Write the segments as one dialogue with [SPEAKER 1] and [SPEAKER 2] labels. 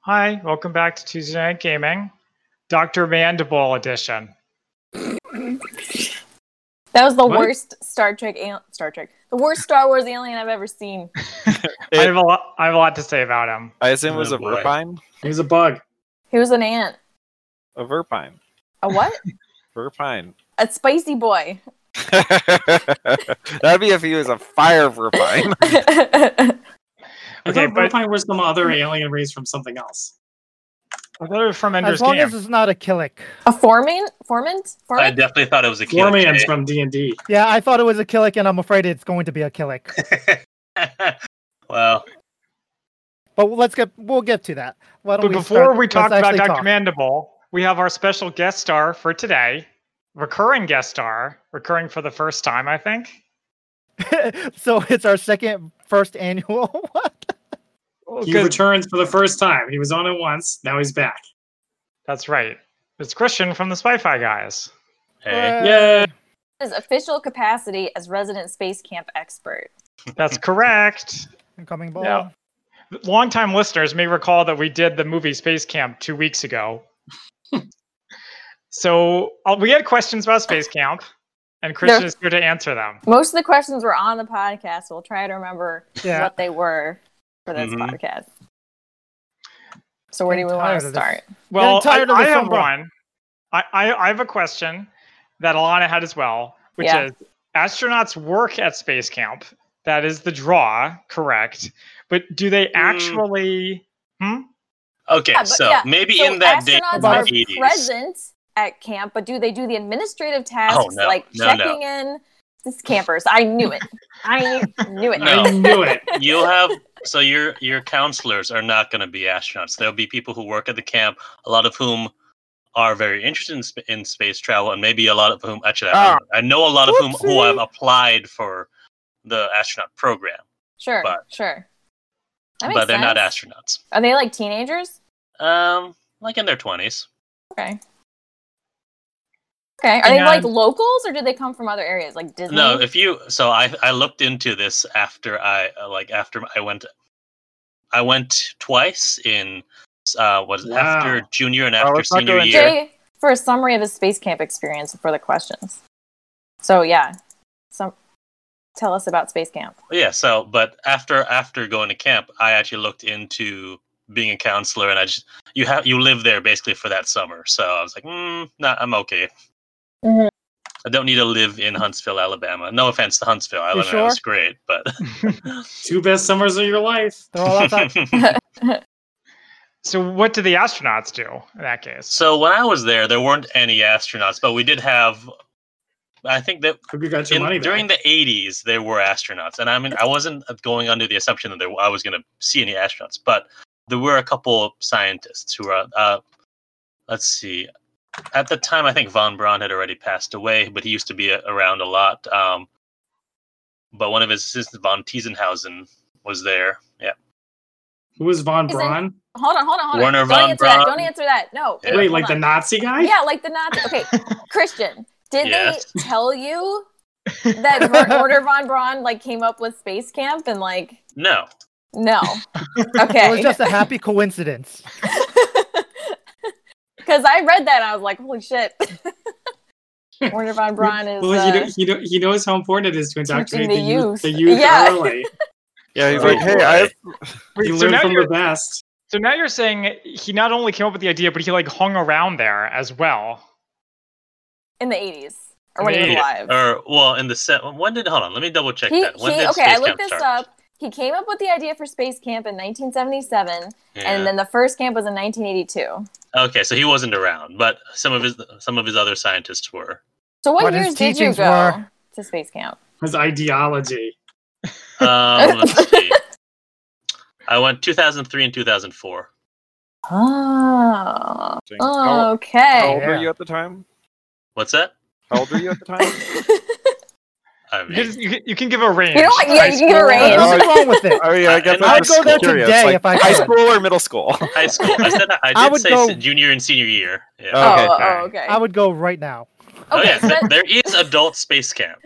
[SPEAKER 1] Hi, welcome back to Tuesday Night Gaming, Dr. Mandible Edition.
[SPEAKER 2] That was the
[SPEAKER 1] What?
[SPEAKER 2] worst Star Trek, al- Star Trek, the worst Star Wars alien I've ever seen.
[SPEAKER 1] I, have a lot, I have a lot to say about him.
[SPEAKER 3] I assume it was
[SPEAKER 4] Oh,
[SPEAKER 3] a
[SPEAKER 4] boy.
[SPEAKER 3] verpine.
[SPEAKER 4] He was a bug.
[SPEAKER 2] He was an ant.
[SPEAKER 3] A verpine.
[SPEAKER 2] A what?
[SPEAKER 3] Verpine.
[SPEAKER 2] a spicy boy.
[SPEAKER 3] That'd be if he was a fire verpine.
[SPEAKER 2] I
[SPEAKER 4] I
[SPEAKER 1] Okay,
[SPEAKER 4] thought
[SPEAKER 1] but-
[SPEAKER 4] Verpine was some other alien race from something else.
[SPEAKER 1] I thought it was from Ender's
[SPEAKER 5] As long
[SPEAKER 1] Game.
[SPEAKER 5] as it's not a Killick.
[SPEAKER 2] foreman? Formant?
[SPEAKER 6] I
[SPEAKER 2] Formant?
[SPEAKER 6] definitely thought it was a kid.
[SPEAKER 4] Foreman's from D and D.
[SPEAKER 5] Yeah, I thought it was a Killick, and I'm afraid it's going to be a Killick.
[SPEAKER 6] well,
[SPEAKER 5] But let's get we'll get to that. Why don't
[SPEAKER 1] but
[SPEAKER 5] we
[SPEAKER 1] before
[SPEAKER 5] start-
[SPEAKER 1] we
[SPEAKER 5] let's
[SPEAKER 1] talk about
[SPEAKER 5] actually
[SPEAKER 1] Dr. Mandible, we have our special guest star for today, recurring guest star, recurring for the first time, I think.
[SPEAKER 5] so it's our second first annual. What?
[SPEAKER 1] Oh,
[SPEAKER 4] He returns for the first time. He was on it once. Now he's back.
[SPEAKER 1] That's right. It's Christian from the Spy-Fi Guys.
[SPEAKER 6] hey.
[SPEAKER 5] Uh,
[SPEAKER 2] Uh,
[SPEAKER 4] Yay!
[SPEAKER 2] His official capacity as resident space camp expert.
[SPEAKER 1] That's correct.
[SPEAKER 5] Incoming ball.
[SPEAKER 1] Yeah. Longtime listeners may recall that we did the movie Space Camp two weeks ago. so uh, we had questions about Space Camp, and Christian is here to answer them.
[SPEAKER 2] Most of the questions were on the podcast. We'll try to remember
[SPEAKER 5] Yeah.
[SPEAKER 2] what they were for this
[SPEAKER 6] Mhm.
[SPEAKER 2] podcast. So where do
[SPEAKER 5] I'm
[SPEAKER 2] we want
[SPEAKER 5] tired
[SPEAKER 2] to
[SPEAKER 5] of this.
[SPEAKER 2] start?
[SPEAKER 1] Well, I,
[SPEAKER 5] tired of
[SPEAKER 1] I
[SPEAKER 5] the
[SPEAKER 1] have
[SPEAKER 5] summer.
[SPEAKER 1] one. I, I, I have a question that Alana had as well, which
[SPEAKER 2] Yeah.
[SPEAKER 1] is astronauts work at Space Camp. That is the draw, correct? But do they
[SPEAKER 4] Mm.
[SPEAKER 1] actually?
[SPEAKER 6] Okay,
[SPEAKER 2] Yeah, but
[SPEAKER 6] so
[SPEAKER 2] yeah,
[SPEAKER 6] maybe
[SPEAKER 2] So
[SPEAKER 6] in that day
[SPEAKER 2] astronauts
[SPEAKER 6] in
[SPEAKER 5] are
[SPEAKER 6] the 80s.
[SPEAKER 2] are present at camp, but do they do the administrative tasks
[SPEAKER 6] Oh, no,
[SPEAKER 2] like
[SPEAKER 6] no, no.
[SPEAKER 2] checking in? This campers. I knew it. I knew it.
[SPEAKER 6] No.
[SPEAKER 4] I knew it.
[SPEAKER 6] You'll have so your your counselors are not going to be astronauts. There'll be people who work at the camp, a lot of whom are very interested in, sp- in space travel, and maybe a lot of whom actually I, don't know. I know a lot of whom who
[SPEAKER 5] Whoopsie.
[SPEAKER 6] have applied for the astronaut program,
[SPEAKER 2] Sure,
[SPEAKER 6] But-
[SPEAKER 2] sure. That makes
[SPEAKER 6] but they're not
[SPEAKER 2] sense.
[SPEAKER 6] astronauts.
[SPEAKER 2] Are they like teenagers?
[SPEAKER 6] Um, like in their twenties.
[SPEAKER 2] Okay. Okay. Are they
[SPEAKER 1] Hang
[SPEAKER 2] like
[SPEAKER 1] on.
[SPEAKER 2] locals or do they come from other areas like Disney?
[SPEAKER 6] No, if you so I I looked into this after I uh, like after I went I went twice in uh was it
[SPEAKER 4] Wow.
[SPEAKER 6] after junior and
[SPEAKER 3] Oh,
[SPEAKER 6] after
[SPEAKER 3] let's not
[SPEAKER 6] senior
[SPEAKER 3] go into-
[SPEAKER 6] year.
[SPEAKER 2] Jay, for a summary of his space camp experience for the questions. So yeah, some tell us about space camp.
[SPEAKER 6] Yeah, so but after after going to camp, I actually looked into being a counselor and I just you have you live there basically for that summer. So I was like, mm, nah, I'm okay.
[SPEAKER 2] Mhm.
[SPEAKER 6] I don't need to live in Huntsville, Alabama. No offense to Huntsville, Alabama
[SPEAKER 5] sure?
[SPEAKER 6] is great, but
[SPEAKER 4] Two best summers of your life.
[SPEAKER 5] They're all outside.
[SPEAKER 1] So what do the astronauts do in that case?
[SPEAKER 6] So when I was there, there weren't any astronauts, but we did have. I think that
[SPEAKER 4] Hope you got your
[SPEAKER 6] in,
[SPEAKER 4] money back.
[SPEAKER 6] during the '80s there were astronauts, and I mean I wasn't going under the assumption that there, I was going to see any astronauts, but there were a couple of scientists who were. Uh, let's see, at the time I think von Braun had already passed away, but he used to be a- around a lot. Um, but one of his assistants, von Tiesenhausen, was there. Yeah,
[SPEAKER 4] Who was von
[SPEAKER 2] Isn't-
[SPEAKER 4] Braun?
[SPEAKER 2] Hold on, hold on, hold on.
[SPEAKER 6] Werner
[SPEAKER 2] Don't
[SPEAKER 6] von
[SPEAKER 2] answer that.
[SPEAKER 6] Braun.
[SPEAKER 2] Don't answer that. No.
[SPEAKER 6] Yeah.
[SPEAKER 4] Wait,
[SPEAKER 2] hold
[SPEAKER 4] like the
[SPEAKER 2] on.
[SPEAKER 4] Nazi guy?
[SPEAKER 2] Yeah, like the Nazi. Okay, Christian, did
[SPEAKER 6] Yes.
[SPEAKER 2] they tell you that Ver- Werner von Braun like came up with space camp and like
[SPEAKER 6] no,
[SPEAKER 2] no?
[SPEAKER 5] It was
[SPEAKER 2] Okay,
[SPEAKER 5] just a happy coincidence.
[SPEAKER 2] because I read that and I was like, holy shit. Werner von Braun is
[SPEAKER 4] Well, he,
[SPEAKER 2] uh,
[SPEAKER 4] kno- he, kno- he knows how important it is to indoctrinate the,
[SPEAKER 2] the
[SPEAKER 4] youth,
[SPEAKER 2] youth.
[SPEAKER 4] the youth
[SPEAKER 2] Yeah.
[SPEAKER 4] early.
[SPEAKER 3] yeah, he's
[SPEAKER 6] Oh,
[SPEAKER 3] like, hey, I have
[SPEAKER 1] Wait,
[SPEAKER 4] you
[SPEAKER 1] so
[SPEAKER 4] learn
[SPEAKER 1] now
[SPEAKER 4] from
[SPEAKER 1] you're-
[SPEAKER 4] the best.
[SPEAKER 1] So now you're saying he not only came up with the idea, but he like hung around there as well.
[SPEAKER 2] in the eighties or when he was
[SPEAKER 1] Yeah.
[SPEAKER 2] alive.
[SPEAKER 6] or well, in the set. When did hold on? Let me double Oh, check
[SPEAKER 2] He,
[SPEAKER 6] that. When
[SPEAKER 2] he
[SPEAKER 6] did
[SPEAKER 2] okay,
[SPEAKER 6] Space
[SPEAKER 2] I looked
[SPEAKER 6] Camp
[SPEAKER 2] this
[SPEAKER 6] start?
[SPEAKER 2] up. He came up with the idea for space camp in 1977,
[SPEAKER 6] Yeah.
[SPEAKER 2] and then the first camp was in 1982.
[SPEAKER 6] okay, so he wasn't around, but some of his some of his other scientists were.
[SPEAKER 2] So what
[SPEAKER 5] But his
[SPEAKER 2] years did you
[SPEAKER 5] teachings
[SPEAKER 2] go
[SPEAKER 5] were-
[SPEAKER 2] to space camp?
[SPEAKER 4] His ideology.
[SPEAKER 6] Um, let's see. I went 2003 and 2004.
[SPEAKER 2] Oh,
[SPEAKER 3] how, how old
[SPEAKER 2] okay.
[SPEAKER 3] were
[SPEAKER 5] Yeah.
[SPEAKER 3] you at the time?
[SPEAKER 6] What's that?
[SPEAKER 3] How old were you at the time?
[SPEAKER 6] I
[SPEAKER 1] You,
[SPEAKER 6] mean,
[SPEAKER 1] can- you can- you can give a range.
[SPEAKER 2] You know what? Yeah, you can give a
[SPEAKER 5] There's
[SPEAKER 2] range.
[SPEAKER 5] nothing wrong with it.
[SPEAKER 3] I mean, I guess
[SPEAKER 6] And
[SPEAKER 3] I'm
[SPEAKER 6] I'd
[SPEAKER 3] just
[SPEAKER 6] go there
[SPEAKER 3] curious,
[SPEAKER 5] today
[SPEAKER 3] like,
[SPEAKER 5] if I
[SPEAKER 3] high
[SPEAKER 5] could.
[SPEAKER 3] school or middle school.
[SPEAKER 6] high school. I said I did
[SPEAKER 5] I would
[SPEAKER 6] say
[SPEAKER 5] go-
[SPEAKER 6] s- junior and senior year. Yeah.
[SPEAKER 3] Oh, okay,
[SPEAKER 2] oh,
[SPEAKER 1] sorry.
[SPEAKER 2] oh, okay.
[SPEAKER 5] I would go right now.
[SPEAKER 6] oh
[SPEAKER 2] okay,
[SPEAKER 6] yeah,
[SPEAKER 2] so
[SPEAKER 6] th-
[SPEAKER 2] that-
[SPEAKER 6] there is adult space camp,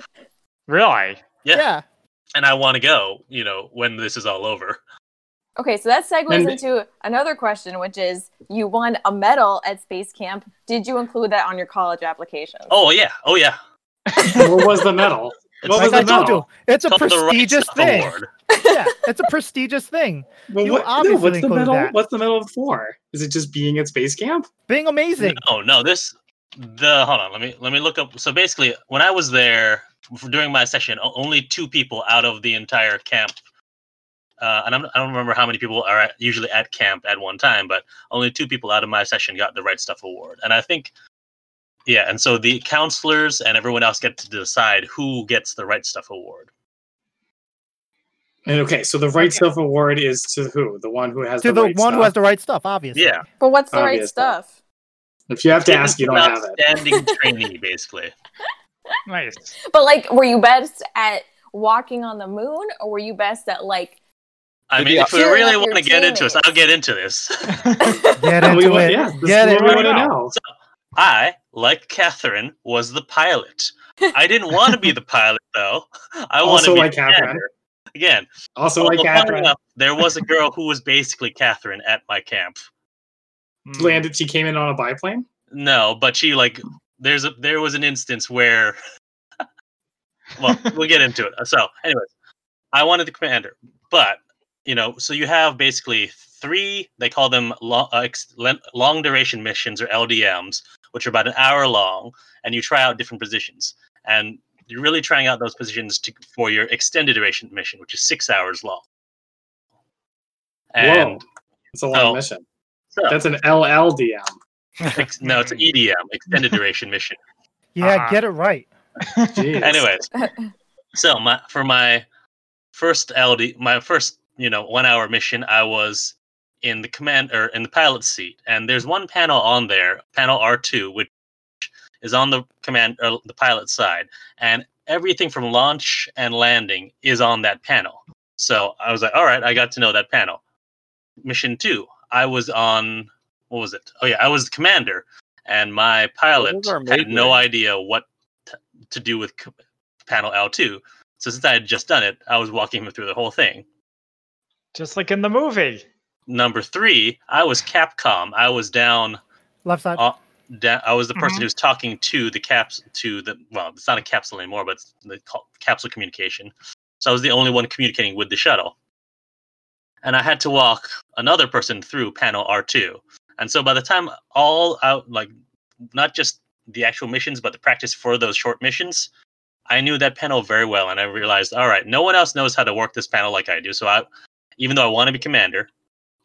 [SPEAKER 1] Really?
[SPEAKER 6] Yeah.
[SPEAKER 5] Yeah.
[SPEAKER 6] and I want to go. You know, when this is all over.
[SPEAKER 2] Okay, so that segues
[SPEAKER 4] And-
[SPEAKER 2] into another question, which is you won a medal at space camp. Did you include that on your college application?
[SPEAKER 6] Oh yeah, oh yeah.
[SPEAKER 4] what was the medal?
[SPEAKER 6] It's
[SPEAKER 4] What was
[SPEAKER 5] Like
[SPEAKER 4] the
[SPEAKER 5] I told you,
[SPEAKER 4] medal?
[SPEAKER 5] it's a
[SPEAKER 6] called the Rice
[SPEAKER 5] prestigious thing.
[SPEAKER 6] Award.
[SPEAKER 5] yeah, it's a prestigious thing.
[SPEAKER 4] Well,
[SPEAKER 5] You
[SPEAKER 4] what, no,
[SPEAKER 5] obviously
[SPEAKER 4] what's the
[SPEAKER 5] included
[SPEAKER 4] medal?
[SPEAKER 5] that.
[SPEAKER 4] What's the medal for? Is it just being at space camp?
[SPEAKER 5] Being amazing.
[SPEAKER 6] Oh no, this the hold on. Let me let me look up. So basically, when I was there f- during my session, o- only two people out of the entire camp, uh, and I'm, I don't remember how many people are at, usually at camp at one time, but only two people out of my session got the Right Stuff Award, and I think. Yeah, and so the counselors and everyone else get to decide who gets the Right Stuff Award.
[SPEAKER 4] And okay, so the right stuff award is to who? The one who has
[SPEAKER 5] To
[SPEAKER 4] the,
[SPEAKER 5] the
[SPEAKER 4] right
[SPEAKER 5] one who has
[SPEAKER 4] stuff.
[SPEAKER 5] the right stuff, obviously.
[SPEAKER 6] Yeah,
[SPEAKER 2] But what's the right
[SPEAKER 4] Obvious.
[SPEAKER 2] stuff?
[SPEAKER 4] If you have to ask, you don't have it.
[SPEAKER 6] Outstanding trainee, basically.
[SPEAKER 1] Nice.
[SPEAKER 2] But like, were you best at walking on the moon, or were you best at like?
[SPEAKER 6] I
[SPEAKER 3] Did
[SPEAKER 6] mean,
[SPEAKER 3] the-
[SPEAKER 6] if we
[SPEAKER 2] Cheering
[SPEAKER 6] really
[SPEAKER 2] up
[SPEAKER 6] want to
[SPEAKER 2] your
[SPEAKER 6] get into this,
[SPEAKER 2] teammates.
[SPEAKER 6] I'll get into this.
[SPEAKER 5] Get
[SPEAKER 4] And we
[SPEAKER 5] into
[SPEAKER 4] want,
[SPEAKER 5] it.
[SPEAKER 4] yeah, this
[SPEAKER 5] Get
[SPEAKER 4] is what we
[SPEAKER 5] into
[SPEAKER 4] want to
[SPEAKER 5] it.
[SPEAKER 4] know.
[SPEAKER 6] I, like Catherine, was the pilot. I didn't want to be the pilot though. I want to
[SPEAKER 4] Also
[SPEAKER 6] be
[SPEAKER 4] like
[SPEAKER 6] the commander.
[SPEAKER 4] Catherine.
[SPEAKER 6] Again,
[SPEAKER 4] Also like
[SPEAKER 6] although funny
[SPEAKER 4] Catherine.
[SPEAKER 6] enough, there was a girl who was basically Catherine at my camp. Mm.
[SPEAKER 1] Hmm.
[SPEAKER 4] Landed. She came in on a biplane.
[SPEAKER 6] No, but she like there's a there was an instance where well, we'll get into it. So, anyways, I wanted the commander, but you know, so you have basically three. They call them long, uh, ex- len- long duration missions or LDMs, which are about an hour long, and you try out different positions, and you're really trying out those positions to, for your extended duration mission, which is six hours long.
[SPEAKER 4] Whoa,
[SPEAKER 6] And
[SPEAKER 4] it's a long
[SPEAKER 6] so-
[SPEAKER 4] mission.
[SPEAKER 6] so,
[SPEAKER 4] That's an LLDM.
[SPEAKER 6] ex- no, it's an EDM, extended duration mission.
[SPEAKER 5] Yeah,
[SPEAKER 1] Uh-huh.
[SPEAKER 5] get it right.
[SPEAKER 4] Jeez.
[SPEAKER 6] Anyways, so my for my first LD, my first you know one hour mission, I was in the command or in the pilot seat, and there's one panel on there, panel R two, which is on the command or the pilot side, and everything from launch and landing is on that panel. So I was like, all right, I got to know that panel. Mission two, I was on what was it? Oh yeah, I was the commander, and my pilot
[SPEAKER 3] Those are
[SPEAKER 6] had no
[SPEAKER 3] amazing.
[SPEAKER 6] idea what t- to do with c- panel L two. So since I had just done it, I was walking him through the whole thing.
[SPEAKER 1] Just like in the movie.
[SPEAKER 6] Number three, I was Capcom. I was down
[SPEAKER 5] Left side.
[SPEAKER 6] Uh, da- I was the person
[SPEAKER 1] Mhm.
[SPEAKER 6] who's talking to the caps to the well, it's not a capsule anymore, but it's the ca- capsule communication. So I was the only one communicating with the shuttle, and I had to walk another person through panel R two. And so by the time all out, like not just the actual missions, but the practice for those short missions, I knew that panel very well, and I realized, all right, no one else knows how to work this panel like I do. So I, even though I want to be commander,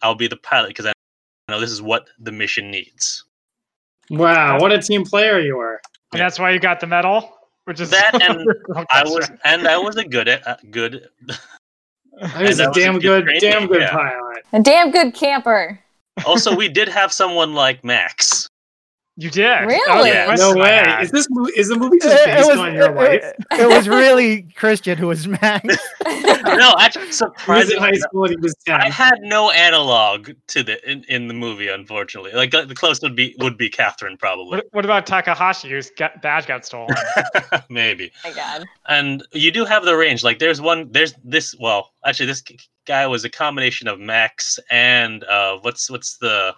[SPEAKER 6] I'll be the pilot because I know this is what the mission needs.
[SPEAKER 4] Wow, what a team player you are.
[SPEAKER 1] And that's why you got the medal, which is Oh,
[SPEAKER 6] That and
[SPEAKER 1] Okay,
[SPEAKER 6] I was,
[SPEAKER 1] sorry.
[SPEAKER 6] and I was a good, at, uh, good.
[SPEAKER 4] I was
[SPEAKER 6] that
[SPEAKER 4] a
[SPEAKER 6] was a
[SPEAKER 4] damn
[SPEAKER 6] good
[SPEAKER 4] good,
[SPEAKER 6] training,
[SPEAKER 4] damn good
[SPEAKER 6] yeah.
[SPEAKER 4] pilot.
[SPEAKER 2] A damn good camper.
[SPEAKER 6] Also, we did have someone like Max.
[SPEAKER 1] You did. Oh, That was a question
[SPEAKER 2] Really?
[SPEAKER 6] Yeah,
[SPEAKER 4] No
[SPEAKER 1] I
[SPEAKER 4] way.
[SPEAKER 1] had.
[SPEAKER 4] Is this movie? Is the movie
[SPEAKER 5] It-
[SPEAKER 4] just
[SPEAKER 5] it
[SPEAKER 4] based
[SPEAKER 5] was-
[SPEAKER 4] on your
[SPEAKER 5] it-
[SPEAKER 4] life?
[SPEAKER 5] it- it was really Christian who was Max.
[SPEAKER 2] Oh
[SPEAKER 6] No, actually,
[SPEAKER 4] He was in high
[SPEAKER 6] surprisingly,
[SPEAKER 4] school and he was ten.
[SPEAKER 6] I had no analog to the in, in the movie. Unfortunately, like uh, the closest would be would be Catherine, probably,
[SPEAKER 1] What, what about Takahashi, whose ga- badge got stolen?
[SPEAKER 6] maybe.
[SPEAKER 2] my God.
[SPEAKER 6] And you do have the range. Like, there's one. There's this. Well, actually, this g- guy was a combination of Max and uh, what's what's the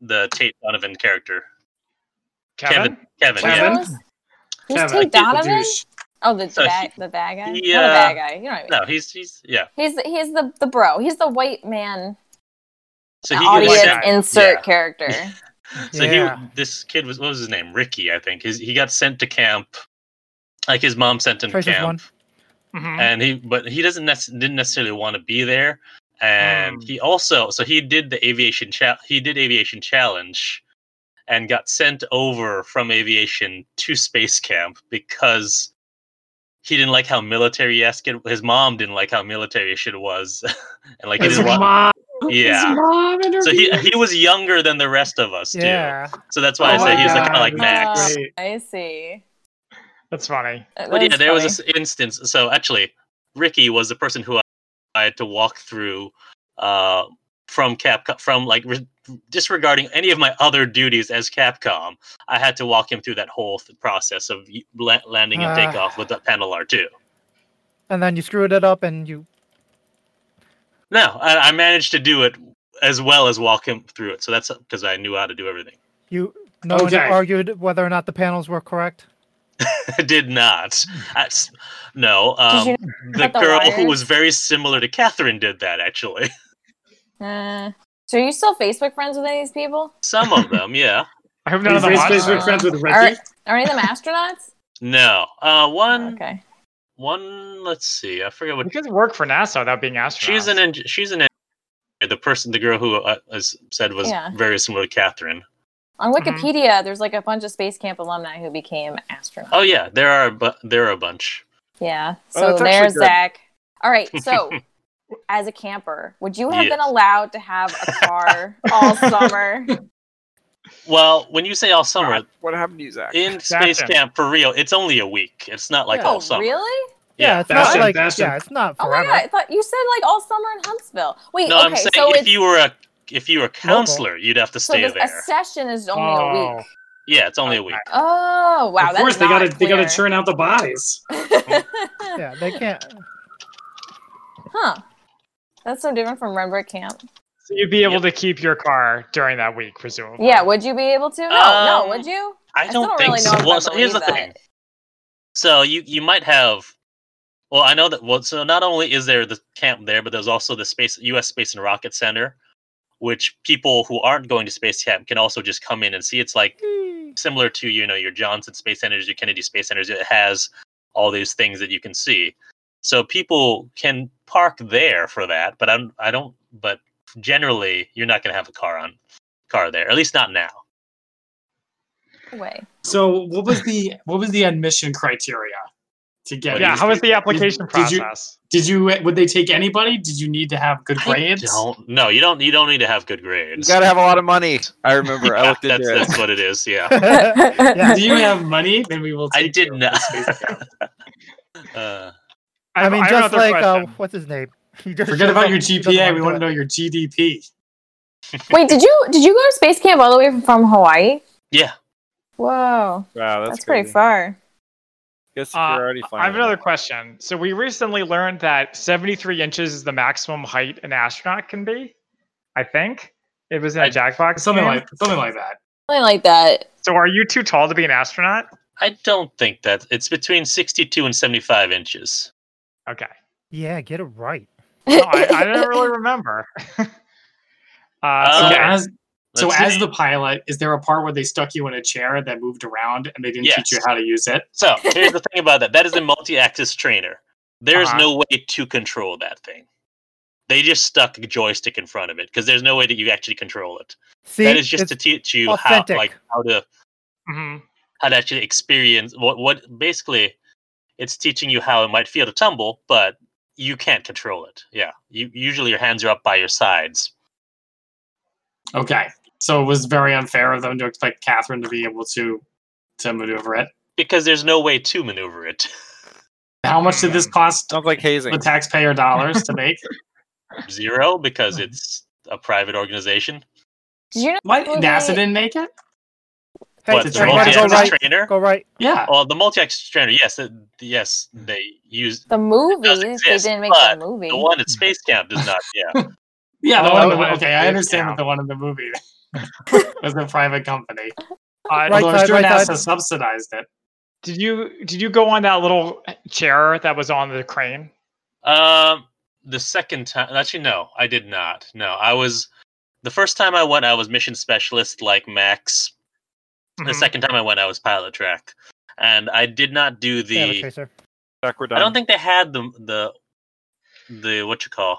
[SPEAKER 6] the Tate Donovan character,
[SPEAKER 1] Kevin?
[SPEAKER 6] Kevin.
[SPEAKER 4] Kevin?
[SPEAKER 6] Yeah.
[SPEAKER 2] Who's
[SPEAKER 4] Kevin,
[SPEAKER 2] Tate
[SPEAKER 4] I hate the
[SPEAKER 2] Donovan?
[SPEAKER 4] douche.
[SPEAKER 2] Oh, the
[SPEAKER 6] So
[SPEAKER 2] bad, the bad guy.
[SPEAKER 6] he,
[SPEAKER 2] Not a
[SPEAKER 6] uh,
[SPEAKER 2] bad guy. You know what I mean.
[SPEAKER 6] No, he's he's yeah.
[SPEAKER 2] He's he's the the bro. He's the white man
[SPEAKER 6] So he
[SPEAKER 1] was
[SPEAKER 2] audience
[SPEAKER 6] gets
[SPEAKER 1] sent-
[SPEAKER 2] insert
[SPEAKER 6] yeah.
[SPEAKER 2] character.
[SPEAKER 6] So
[SPEAKER 5] Yeah.
[SPEAKER 6] he, this kid was what was his name? Ricky, I think. His, he got sent to camp, like his mom sent him
[SPEAKER 5] Tracer's
[SPEAKER 6] to camp,
[SPEAKER 5] one.
[SPEAKER 1] Mhm.
[SPEAKER 6] and he but he doesn't nec- didn't necessarily want to be there, and
[SPEAKER 1] Hmm.
[SPEAKER 6] he also so he did the aviation cha- he did aviation challenge, and got sent over from aviation to space camp because he didn't like how military esque it. His mom didn't like how military shit was, and like he
[SPEAKER 4] His
[SPEAKER 6] didn't want.
[SPEAKER 4] mom.
[SPEAKER 6] Yeah.
[SPEAKER 4] His mom
[SPEAKER 6] So he
[SPEAKER 4] interviewed
[SPEAKER 6] he was younger than the rest of us too.
[SPEAKER 5] Yeah.
[SPEAKER 6] So that's why I
[SPEAKER 4] Oh
[SPEAKER 6] say
[SPEAKER 4] my
[SPEAKER 6] he was like
[SPEAKER 4] God,
[SPEAKER 6] kind of like Max.
[SPEAKER 4] that's
[SPEAKER 2] Oh,
[SPEAKER 4] great.
[SPEAKER 2] I see.
[SPEAKER 1] That's funny.
[SPEAKER 2] That-
[SPEAKER 6] but
[SPEAKER 2] that
[SPEAKER 6] yeah, there was
[SPEAKER 2] funny.
[SPEAKER 6] this instance. So actually, Ricky was the person who I- I had to walk through uh, from Capcom, from like re- disregarding any of my other duties as Capcom. I had to walk him through that whole th- process of y- la- landing and
[SPEAKER 5] Ah.
[SPEAKER 6] takeoff with the panel R2.
[SPEAKER 5] And then you screwed it up and you
[SPEAKER 6] No, I, I managed to do it as well as walk him through it. So that's because I knew how to do everything.
[SPEAKER 5] You no
[SPEAKER 4] Okay.
[SPEAKER 5] one argued whether or not the panels were correct.
[SPEAKER 6] I did not.
[SPEAKER 4] Hmm.
[SPEAKER 6] I s no, um,
[SPEAKER 2] Did
[SPEAKER 6] the
[SPEAKER 2] cut the
[SPEAKER 6] girl who
[SPEAKER 2] wires?
[SPEAKER 6] was very similar to Catherine did that actually.
[SPEAKER 2] you? Uh, so are you still Facebook friends with any of these people?
[SPEAKER 6] Some of them, yeah.
[SPEAKER 1] I hope none
[SPEAKER 4] Are you
[SPEAKER 1] of them
[SPEAKER 4] face-
[SPEAKER 1] watch
[SPEAKER 4] Facebook
[SPEAKER 1] this.
[SPEAKER 4] friends with Ricky?
[SPEAKER 2] Are, are any of them astronauts?
[SPEAKER 6] No, uh, one,
[SPEAKER 2] okay.
[SPEAKER 6] one. Let's see. I forget
[SPEAKER 1] You
[SPEAKER 6] what
[SPEAKER 1] could work for NASA without being astronauts.
[SPEAKER 6] she's an. eng- She's an. eng- The person, the girl who uh, as said was
[SPEAKER 2] Yeah.
[SPEAKER 6] very similar to Catherine.
[SPEAKER 2] On
[SPEAKER 1] Mhm.
[SPEAKER 2] Wikipedia, there's like a bunch of space camp alumni who became astronauts.
[SPEAKER 6] Oh yeah, there are. But there are a bunch.
[SPEAKER 2] Yeah. So
[SPEAKER 3] Oh, that's actually
[SPEAKER 2] there's
[SPEAKER 3] good.
[SPEAKER 2] Zach. All right. So as a camper, would you have been
[SPEAKER 6] Yes.
[SPEAKER 2] allowed to have a car all summer?
[SPEAKER 6] Well, when you say all summer,
[SPEAKER 3] What happened to you, Zach?
[SPEAKER 6] in space
[SPEAKER 1] Bastion.
[SPEAKER 6] camp for real, it's only a week. It's not like
[SPEAKER 5] Yeah.
[SPEAKER 6] all
[SPEAKER 2] oh,
[SPEAKER 6] summer.
[SPEAKER 2] really?
[SPEAKER 5] Yeah, it's
[SPEAKER 4] Bastion,
[SPEAKER 5] not like
[SPEAKER 4] Bastion.
[SPEAKER 5] yeah, it's not
[SPEAKER 2] Oh my
[SPEAKER 5] forever.
[SPEAKER 2] god! I thought you said like all summer in Huntsville. Wait.
[SPEAKER 6] No,
[SPEAKER 2] okay.
[SPEAKER 6] I'm saying
[SPEAKER 2] so
[SPEAKER 6] if
[SPEAKER 2] it's
[SPEAKER 6] you were a if you were a counselor, you'd have to
[SPEAKER 2] so
[SPEAKER 6] stay
[SPEAKER 2] this,
[SPEAKER 6] there.
[SPEAKER 2] a session is only a
[SPEAKER 1] Oh,
[SPEAKER 2] week.
[SPEAKER 6] yeah, it's only a week.
[SPEAKER 2] Oh wow!
[SPEAKER 4] of
[SPEAKER 2] that's
[SPEAKER 4] course, they
[SPEAKER 2] not
[SPEAKER 4] gotta they gotta
[SPEAKER 2] clear.
[SPEAKER 4] churn out the bodies.
[SPEAKER 5] Yeah, they can't.
[SPEAKER 2] Huh. That's so different from Rembrandt Camp.
[SPEAKER 1] so you'd be able to keep your car during that week, presumably.
[SPEAKER 2] Yeah, would you be able to? No, no,
[SPEAKER 6] Um,
[SPEAKER 2] would you?
[SPEAKER 6] I
[SPEAKER 2] still
[SPEAKER 6] don't think
[SPEAKER 2] really know if
[SPEAKER 6] so.
[SPEAKER 2] I
[SPEAKER 6] Well, so here's the
[SPEAKER 2] believe
[SPEAKER 6] thing.
[SPEAKER 2] that.
[SPEAKER 6] So you you might have. Well, I know that. Well, so not only is there the camp there, but there's also the space U.S. Space and Rocket Center, which people who aren't going to space camp can also just come in and see. It's like similar to you know your Johnson Space Centers, your Kennedy Space Centers. It has all these things that you can see. So people can park there for that, but I'm I don't. But generally, you're not going to have a car on car there, at least not now.
[SPEAKER 2] Way.
[SPEAKER 4] So what was the what was the admission criteria to get?
[SPEAKER 1] Yeah.
[SPEAKER 4] these
[SPEAKER 1] How was the
[SPEAKER 4] people?
[SPEAKER 1] application
[SPEAKER 4] Did- Did you
[SPEAKER 1] process?
[SPEAKER 4] did you would they take anybody? Did you need to have good
[SPEAKER 6] I
[SPEAKER 4] grades?
[SPEAKER 6] don't. No, you don't. You don't need to have good
[SPEAKER 3] You
[SPEAKER 6] grades.
[SPEAKER 3] gotta have a lot of money. I remember. I
[SPEAKER 6] Yeah,
[SPEAKER 3] looked into it.
[SPEAKER 6] that's, that's what it is. Yeah.
[SPEAKER 5] Yeah.
[SPEAKER 4] Do you have money? Then we will.
[SPEAKER 6] I
[SPEAKER 4] Take
[SPEAKER 6] did
[SPEAKER 4] you.
[SPEAKER 6] not.
[SPEAKER 4] Space camp.
[SPEAKER 6] Uh,
[SPEAKER 5] I mean,
[SPEAKER 1] have
[SPEAKER 5] just
[SPEAKER 1] another
[SPEAKER 5] like uh,
[SPEAKER 1] question.
[SPEAKER 5] what's his name? He just
[SPEAKER 4] Forget
[SPEAKER 5] shows
[SPEAKER 4] about
[SPEAKER 5] up,
[SPEAKER 4] your
[SPEAKER 5] he doesn't
[SPEAKER 4] GPA.
[SPEAKER 5] wanna
[SPEAKER 4] We
[SPEAKER 5] do
[SPEAKER 4] want to
[SPEAKER 5] it.
[SPEAKER 4] know your GDP.
[SPEAKER 2] Wait, did you did you go to space camp all the way from Hawaii?
[SPEAKER 6] yeah.
[SPEAKER 2] Whoa,
[SPEAKER 3] Wow, that's,
[SPEAKER 2] that's, pretty
[SPEAKER 3] fun.
[SPEAKER 2] far.
[SPEAKER 3] Guess if
[SPEAKER 1] Uh,
[SPEAKER 3] you're already
[SPEAKER 1] I have
[SPEAKER 3] flying.
[SPEAKER 1] another question. So we recently learned that 73 inches is the maximum height an astronaut can be. I think it was in a
[SPEAKER 6] I-
[SPEAKER 1] Jackbox.
[SPEAKER 4] Something
[SPEAKER 1] game.
[SPEAKER 4] like something like that.
[SPEAKER 2] Something like that.
[SPEAKER 1] So are you too tall to be an astronaut?
[SPEAKER 6] I don't think that it's between sixty-two and seventy-five inches.
[SPEAKER 1] Okay.
[SPEAKER 5] Yeah, get it right.
[SPEAKER 1] No, I, I don't really remember. uh,
[SPEAKER 4] So
[SPEAKER 1] so
[SPEAKER 6] Um,
[SPEAKER 1] yeah,
[SPEAKER 4] as so
[SPEAKER 6] Let's
[SPEAKER 4] as
[SPEAKER 6] see.
[SPEAKER 4] the pilot, is there a part where they stuck you in a chair that moved around and they didn't teach you
[SPEAKER 6] Yes.
[SPEAKER 4] how to use it?
[SPEAKER 6] so here's the thing about that. That is a multi-axis trainer. There's
[SPEAKER 1] Uh-huh.
[SPEAKER 6] no way to control that thing. They just stuck a joystick in front of it because there's no way that you actually control it.
[SPEAKER 5] See,
[SPEAKER 6] that is just to
[SPEAKER 5] it's-
[SPEAKER 6] teach you
[SPEAKER 5] authentic.
[SPEAKER 6] how, like, how to
[SPEAKER 1] mhm.
[SPEAKER 6] how to actually experience what what basically it's teaching you how it might feel to tumble, but you can't control it. Yeah, you usually your hands are up by your sides.
[SPEAKER 4] Okay, so it was very unfair of them to expect Catherine to be able to to maneuver it.
[SPEAKER 6] because there's no way to maneuver it.
[SPEAKER 4] How much did this cost
[SPEAKER 3] Sounds like hazing.
[SPEAKER 4] the taxpayer dollars to make?
[SPEAKER 6] Zero because it's a private organization.
[SPEAKER 2] Did you know
[SPEAKER 4] What
[SPEAKER 2] Well,
[SPEAKER 4] NASA
[SPEAKER 2] they-
[SPEAKER 4] didn't make it?
[SPEAKER 5] hey,
[SPEAKER 6] but
[SPEAKER 4] it's
[SPEAKER 6] the
[SPEAKER 4] right.
[SPEAKER 5] everybody go
[SPEAKER 6] multi-axis
[SPEAKER 5] right.
[SPEAKER 6] trainer,
[SPEAKER 5] Go right.
[SPEAKER 4] Yeah,
[SPEAKER 6] well, the multi-axis trainer, yes, it, yes, they used
[SPEAKER 2] the movie?
[SPEAKER 6] doesn't
[SPEAKER 2] they
[SPEAKER 6] exist,
[SPEAKER 2] didn't make
[SPEAKER 6] but
[SPEAKER 2] the movie.
[SPEAKER 6] the one at space camp does not. Yeah,
[SPEAKER 4] yeah. The
[SPEAKER 1] Oh,
[SPEAKER 4] one in the,
[SPEAKER 1] that was
[SPEAKER 4] okay, I
[SPEAKER 1] big
[SPEAKER 4] understand
[SPEAKER 1] now.
[SPEAKER 4] that the one in the movie was a private company.
[SPEAKER 1] Uh,
[SPEAKER 5] Right
[SPEAKER 4] Although I'm
[SPEAKER 5] side,
[SPEAKER 4] sure
[SPEAKER 5] right
[SPEAKER 4] NASA
[SPEAKER 5] side.
[SPEAKER 4] subsidized it.
[SPEAKER 1] Did you did you go on that little chair that was on the crane?
[SPEAKER 6] um, the second time, actually, no, I did not. No, I was the first time I went, I was mission specialist like Max. The
[SPEAKER 1] Mhm.
[SPEAKER 6] second time I went, I was pilot track, and I did not do the.
[SPEAKER 5] Yeah, the tracer.
[SPEAKER 3] Zach, we're
[SPEAKER 6] I
[SPEAKER 3] done.
[SPEAKER 6] don't think they had the the the what you call.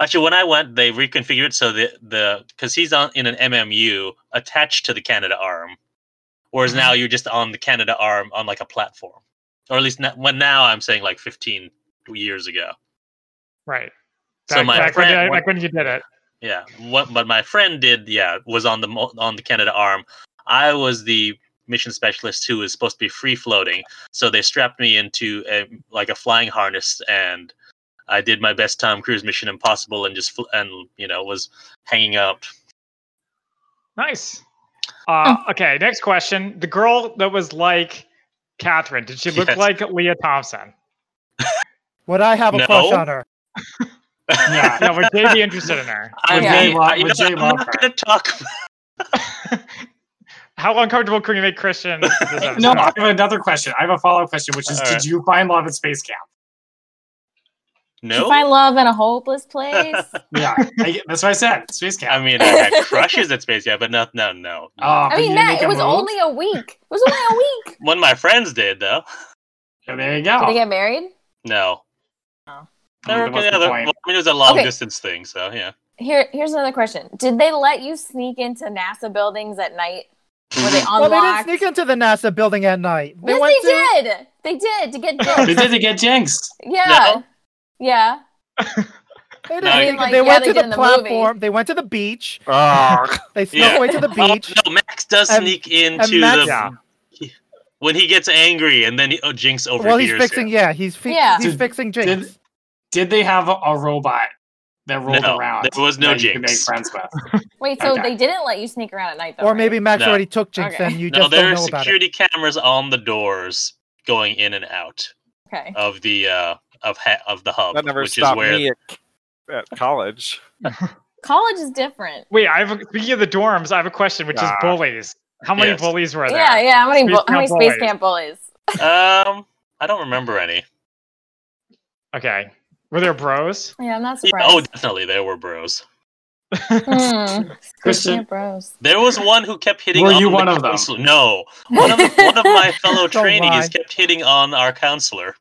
[SPEAKER 6] Actually, when I went, they reconfigured it so the the because he's on in an MMU attached to the Canada arm, whereas
[SPEAKER 1] Mm-hmm.
[SPEAKER 6] now you're just on the Canada arm on like a platform, or at least not, when now I'm saying like 15 years ago.
[SPEAKER 1] Right.
[SPEAKER 6] So
[SPEAKER 1] Back,
[SPEAKER 6] my
[SPEAKER 1] back when,
[SPEAKER 6] friend-
[SPEAKER 1] you- back when you did it.
[SPEAKER 6] Yeah, what but my friend did, yeah, was on the mo- on the Canada arm. I was the mission specialist who was supposed to be free floating, so they strapped me into a like a flying harness, and I did my best Tom Cruise Mission Impossible, and just fl- and you know was hanging out.
[SPEAKER 1] Nice. Uh, okay, next question. The girl that was like Catherine, did she look
[SPEAKER 6] Yes.
[SPEAKER 1] like Leah Thompson?
[SPEAKER 5] Would I have a
[SPEAKER 6] No.
[SPEAKER 5] crush on her?
[SPEAKER 4] Yeah.
[SPEAKER 1] No, would Jay be interested in her?
[SPEAKER 4] I
[SPEAKER 2] Yeah.
[SPEAKER 4] may want-
[SPEAKER 6] You know
[SPEAKER 4] would Jay
[SPEAKER 6] what, I'm
[SPEAKER 4] love her.
[SPEAKER 6] not going to talk.
[SPEAKER 1] How uncomfortable can you make Christian? this episode?
[SPEAKER 4] No, I have another question. I have a follow up question, which is
[SPEAKER 6] All
[SPEAKER 4] Did
[SPEAKER 6] right.
[SPEAKER 4] you find love at space camp?
[SPEAKER 2] You
[SPEAKER 6] No,
[SPEAKER 2] find love in a hopeless place.
[SPEAKER 4] Yeah, I, that's what I said. Space camp.
[SPEAKER 6] I mean I had crushes at space, yeah, but no, no, no.
[SPEAKER 4] Oh,
[SPEAKER 2] I
[SPEAKER 4] but
[SPEAKER 2] mean,
[SPEAKER 4] you didn't
[SPEAKER 2] Matt,
[SPEAKER 4] make
[SPEAKER 2] it
[SPEAKER 4] a
[SPEAKER 2] was
[SPEAKER 4] move?
[SPEAKER 2] only a week. It was only a week.
[SPEAKER 6] One of my friends did though.
[SPEAKER 4] So there you
[SPEAKER 2] Did they
[SPEAKER 4] go.
[SPEAKER 2] get married?
[SPEAKER 6] No.
[SPEAKER 2] Oh.
[SPEAKER 6] They were
[SPEAKER 4] Well, what's the
[SPEAKER 6] together.
[SPEAKER 4] point?
[SPEAKER 6] Well, I mean, it was a long
[SPEAKER 2] Okay.
[SPEAKER 6] distance thing, so yeah.
[SPEAKER 2] Here, here's another question. Did they let you sneak into NASA buildings at night? Were they
[SPEAKER 5] Well, they didn't
[SPEAKER 2] unlocked?
[SPEAKER 5] sneak into the NASA building at night. They went
[SPEAKER 2] yes,
[SPEAKER 5] to-
[SPEAKER 2] they did. They did to get
[SPEAKER 4] They
[SPEAKER 2] dicks.
[SPEAKER 4] did they get jinxed?
[SPEAKER 2] yeah, yeah.
[SPEAKER 5] They, didn't
[SPEAKER 6] No,
[SPEAKER 5] sneak
[SPEAKER 6] I
[SPEAKER 5] in-
[SPEAKER 2] mean, like,
[SPEAKER 5] they
[SPEAKER 2] yeah,
[SPEAKER 5] went
[SPEAKER 2] they
[SPEAKER 5] to
[SPEAKER 2] did
[SPEAKER 5] the
[SPEAKER 2] in the movie.
[SPEAKER 5] platform. They went to the beach.
[SPEAKER 3] Ah,
[SPEAKER 5] They snuck
[SPEAKER 6] Yeah.
[SPEAKER 5] away to the beach.
[SPEAKER 6] Oh, no, Max does
[SPEAKER 5] And-
[SPEAKER 6] sneak into
[SPEAKER 5] Max-
[SPEAKER 6] the
[SPEAKER 1] Yeah.
[SPEAKER 6] when he gets angry, and then he, oh, Jinx overhears.
[SPEAKER 5] well, he's
[SPEAKER 6] him.
[SPEAKER 5] fixing. Yeah, he's fi-
[SPEAKER 2] Yeah.
[SPEAKER 5] he's
[SPEAKER 4] Did-
[SPEAKER 5] fixing Jinx.
[SPEAKER 4] did- Did they have a, a robot that rolled
[SPEAKER 6] No,
[SPEAKER 4] around?
[SPEAKER 6] there was no
[SPEAKER 4] that you could
[SPEAKER 6] jinx.
[SPEAKER 4] Make friends with.
[SPEAKER 2] Wait, so
[SPEAKER 4] Okay.
[SPEAKER 2] they didn't let you sneak around at night, though?
[SPEAKER 5] or
[SPEAKER 2] right?
[SPEAKER 5] maybe Max
[SPEAKER 6] No.
[SPEAKER 5] already took Jinx
[SPEAKER 2] Okay.
[SPEAKER 5] and you
[SPEAKER 6] No,
[SPEAKER 5] just
[SPEAKER 6] there
[SPEAKER 5] don't
[SPEAKER 6] are
[SPEAKER 5] know about it.
[SPEAKER 6] security cameras on the doors going in and out
[SPEAKER 2] Okay.
[SPEAKER 6] of the uh, of ha- of the hub,
[SPEAKER 3] that never
[SPEAKER 6] which is
[SPEAKER 3] stopped
[SPEAKER 6] where
[SPEAKER 3] me at, at college.
[SPEAKER 2] College is different.
[SPEAKER 1] Wait, I have a, speaking of the dorms, I have a question, which is
[SPEAKER 3] Ah.
[SPEAKER 1] bullies. How many
[SPEAKER 6] Yes.
[SPEAKER 1] bullies were there?
[SPEAKER 2] Yeah, yeah. How many,
[SPEAKER 1] Space
[SPEAKER 2] bu- how many
[SPEAKER 1] camp
[SPEAKER 2] space
[SPEAKER 1] bullies.
[SPEAKER 2] camp bullies?
[SPEAKER 6] um I don't remember any.
[SPEAKER 1] Okay. Were there bros?
[SPEAKER 2] Yeah, I'm not
[SPEAKER 6] Yeah,
[SPEAKER 2] surprised.
[SPEAKER 6] oh, definitely there were bros.
[SPEAKER 2] Hmm. Space
[SPEAKER 4] Christian-
[SPEAKER 2] camp bros.
[SPEAKER 6] There was one who kept hitting.
[SPEAKER 4] Were
[SPEAKER 6] on
[SPEAKER 4] you
[SPEAKER 6] the
[SPEAKER 4] one of them?
[SPEAKER 6] counselor- No, one of one of my fellow
[SPEAKER 5] Don't lie.
[SPEAKER 6] trainees kept hitting on our counselor.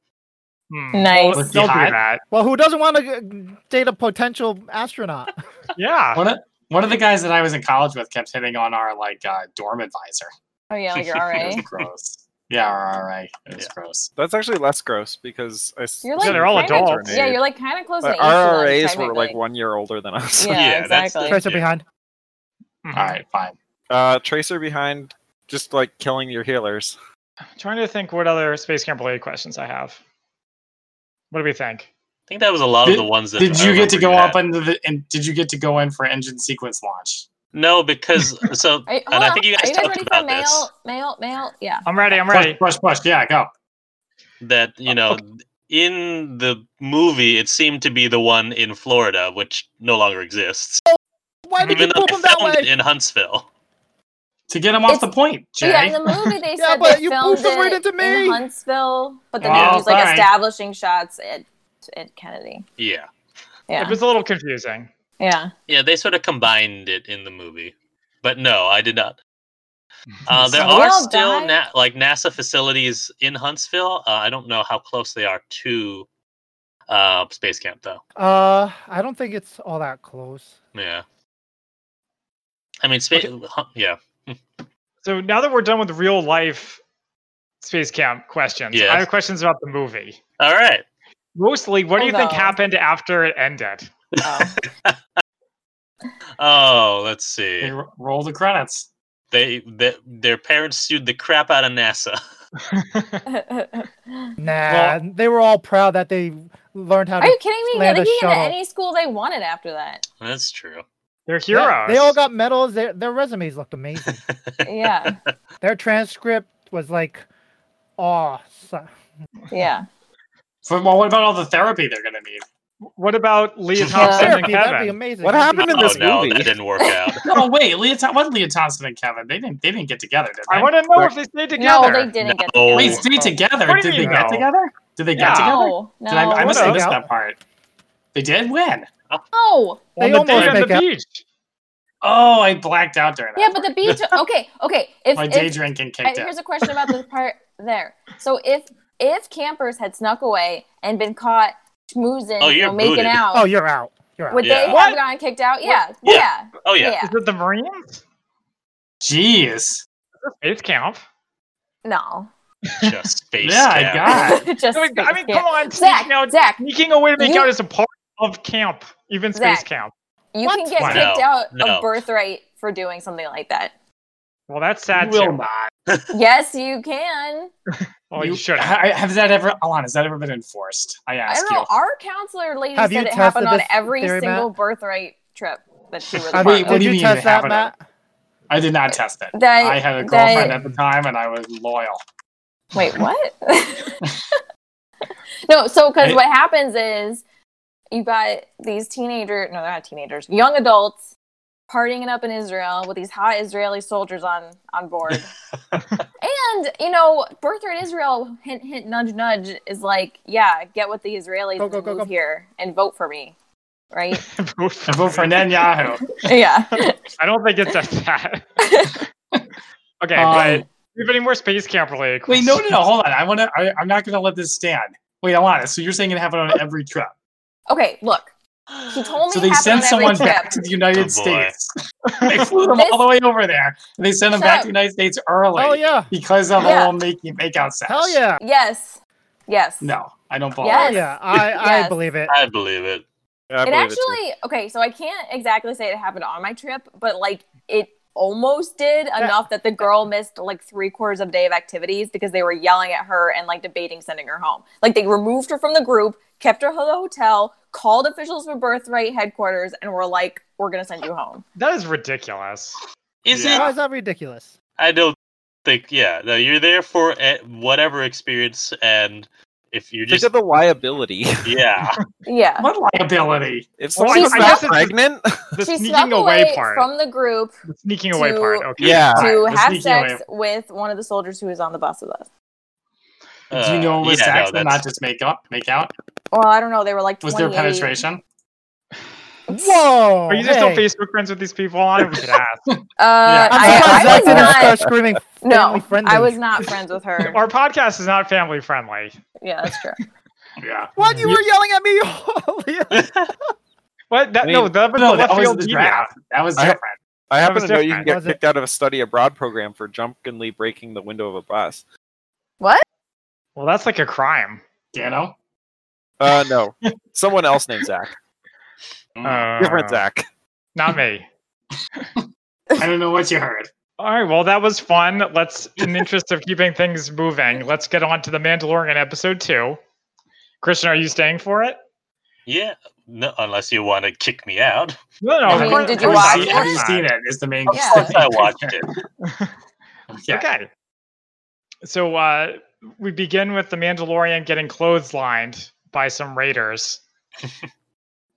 [SPEAKER 1] Hmm.
[SPEAKER 2] Nice.
[SPEAKER 1] Well, don't do
[SPEAKER 4] Hot.
[SPEAKER 1] that.
[SPEAKER 5] Well, who doesn't want to date a potential astronaut?
[SPEAKER 1] Yeah.
[SPEAKER 4] One of, one of the guys that I was in college with kept hitting on our like uh, dorm advisor.
[SPEAKER 2] Oh yeah, like you're
[SPEAKER 4] It
[SPEAKER 2] alright.
[SPEAKER 4] was gross. Yeah, our RA. It was
[SPEAKER 6] Yeah.
[SPEAKER 4] gross.
[SPEAKER 3] That's actually less gross because I. s-
[SPEAKER 2] You're
[SPEAKER 1] Yeah,
[SPEAKER 2] like
[SPEAKER 1] they're all
[SPEAKER 2] kinda-
[SPEAKER 1] adults.
[SPEAKER 2] Yeah, you're like kind of close.
[SPEAKER 3] But
[SPEAKER 2] to
[SPEAKER 3] our
[SPEAKER 2] age
[SPEAKER 3] RAs
[SPEAKER 2] then,
[SPEAKER 3] were like
[SPEAKER 2] technically.
[SPEAKER 3] one year older than us.
[SPEAKER 2] Yeah,
[SPEAKER 6] that's
[SPEAKER 2] exactly.
[SPEAKER 5] Tracer
[SPEAKER 6] yeah.
[SPEAKER 5] behind.
[SPEAKER 1] Mhm.
[SPEAKER 4] All right, fine.
[SPEAKER 3] Uh, Tracer behind, just like killing your healers.
[SPEAKER 1] Trying to think what other space camp related questions I have. What do we think?
[SPEAKER 6] I think that was a lot of
[SPEAKER 4] Did-
[SPEAKER 6] the ones that.
[SPEAKER 4] Did
[SPEAKER 6] I
[SPEAKER 4] you get to
[SPEAKER 6] remember
[SPEAKER 4] go
[SPEAKER 6] had.
[SPEAKER 4] up into the? And did you get to go in for engine sequence launch?
[SPEAKER 6] No, because so
[SPEAKER 2] Are you, hold
[SPEAKER 6] and I
[SPEAKER 2] on,
[SPEAKER 6] think you
[SPEAKER 2] are
[SPEAKER 6] guys
[SPEAKER 2] you guys
[SPEAKER 6] talked
[SPEAKER 2] ready for
[SPEAKER 6] about
[SPEAKER 2] mail?
[SPEAKER 6] this.
[SPEAKER 2] Mail, mail. Yeah.
[SPEAKER 1] I'm ready. I'm
[SPEAKER 4] Push,
[SPEAKER 1] ready.
[SPEAKER 4] push, push. Yeah, go.
[SPEAKER 6] that
[SPEAKER 2] Oh,
[SPEAKER 6] you know in the movie it seemed to be the one in florida which no longer exists
[SPEAKER 5] Why did you
[SPEAKER 6] even though
[SPEAKER 5] poop
[SPEAKER 6] they
[SPEAKER 5] him that
[SPEAKER 6] filmed
[SPEAKER 5] way?
[SPEAKER 6] it in huntsville
[SPEAKER 4] To get him off
[SPEAKER 2] It's-
[SPEAKER 4] the point, Jay.
[SPEAKER 2] Yeah, in the movie they
[SPEAKER 5] Yeah,
[SPEAKER 2] said
[SPEAKER 5] but
[SPEAKER 2] they
[SPEAKER 5] you
[SPEAKER 2] filmed
[SPEAKER 5] pooped them
[SPEAKER 2] it
[SPEAKER 5] right into me.
[SPEAKER 2] in Huntsville, but then
[SPEAKER 4] Well,
[SPEAKER 2] they used like
[SPEAKER 4] fine.
[SPEAKER 2] establishing shots at at Kennedy.
[SPEAKER 6] yeah
[SPEAKER 1] It
[SPEAKER 2] Yeah,
[SPEAKER 1] was a little confusing.
[SPEAKER 2] yeah.
[SPEAKER 6] yeah they sort of combined it in the movie but no i did not uh, there
[SPEAKER 2] So we
[SPEAKER 6] are
[SPEAKER 2] all
[SPEAKER 6] still
[SPEAKER 2] died?
[SPEAKER 6] na- like nasa facilities in huntsville uh, i don't know how close they are to uh, space camp though
[SPEAKER 5] Uh, I don't think it's all that close.
[SPEAKER 6] yeah i mean space yeah
[SPEAKER 1] So now that we're done with real life space camp questions,
[SPEAKER 6] Yes.
[SPEAKER 1] I have questions about the movie.
[SPEAKER 6] all right
[SPEAKER 1] Mostly, what do you
[SPEAKER 2] Hold
[SPEAKER 1] think
[SPEAKER 2] on.
[SPEAKER 1] happened after it ended?
[SPEAKER 2] Oh.
[SPEAKER 6] oh let's see
[SPEAKER 4] They ro- roll the credits.
[SPEAKER 6] they, they their parents sued the crap out of NASA.
[SPEAKER 5] Nah,
[SPEAKER 1] Well-
[SPEAKER 5] they were all proud that they learned how to.
[SPEAKER 2] Are you kidding me? Yeah,
[SPEAKER 5] Land
[SPEAKER 2] they
[SPEAKER 5] a
[SPEAKER 2] can get
[SPEAKER 5] shuttle.
[SPEAKER 2] into any school they wanted after that.
[SPEAKER 6] That's true.
[SPEAKER 1] They're heroes.
[SPEAKER 5] Yeah, they all got medals. Their, their resumes looked amazing.
[SPEAKER 2] Yeah,
[SPEAKER 5] their transcript was like, awesome.
[SPEAKER 2] yeah.
[SPEAKER 4] For, well, what about all the therapy they're gonna need?
[SPEAKER 1] What about Leah
[SPEAKER 2] Yeah.
[SPEAKER 1] Thompson and
[SPEAKER 5] Therapy, that'd be
[SPEAKER 1] Kevin?
[SPEAKER 5] amazing.
[SPEAKER 3] What
[SPEAKER 5] That'd be
[SPEAKER 3] happened in
[SPEAKER 5] great.
[SPEAKER 6] oh
[SPEAKER 3] this
[SPEAKER 6] no,
[SPEAKER 3] movie.
[SPEAKER 6] that didn't work out.
[SPEAKER 4] No, wait. Leah, Tho- wasn't Leah Thompson and Kevin? They didn't. They didn't get together, did they? Oh.
[SPEAKER 1] I want to know if they stayed together.
[SPEAKER 2] No, they didn't get
[SPEAKER 6] No.
[SPEAKER 2] together.
[SPEAKER 4] Wait, stay together.
[SPEAKER 1] What do
[SPEAKER 4] Did
[SPEAKER 1] you
[SPEAKER 4] they
[SPEAKER 1] know?
[SPEAKER 4] get together? Did they
[SPEAKER 1] Yeah.
[SPEAKER 4] get together?
[SPEAKER 2] No, no.
[SPEAKER 4] Did I, I must
[SPEAKER 5] No.
[SPEAKER 4] have missed
[SPEAKER 5] No.
[SPEAKER 4] that part. They did win.
[SPEAKER 2] no.
[SPEAKER 1] On
[SPEAKER 5] They
[SPEAKER 1] the day
[SPEAKER 5] almost
[SPEAKER 1] on
[SPEAKER 5] make
[SPEAKER 1] the
[SPEAKER 5] out.
[SPEAKER 1] beach.
[SPEAKER 4] Oh, I blacked out during that.
[SPEAKER 2] Yeah, but the beach. Okay, okay. If,
[SPEAKER 4] my
[SPEAKER 2] if-
[SPEAKER 4] day drinking
[SPEAKER 2] I-
[SPEAKER 4] kicked in.
[SPEAKER 2] here's a question about the part there. So if if campers had snuck away and been caught schmoozing,
[SPEAKER 6] Oh,
[SPEAKER 2] you
[SPEAKER 6] you're
[SPEAKER 2] know, making
[SPEAKER 6] booted.
[SPEAKER 2] out,
[SPEAKER 5] Oh, you're out. You're out.
[SPEAKER 2] would
[SPEAKER 6] Yeah.
[SPEAKER 2] they
[SPEAKER 1] What?
[SPEAKER 2] have gotten kicked out? Yeah,
[SPEAKER 6] Yeah.
[SPEAKER 2] yeah,
[SPEAKER 6] Oh
[SPEAKER 2] yeah.
[SPEAKER 6] yeah.
[SPEAKER 1] Is it the Marines?
[SPEAKER 4] Jeez.
[SPEAKER 1] Space camp.
[SPEAKER 2] No.
[SPEAKER 6] Just space.
[SPEAKER 4] Yeah, I
[SPEAKER 6] camp.
[SPEAKER 5] Ah.
[SPEAKER 4] got it.
[SPEAKER 2] Just
[SPEAKER 1] I mean, I
[SPEAKER 2] space
[SPEAKER 1] mean,
[SPEAKER 2] camp.
[SPEAKER 1] come on,
[SPEAKER 2] Zach,
[SPEAKER 1] sneaking, out,
[SPEAKER 2] Zach,
[SPEAKER 1] sneaking away to make
[SPEAKER 2] you-
[SPEAKER 1] out is a part of camp, even space
[SPEAKER 2] Zach.
[SPEAKER 1] camp.
[SPEAKER 2] You
[SPEAKER 5] What?
[SPEAKER 2] can get
[SPEAKER 6] Why?
[SPEAKER 2] kicked
[SPEAKER 6] No,
[SPEAKER 2] out
[SPEAKER 6] no.
[SPEAKER 2] of birthright for doing something like that.
[SPEAKER 1] Well, that's
[SPEAKER 4] You
[SPEAKER 1] sad
[SPEAKER 4] will
[SPEAKER 1] too.
[SPEAKER 4] not.
[SPEAKER 2] yes, you can.
[SPEAKER 1] Well, Oh, you,
[SPEAKER 4] You-
[SPEAKER 1] should.
[SPEAKER 4] I, I- has that ever, Alon? Has that ever been enforced? I
[SPEAKER 2] I
[SPEAKER 4] ask
[SPEAKER 2] don't know. Our counselor lady
[SPEAKER 5] Have you
[SPEAKER 2] said it happened on
[SPEAKER 5] tested this
[SPEAKER 2] every
[SPEAKER 5] theory,
[SPEAKER 2] single
[SPEAKER 5] Matt?
[SPEAKER 2] birthright trip that she was
[SPEAKER 4] I
[SPEAKER 2] on.
[SPEAKER 4] mean, what
[SPEAKER 5] Did
[SPEAKER 4] do you
[SPEAKER 5] you
[SPEAKER 4] mean
[SPEAKER 5] test
[SPEAKER 4] you
[SPEAKER 5] that,
[SPEAKER 4] have it
[SPEAKER 5] Matt?
[SPEAKER 4] you. I did not test it.
[SPEAKER 2] That,
[SPEAKER 4] I had a
[SPEAKER 2] that-
[SPEAKER 4] girlfriend at the time, and I was loyal.
[SPEAKER 2] Wait, what? no, so because
[SPEAKER 4] I-
[SPEAKER 2] what happens is you got these teenager no, they're not teenagers, young adults partying it up in Israel with these hot Israeli soldiers on on board. and, you know, birthright Israel hint hint nudge nudge is like, yeah, get with the Israelis
[SPEAKER 5] Go, go,
[SPEAKER 2] and
[SPEAKER 5] go,
[SPEAKER 2] move
[SPEAKER 5] go.
[SPEAKER 2] here and vote for me. Right?
[SPEAKER 1] vote for
[SPEAKER 4] I vote for
[SPEAKER 1] me.
[SPEAKER 4] Netanyahu.
[SPEAKER 2] yeah.
[SPEAKER 1] I don't think it's at that. okay, but
[SPEAKER 4] Um,
[SPEAKER 1] do we have any more space camp related
[SPEAKER 4] wait,
[SPEAKER 1] questions?
[SPEAKER 4] no, no, no. Hold on. I want to. I'm not going to let this stand. Wait, Alana. So you're saying it happened on every trip?
[SPEAKER 2] Okay, look. He told me
[SPEAKER 4] So they
[SPEAKER 2] it happened
[SPEAKER 4] sent
[SPEAKER 2] on
[SPEAKER 4] someone
[SPEAKER 2] every trip.
[SPEAKER 4] back to the United
[SPEAKER 6] Oh, boy.
[SPEAKER 4] States. they flew them all the way over there, and they sent them
[SPEAKER 2] Shut
[SPEAKER 4] back
[SPEAKER 2] up.
[SPEAKER 4] to the United States early
[SPEAKER 5] Oh yeah.
[SPEAKER 4] because of
[SPEAKER 2] Yeah.
[SPEAKER 4] all making makeout sex.
[SPEAKER 5] Hell yeah.
[SPEAKER 2] Yes. Yes.
[SPEAKER 4] No, I don't believe.
[SPEAKER 5] Oh
[SPEAKER 2] Yes.
[SPEAKER 5] yeah. I I
[SPEAKER 2] Yes.
[SPEAKER 5] believe it.
[SPEAKER 6] I believe it.
[SPEAKER 3] Yeah, I
[SPEAKER 2] it
[SPEAKER 3] believe it too.
[SPEAKER 2] actually okay, so I can't exactly say it happened on my trip, but like it almost did enough that the girl missed like three quarters of day of activities because they were yelling at her and like debating sending her home. Like they removed her from the group, kept her to the hotel, called officials from Birthright headquarters, and were like, "We're gonna send you home."
[SPEAKER 1] That is ridiculous.
[SPEAKER 6] Is
[SPEAKER 4] Yeah.
[SPEAKER 5] Why
[SPEAKER 6] it?
[SPEAKER 5] is that ridiculous?
[SPEAKER 6] I don't think. Yeah, no. You're there for eh, whatever experience, and if you're
[SPEAKER 3] Think
[SPEAKER 6] just
[SPEAKER 3] of the liability.
[SPEAKER 6] yeah,
[SPEAKER 2] Yeah,
[SPEAKER 4] What liability?
[SPEAKER 3] if
[SPEAKER 1] Well,
[SPEAKER 2] I-
[SPEAKER 3] someone's
[SPEAKER 2] I
[SPEAKER 3] not
[SPEAKER 1] guess it's-
[SPEAKER 3] pregnant,
[SPEAKER 1] The
[SPEAKER 2] she
[SPEAKER 1] sneaking
[SPEAKER 2] snuck
[SPEAKER 1] away,
[SPEAKER 2] away,
[SPEAKER 1] part.
[SPEAKER 2] from the group
[SPEAKER 1] the sneaking away
[SPEAKER 2] to-
[SPEAKER 1] part. Okay.
[SPEAKER 3] yeah.
[SPEAKER 2] to
[SPEAKER 4] the
[SPEAKER 2] have
[SPEAKER 4] sneaky
[SPEAKER 2] sex
[SPEAKER 4] way.
[SPEAKER 2] with one of the soldiers who was on the bus with us.
[SPEAKER 4] Do you know it was
[SPEAKER 6] uh, yeah, no,
[SPEAKER 4] sex and
[SPEAKER 6] that's-
[SPEAKER 4] not just make up, make out?
[SPEAKER 2] Well, I don't know. They were like,
[SPEAKER 4] Was there
[SPEAKER 2] 28.
[SPEAKER 4] penetration?
[SPEAKER 5] Whoa.
[SPEAKER 1] Are you just
[SPEAKER 5] hey.
[SPEAKER 1] still Facebook friends with these people? I we could ask.
[SPEAKER 2] Uh,
[SPEAKER 4] Yeah.
[SPEAKER 5] I'm
[SPEAKER 2] I-
[SPEAKER 5] surprised
[SPEAKER 2] I
[SPEAKER 5] Zach
[SPEAKER 2] was
[SPEAKER 5] didn't
[SPEAKER 2] not-
[SPEAKER 5] start screaming.
[SPEAKER 2] No,
[SPEAKER 5] family-friendly.
[SPEAKER 2] I was not friends with her.
[SPEAKER 1] Our podcast is not family friendly.
[SPEAKER 2] Yeah, that's true.
[SPEAKER 4] Yeah.
[SPEAKER 5] What you were yelling at me? Leo.
[SPEAKER 1] What? That,
[SPEAKER 3] I mean,
[SPEAKER 1] no, that was
[SPEAKER 4] No,
[SPEAKER 1] the
[SPEAKER 4] that
[SPEAKER 1] left
[SPEAKER 4] was
[SPEAKER 1] field
[SPEAKER 4] the
[SPEAKER 1] media.
[SPEAKER 4] draft. That was
[SPEAKER 3] I-
[SPEAKER 4] different.
[SPEAKER 3] I happen
[SPEAKER 1] was
[SPEAKER 3] to know you can
[SPEAKER 1] different.
[SPEAKER 3] get
[SPEAKER 5] Was it-
[SPEAKER 3] kicked out of a study abroad program for drunkenly breaking the window of a bus.
[SPEAKER 2] What?
[SPEAKER 1] Well, that's like a crime.
[SPEAKER 4] Dano.
[SPEAKER 3] Uh, no, someone else named Zach.
[SPEAKER 1] Uh,
[SPEAKER 4] Mm,
[SPEAKER 3] Different Zach.
[SPEAKER 1] Not me.
[SPEAKER 4] I don't know what you heard.
[SPEAKER 1] All right. Well, that was fun. Let's, in the interest of keeping things moving, let's get on to the Mandalorian episode two. Christian, are you staying for it?
[SPEAKER 6] yeah. No, unless you want to kick me out.
[SPEAKER 1] No, no.
[SPEAKER 2] I
[SPEAKER 1] of
[SPEAKER 2] mean,
[SPEAKER 1] course-
[SPEAKER 2] did
[SPEAKER 1] of
[SPEAKER 2] you
[SPEAKER 1] course not.
[SPEAKER 2] watch it?
[SPEAKER 1] Of
[SPEAKER 4] Have
[SPEAKER 1] course
[SPEAKER 4] you
[SPEAKER 1] not.
[SPEAKER 4] seen it? Is the main.
[SPEAKER 2] Yeah.
[SPEAKER 6] Of course I watched it.
[SPEAKER 4] Yeah.
[SPEAKER 1] Okay. So uh, we begin with the Mandalorian getting clotheslined by some raiders.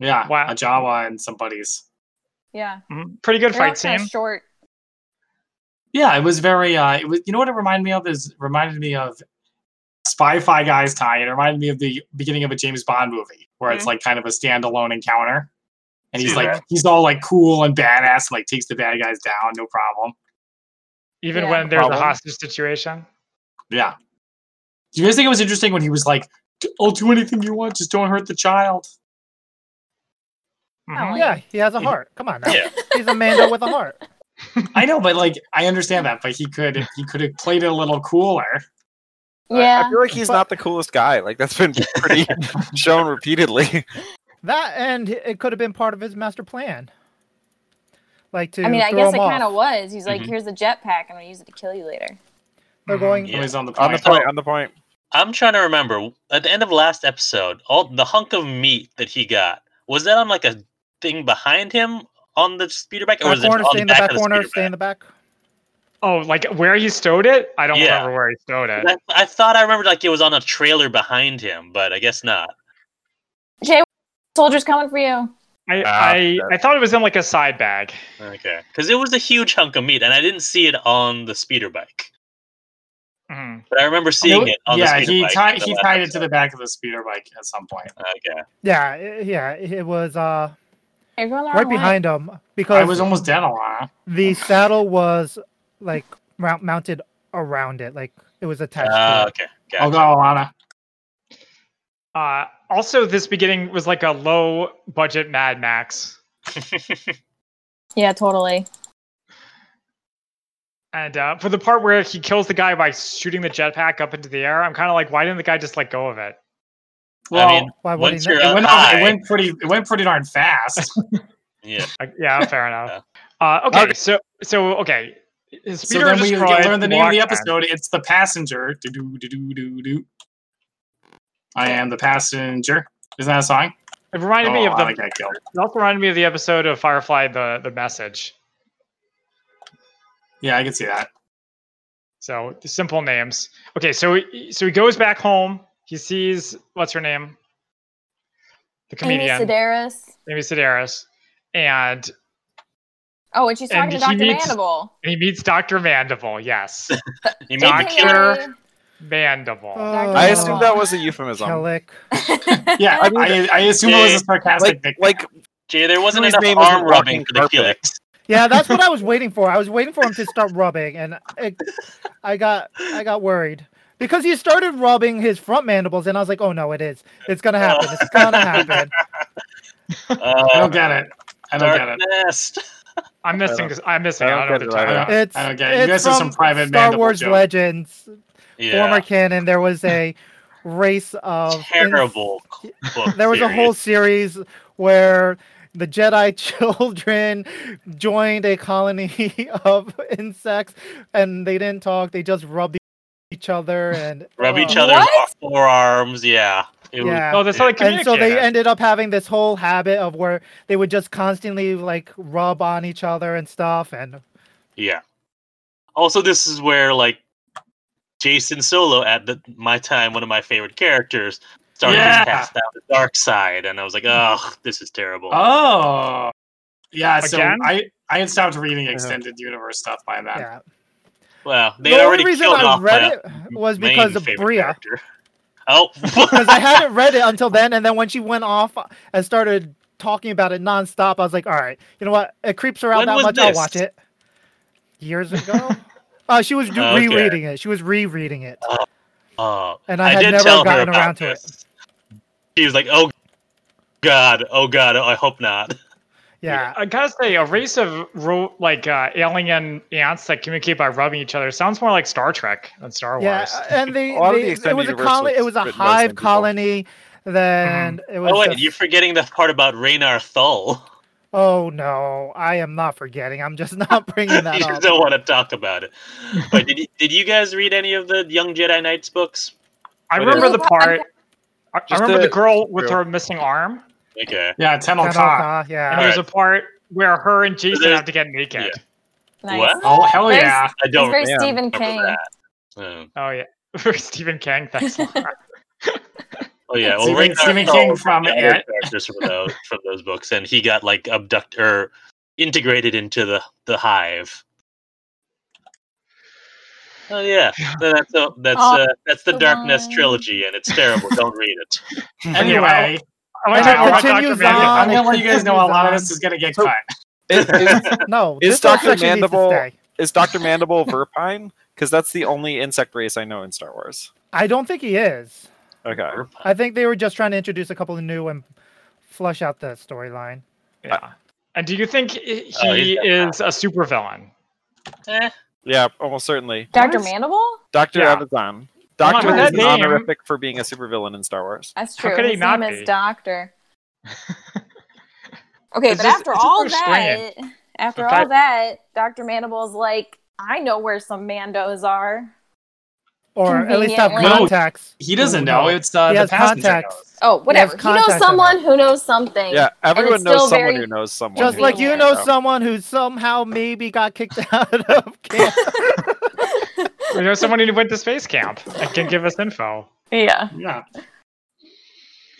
[SPEAKER 4] Yeah.
[SPEAKER 1] Wow.
[SPEAKER 4] A Jawa and some buddies.
[SPEAKER 2] Yeah.
[SPEAKER 1] Mm, Pretty good fight
[SPEAKER 2] kind
[SPEAKER 1] scene.
[SPEAKER 2] short.
[SPEAKER 4] Yeah, it was very. Uh, it was. You know what it reminded me of is it reminded me of Spy Fi Guys tie. It reminded me of the beginning of a James Bond movie where it's like kind of a standalone encounter, and he's
[SPEAKER 6] See
[SPEAKER 4] like
[SPEAKER 6] that.
[SPEAKER 4] he's all like cool and badass, and, like takes the bad guys down, no problem.
[SPEAKER 1] Even
[SPEAKER 2] Yeah.
[SPEAKER 1] when there's
[SPEAKER 3] Problem.
[SPEAKER 1] a hostage situation.
[SPEAKER 4] Yeah. Do you guys think it was interesting when he was like, "D- "I'll do anything you want, just don't hurt the child"?
[SPEAKER 1] Mhm.
[SPEAKER 2] Oh,
[SPEAKER 5] Yeah, he has a heart. Come on now.
[SPEAKER 6] Yeah.
[SPEAKER 5] He's a Mando with a heart.
[SPEAKER 4] I know, but like I understand that, but he could he could have played it a little cooler.
[SPEAKER 3] I- I,
[SPEAKER 2] Yeah.
[SPEAKER 3] feel like he's not the coolest guy. Like that's been pretty shown repeatedly.
[SPEAKER 5] That and it could have been part of his master plan. Like to
[SPEAKER 2] I mean, I
[SPEAKER 5] throw
[SPEAKER 2] guess it
[SPEAKER 5] him off.
[SPEAKER 2] kind of was. He's like,
[SPEAKER 6] Mhm.
[SPEAKER 2] here's the jetpack. I'm gonna use it to kill you later.
[SPEAKER 5] They're
[SPEAKER 1] Mm-hmm. Mm.
[SPEAKER 5] going.
[SPEAKER 6] Yeah.
[SPEAKER 4] When he's on the plane.
[SPEAKER 3] on the point. On the point.
[SPEAKER 6] I'm trying to remember at the end of last episode, all the hunk of meat that he got was that on like a thing behind him on the speeder bike, or
[SPEAKER 5] Back
[SPEAKER 6] was it
[SPEAKER 5] corner,
[SPEAKER 6] on
[SPEAKER 5] stay
[SPEAKER 6] the
[SPEAKER 5] in the
[SPEAKER 6] back,
[SPEAKER 5] back
[SPEAKER 6] of the
[SPEAKER 5] corner,
[SPEAKER 6] corner,
[SPEAKER 5] stay in the back.
[SPEAKER 1] Oh, like where he stowed it? I don't
[SPEAKER 6] Yeah.
[SPEAKER 1] remember where he stowed it.
[SPEAKER 6] I, I thought I remembered like it was on a trailer behind him, but I guess not.
[SPEAKER 2] Jay, soldiers coming for you.
[SPEAKER 1] I,
[SPEAKER 3] Ah,
[SPEAKER 1] I,
[SPEAKER 3] that-
[SPEAKER 1] I thought it was in like a side bag.
[SPEAKER 6] Okay, because it was a huge hunk of meat, and I didn't see it on the speeder bike,
[SPEAKER 1] Mhm.
[SPEAKER 6] but I remember seeing it. on
[SPEAKER 4] yeah,
[SPEAKER 6] the speeder
[SPEAKER 4] he
[SPEAKER 6] bike
[SPEAKER 4] tied
[SPEAKER 6] the
[SPEAKER 4] he
[SPEAKER 6] last
[SPEAKER 4] tied it to the
[SPEAKER 6] episode.
[SPEAKER 4] back of the speeder bike at some point.
[SPEAKER 6] Okay,
[SPEAKER 5] Yeah, i- yeah. It was uh
[SPEAKER 2] You're going the wrong
[SPEAKER 5] right
[SPEAKER 2] way.
[SPEAKER 5] behind him
[SPEAKER 4] I
[SPEAKER 5] because
[SPEAKER 4] was almost dead, Alana.
[SPEAKER 5] the saddle was like mount- mounted around it, like it was attached.
[SPEAKER 6] Ah,
[SPEAKER 5] to it.
[SPEAKER 6] okay,
[SPEAKER 4] I'll go,
[SPEAKER 6] gotcha.
[SPEAKER 4] Alana.
[SPEAKER 1] Uh, also, this beginning was like a low budget Mad Max.
[SPEAKER 2] Yeah, totally.
[SPEAKER 1] And uh, for the part where he kills the guy by shooting the jetpack up into the air, I'm kind of like, why didn't the guy just let go of it?
[SPEAKER 4] Well,
[SPEAKER 6] mean,
[SPEAKER 5] Why would
[SPEAKER 6] Once
[SPEAKER 5] he?
[SPEAKER 6] you're
[SPEAKER 4] it
[SPEAKER 5] not?
[SPEAKER 6] up
[SPEAKER 4] went, off-
[SPEAKER 6] high,
[SPEAKER 4] it went pretty it went pretty darn fast.
[SPEAKER 6] yeah,
[SPEAKER 1] Uh, yeah, fair enough. Uh, okay,
[SPEAKER 3] Okay.
[SPEAKER 1] so so okay, his
[SPEAKER 4] so
[SPEAKER 1] speeder
[SPEAKER 4] then we
[SPEAKER 1] destroyed.
[SPEAKER 4] learn the name of the
[SPEAKER 1] Walkman.
[SPEAKER 4] episode. It's the passenger. Do do do do do do. I am the passenger. Isn't that a song?
[SPEAKER 1] It reminded me
[SPEAKER 4] Oh,
[SPEAKER 1] of
[SPEAKER 4] I
[SPEAKER 1] the.
[SPEAKER 4] got killed.
[SPEAKER 1] It also reminded me of the episode of Firefly, the the message.
[SPEAKER 4] Yeah, I can see that.
[SPEAKER 1] So the simple names. Okay, so he- so he goes back home. He sees what's her name, the
[SPEAKER 2] Amy
[SPEAKER 1] comedian,
[SPEAKER 2] Sedaris.
[SPEAKER 1] Amy Sedaris, and
[SPEAKER 2] Oh, and she's
[SPEAKER 1] And
[SPEAKER 2] talking to
[SPEAKER 1] he
[SPEAKER 2] Dr.
[SPEAKER 1] meets-
[SPEAKER 2] Mandible.
[SPEAKER 1] and he meets Dr. Mandible. Yes,
[SPEAKER 6] You mean the
[SPEAKER 1] Doctor-
[SPEAKER 6] cure?
[SPEAKER 2] AKA-
[SPEAKER 1] Mandible.
[SPEAKER 5] I
[SPEAKER 3] I assume that was a
[SPEAKER 4] um,
[SPEAKER 3] euphemism.
[SPEAKER 5] Oh, Kellick.
[SPEAKER 4] Yeah, I,
[SPEAKER 3] mean,
[SPEAKER 4] I, assume it was a sarcastic
[SPEAKER 3] Like,
[SPEAKER 4] nickname.
[SPEAKER 3] like
[SPEAKER 6] Jay, there wasn't
[SPEAKER 3] His
[SPEAKER 6] enough
[SPEAKER 3] name
[SPEAKER 6] arm
[SPEAKER 3] isn't
[SPEAKER 6] rubbing
[SPEAKER 3] walking
[SPEAKER 6] for the
[SPEAKER 3] carpet.
[SPEAKER 6] Felix.
[SPEAKER 5] Yeah, that's what I was waiting for. I was waiting for him to start rubbing, and it, I got I got worried because he started rubbing his front mandibles, and I was like, "Oh no, it is. It's gonna happen. It's gonna happen."
[SPEAKER 4] I
[SPEAKER 6] Uh,
[SPEAKER 4] don't get it. I don't get
[SPEAKER 6] dark
[SPEAKER 4] it.
[SPEAKER 6] nest.
[SPEAKER 1] I'm missing. I'm missing
[SPEAKER 3] I don't
[SPEAKER 1] out on
[SPEAKER 3] get
[SPEAKER 1] the
[SPEAKER 3] it either.
[SPEAKER 1] title.
[SPEAKER 5] It's
[SPEAKER 4] Okay, you
[SPEAKER 5] it's
[SPEAKER 4] guys
[SPEAKER 5] from
[SPEAKER 4] have some private
[SPEAKER 5] Star
[SPEAKER 4] mandible
[SPEAKER 5] Wars
[SPEAKER 4] jokes.
[SPEAKER 5] Legends
[SPEAKER 6] Yeah,
[SPEAKER 5] former canon. There was a race of
[SPEAKER 6] terrible. book
[SPEAKER 5] there was a whole
[SPEAKER 6] series.
[SPEAKER 5] series where the Jedi children joined a colony of insects, and they didn't talk. They just rubbed each other and
[SPEAKER 6] rub each
[SPEAKER 5] oh.
[SPEAKER 6] other's
[SPEAKER 2] What?
[SPEAKER 6] forearms. Yeah, it was-
[SPEAKER 5] Yeah.
[SPEAKER 1] Oh, that's how they
[SPEAKER 5] and
[SPEAKER 1] communicate.
[SPEAKER 5] so they ended up having this whole habit of where they would just constantly like rub on each other and stuff and
[SPEAKER 6] Yeah. Also, this is where like Jason Solo at the, my time, one of my favorite characters, started
[SPEAKER 4] Yeah.
[SPEAKER 6] his path down the dark side, and I was like, "Ugh, this is terrible."
[SPEAKER 5] Uh,
[SPEAKER 4] Oh, yeah. So
[SPEAKER 1] Again? Uh-huh.
[SPEAKER 4] I I had stopped reading extended universe stuff by then.
[SPEAKER 5] yeah.
[SPEAKER 6] well, they
[SPEAKER 5] the
[SPEAKER 6] had
[SPEAKER 5] only
[SPEAKER 6] already
[SPEAKER 5] reason
[SPEAKER 6] killed
[SPEAKER 5] I
[SPEAKER 6] off
[SPEAKER 5] read
[SPEAKER 6] my
[SPEAKER 5] it was
[SPEAKER 6] main
[SPEAKER 5] because of
[SPEAKER 6] favorite
[SPEAKER 5] Bria.
[SPEAKER 6] character. Oh,
[SPEAKER 5] because I hadn't read it until then. And then when she went off and started talking about it nonstop, I was like, all right, you know what? It creeps her out
[SPEAKER 6] When
[SPEAKER 5] that
[SPEAKER 6] was
[SPEAKER 5] much. I'll watch
[SPEAKER 6] this?
[SPEAKER 5] it. Years ago? uh, she was do-
[SPEAKER 6] Okay.
[SPEAKER 5] rereading it. She was rereading it.
[SPEAKER 6] uh,
[SPEAKER 5] And I had
[SPEAKER 6] did
[SPEAKER 5] never
[SPEAKER 6] tell her
[SPEAKER 5] gotten
[SPEAKER 6] about
[SPEAKER 5] around to it.
[SPEAKER 6] this. She was like, "Oh God, oh God, I hope not."
[SPEAKER 5] Yeah.
[SPEAKER 1] I gotta say, a race of ro- like uh, alien ants that communicate by rubbing each other sounds more like Star Trek than Star
[SPEAKER 5] Yeah. uh,
[SPEAKER 1] Wars.
[SPEAKER 5] And they,
[SPEAKER 3] A lot of
[SPEAKER 5] they
[SPEAKER 3] the
[SPEAKER 5] it
[SPEAKER 3] extended
[SPEAKER 5] was a
[SPEAKER 3] universe
[SPEAKER 5] colony,
[SPEAKER 3] was
[SPEAKER 5] it was a
[SPEAKER 3] written by Mm-hmm. the same
[SPEAKER 5] hive
[SPEAKER 3] people.
[SPEAKER 5] colony. Then it was.
[SPEAKER 6] Oh wait,
[SPEAKER 5] just-
[SPEAKER 6] you're forgetting the part about Raynar Thul.
[SPEAKER 5] oh no, I am not forgetting. I'm just not bringing that
[SPEAKER 6] you
[SPEAKER 5] up.
[SPEAKER 6] don't want to talk about it. But did you, did you guys read any of the Young Jedi Knights books?
[SPEAKER 1] I
[SPEAKER 6] What
[SPEAKER 1] remember
[SPEAKER 2] is it?
[SPEAKER 1] the part. I, I
[SPEAKER 3] Just
[SPEAKER 1] remember the
[SPEAKER 3] the-
[SPEAKER 1] girl with
[SPEAKER 3] True.
[SPEAKER 1] her missing arm,
[SPEAKER 6] Okay.
[SPEAKER 4] Yeah, Tenel Ka.
[SPEAKER 5] Tenno Ka,
[SPEAKER 1] and
[SPEAKER 5] Yeah.
[SPEAKER 1] there's a part where her and Jason
[SPEAKER 6] There's-
[SPEAKER 1] have to get naked.
[SPEAKER 2] Nice.
[SPEAKER 6] What?
[SPEAKER 4] Oh hell
[SPEAKER 2] There's-
[SPEAKER 4] yeah!
[SPEAKER 6] I
[SPEAKER 2] It's
[SPEAKER 6] don't
[SPEAKER 2] very
[SPEAKER 3] man,
[SPEAKER 2] Stephen
[SPEAKER 6] remember
[SPEAKER 2] King.
[SPEAKER 6] that. Oh,
[SPEAKER 1] Oh yeah, for Stephen King. Thanks. a lot.
[SPEAKER 6] oh, yeah, well,
[SPEAKER 4] Stephen,
[SPEAKER 6] Ragnar
[SPEAKER 4] Stephen
[SPEAKER 6] Thor
[SPEAKER 4] King
[SPEAKER 6] was
[SPEAKER 4] from
[SPEAKER 6] the other
[SPEAKER 4] it.
[SPEAKER 6] characters from those from those books, and he got like abducted or integrated into the the hive. Oh yeah, so that's uh, that's
[SPEAKER 2] Oh,
[SPEAKER 6] uh, that's the
[SPEAKER 2] the
[SPEAKER 6] Darkness
[SPEAKER 2] one.
[SPEAKER 6] trilogy, and it's terrible. Don't read it.
[SPEAKER 4] Anyway,
[SPEAKER 1] I want to
[SPEAKER 5] And it
[SPEAKER 1] talk about Dr.
[SPEAKER 5] continues
[SPEAKER 4] I'm
[SPEAKER 5] on.
[SPEAKER 1] Mandible.
[SPEAKER 4] gonna let you guys know a lot of
[SPEAKER 5] Continues
[SPEAKER 4] this is gonna get
[SPEAKER 3] So-
[SPEAKER 4] cut.
[SPEAKER 3] is, is,
[SPEAKER 5] No,
[SPEAKER 3] Is
[SPEAKER 5] this whole
[SPEAKER 3] Dr.
[SPEAKER 5] section needs to
[SPEAKER 3] Mandible-
[SPEAKER 5] stay.
[SPEAKER 3] is Doctor Mandible Verpine? Because that's the only insect race I know in Star Wars.
[SPEAKER 5] I don't think he is.
[SPEAKER 3] Okay,
[SPEAKER 5] I think they were just trying to introduce a couple of new and flush out the storyline.
[SPEAKER 1] Yeah. And do you think he
[SPEAKER 6] Oh, he's dead
[SPEAKER 1] is a supervillain?
[SPEAKER 6] Eh,
[SPEAKER 3] yeah, almost certainly.
[SPEAKER 2] Dr.
[SPEAKER 1] What?
[SPEAKER 2] Mandible?
[SPEAKER 3] Doctor
[SPEAKER 1] Yeah.
[SPEAKER 3] Avazan.
[SPEAKER 1] Come on,
[SPEAKER 3] Doctor
[SPEAKER 1] with
[SPEAKER 3] is
[SPEAKER 1] that
[SPEAKER 3] an
[SPEAKER 1] name-
[SPEAKER 3] honorific for being a supervillain in Star Wars.
[SPEAKER 2] That's
[SPEAKER 1] How
[SPEAKER 2] true.
[SPEAKER 1] could he
[SPEAKER 2] His
[SPEAKER 1] not
[SPEAKER 2] name is
[SPEAKER 1] be?
[SPEAKER 2] Doctor. Okay,
[SPEAKER 1] It's
[SPEAKER 2] but
[SPEAKER 1] just-
[SPEAKER 2] after
[SPEAKER 1] it's just
[SPEAKER 2] all
[SPEAKER 1] so
[SPEAKER 2] that,
[SPEAKER 1] strange.
[SPEAKER 2] after
[SPEAKER 1] In
[SPEAKER 2] all
[SPEAKER 1] fact-
[SPEAKER 2] that, Dr. Mandible's like, I know where some Mandos are.
[SPEAKER 5] Or at least have
[SPEAKER 2] Conveniently.
[SPEAKER 5] contacts.
[SPEAKER 4] He doesn't
[SPEAKER 1] Oh,
[SPEAKER 5] who
[SPEAKER 4] know.
[SPEAKER 5] knows.
[SPEAKER 4] It's uh,
[SPEAKER 5] He
[SPEAKER 4] the
[SPEAKER 5] has
[SPEAKER 4] passenger
[SPEAKER 5] contacts.
[SPEAKER 4] knows.
[SPEAKER 2] Oh, whatever.
[SPEAKER 5] He has
[SPEAKER 2] He
[SPEAKER 5] contacts
[SPEAKER 2] knows
[SPEAKER 5] on
[SPEAKER 2] someone who knows something.
[SPEAKER 3] Yeah, everyone
[SPEAKER 2] it's still
[SPEAKER 3] knows someone
[SPEAKER 2] very-
[SPEAKER 3] who knows someone.
[SPEAKER 5] Just
[SPEAKER 3] who
[SPEAKER 5] like
[SPEAKER 3] knows
[SPEAKER 5] you
[SPEAKER 2] Yeah.
[SPEAKER 5] know
[SPEAKER 3] someone.
[SPEAKER 5] someone who somehow maybe got kicked out of camp.
[SPEAKER 1] We know someone who went to space camp and can give us info.
[SPEAKER 2] Yeah.
[SPEAKER 4] Yeah.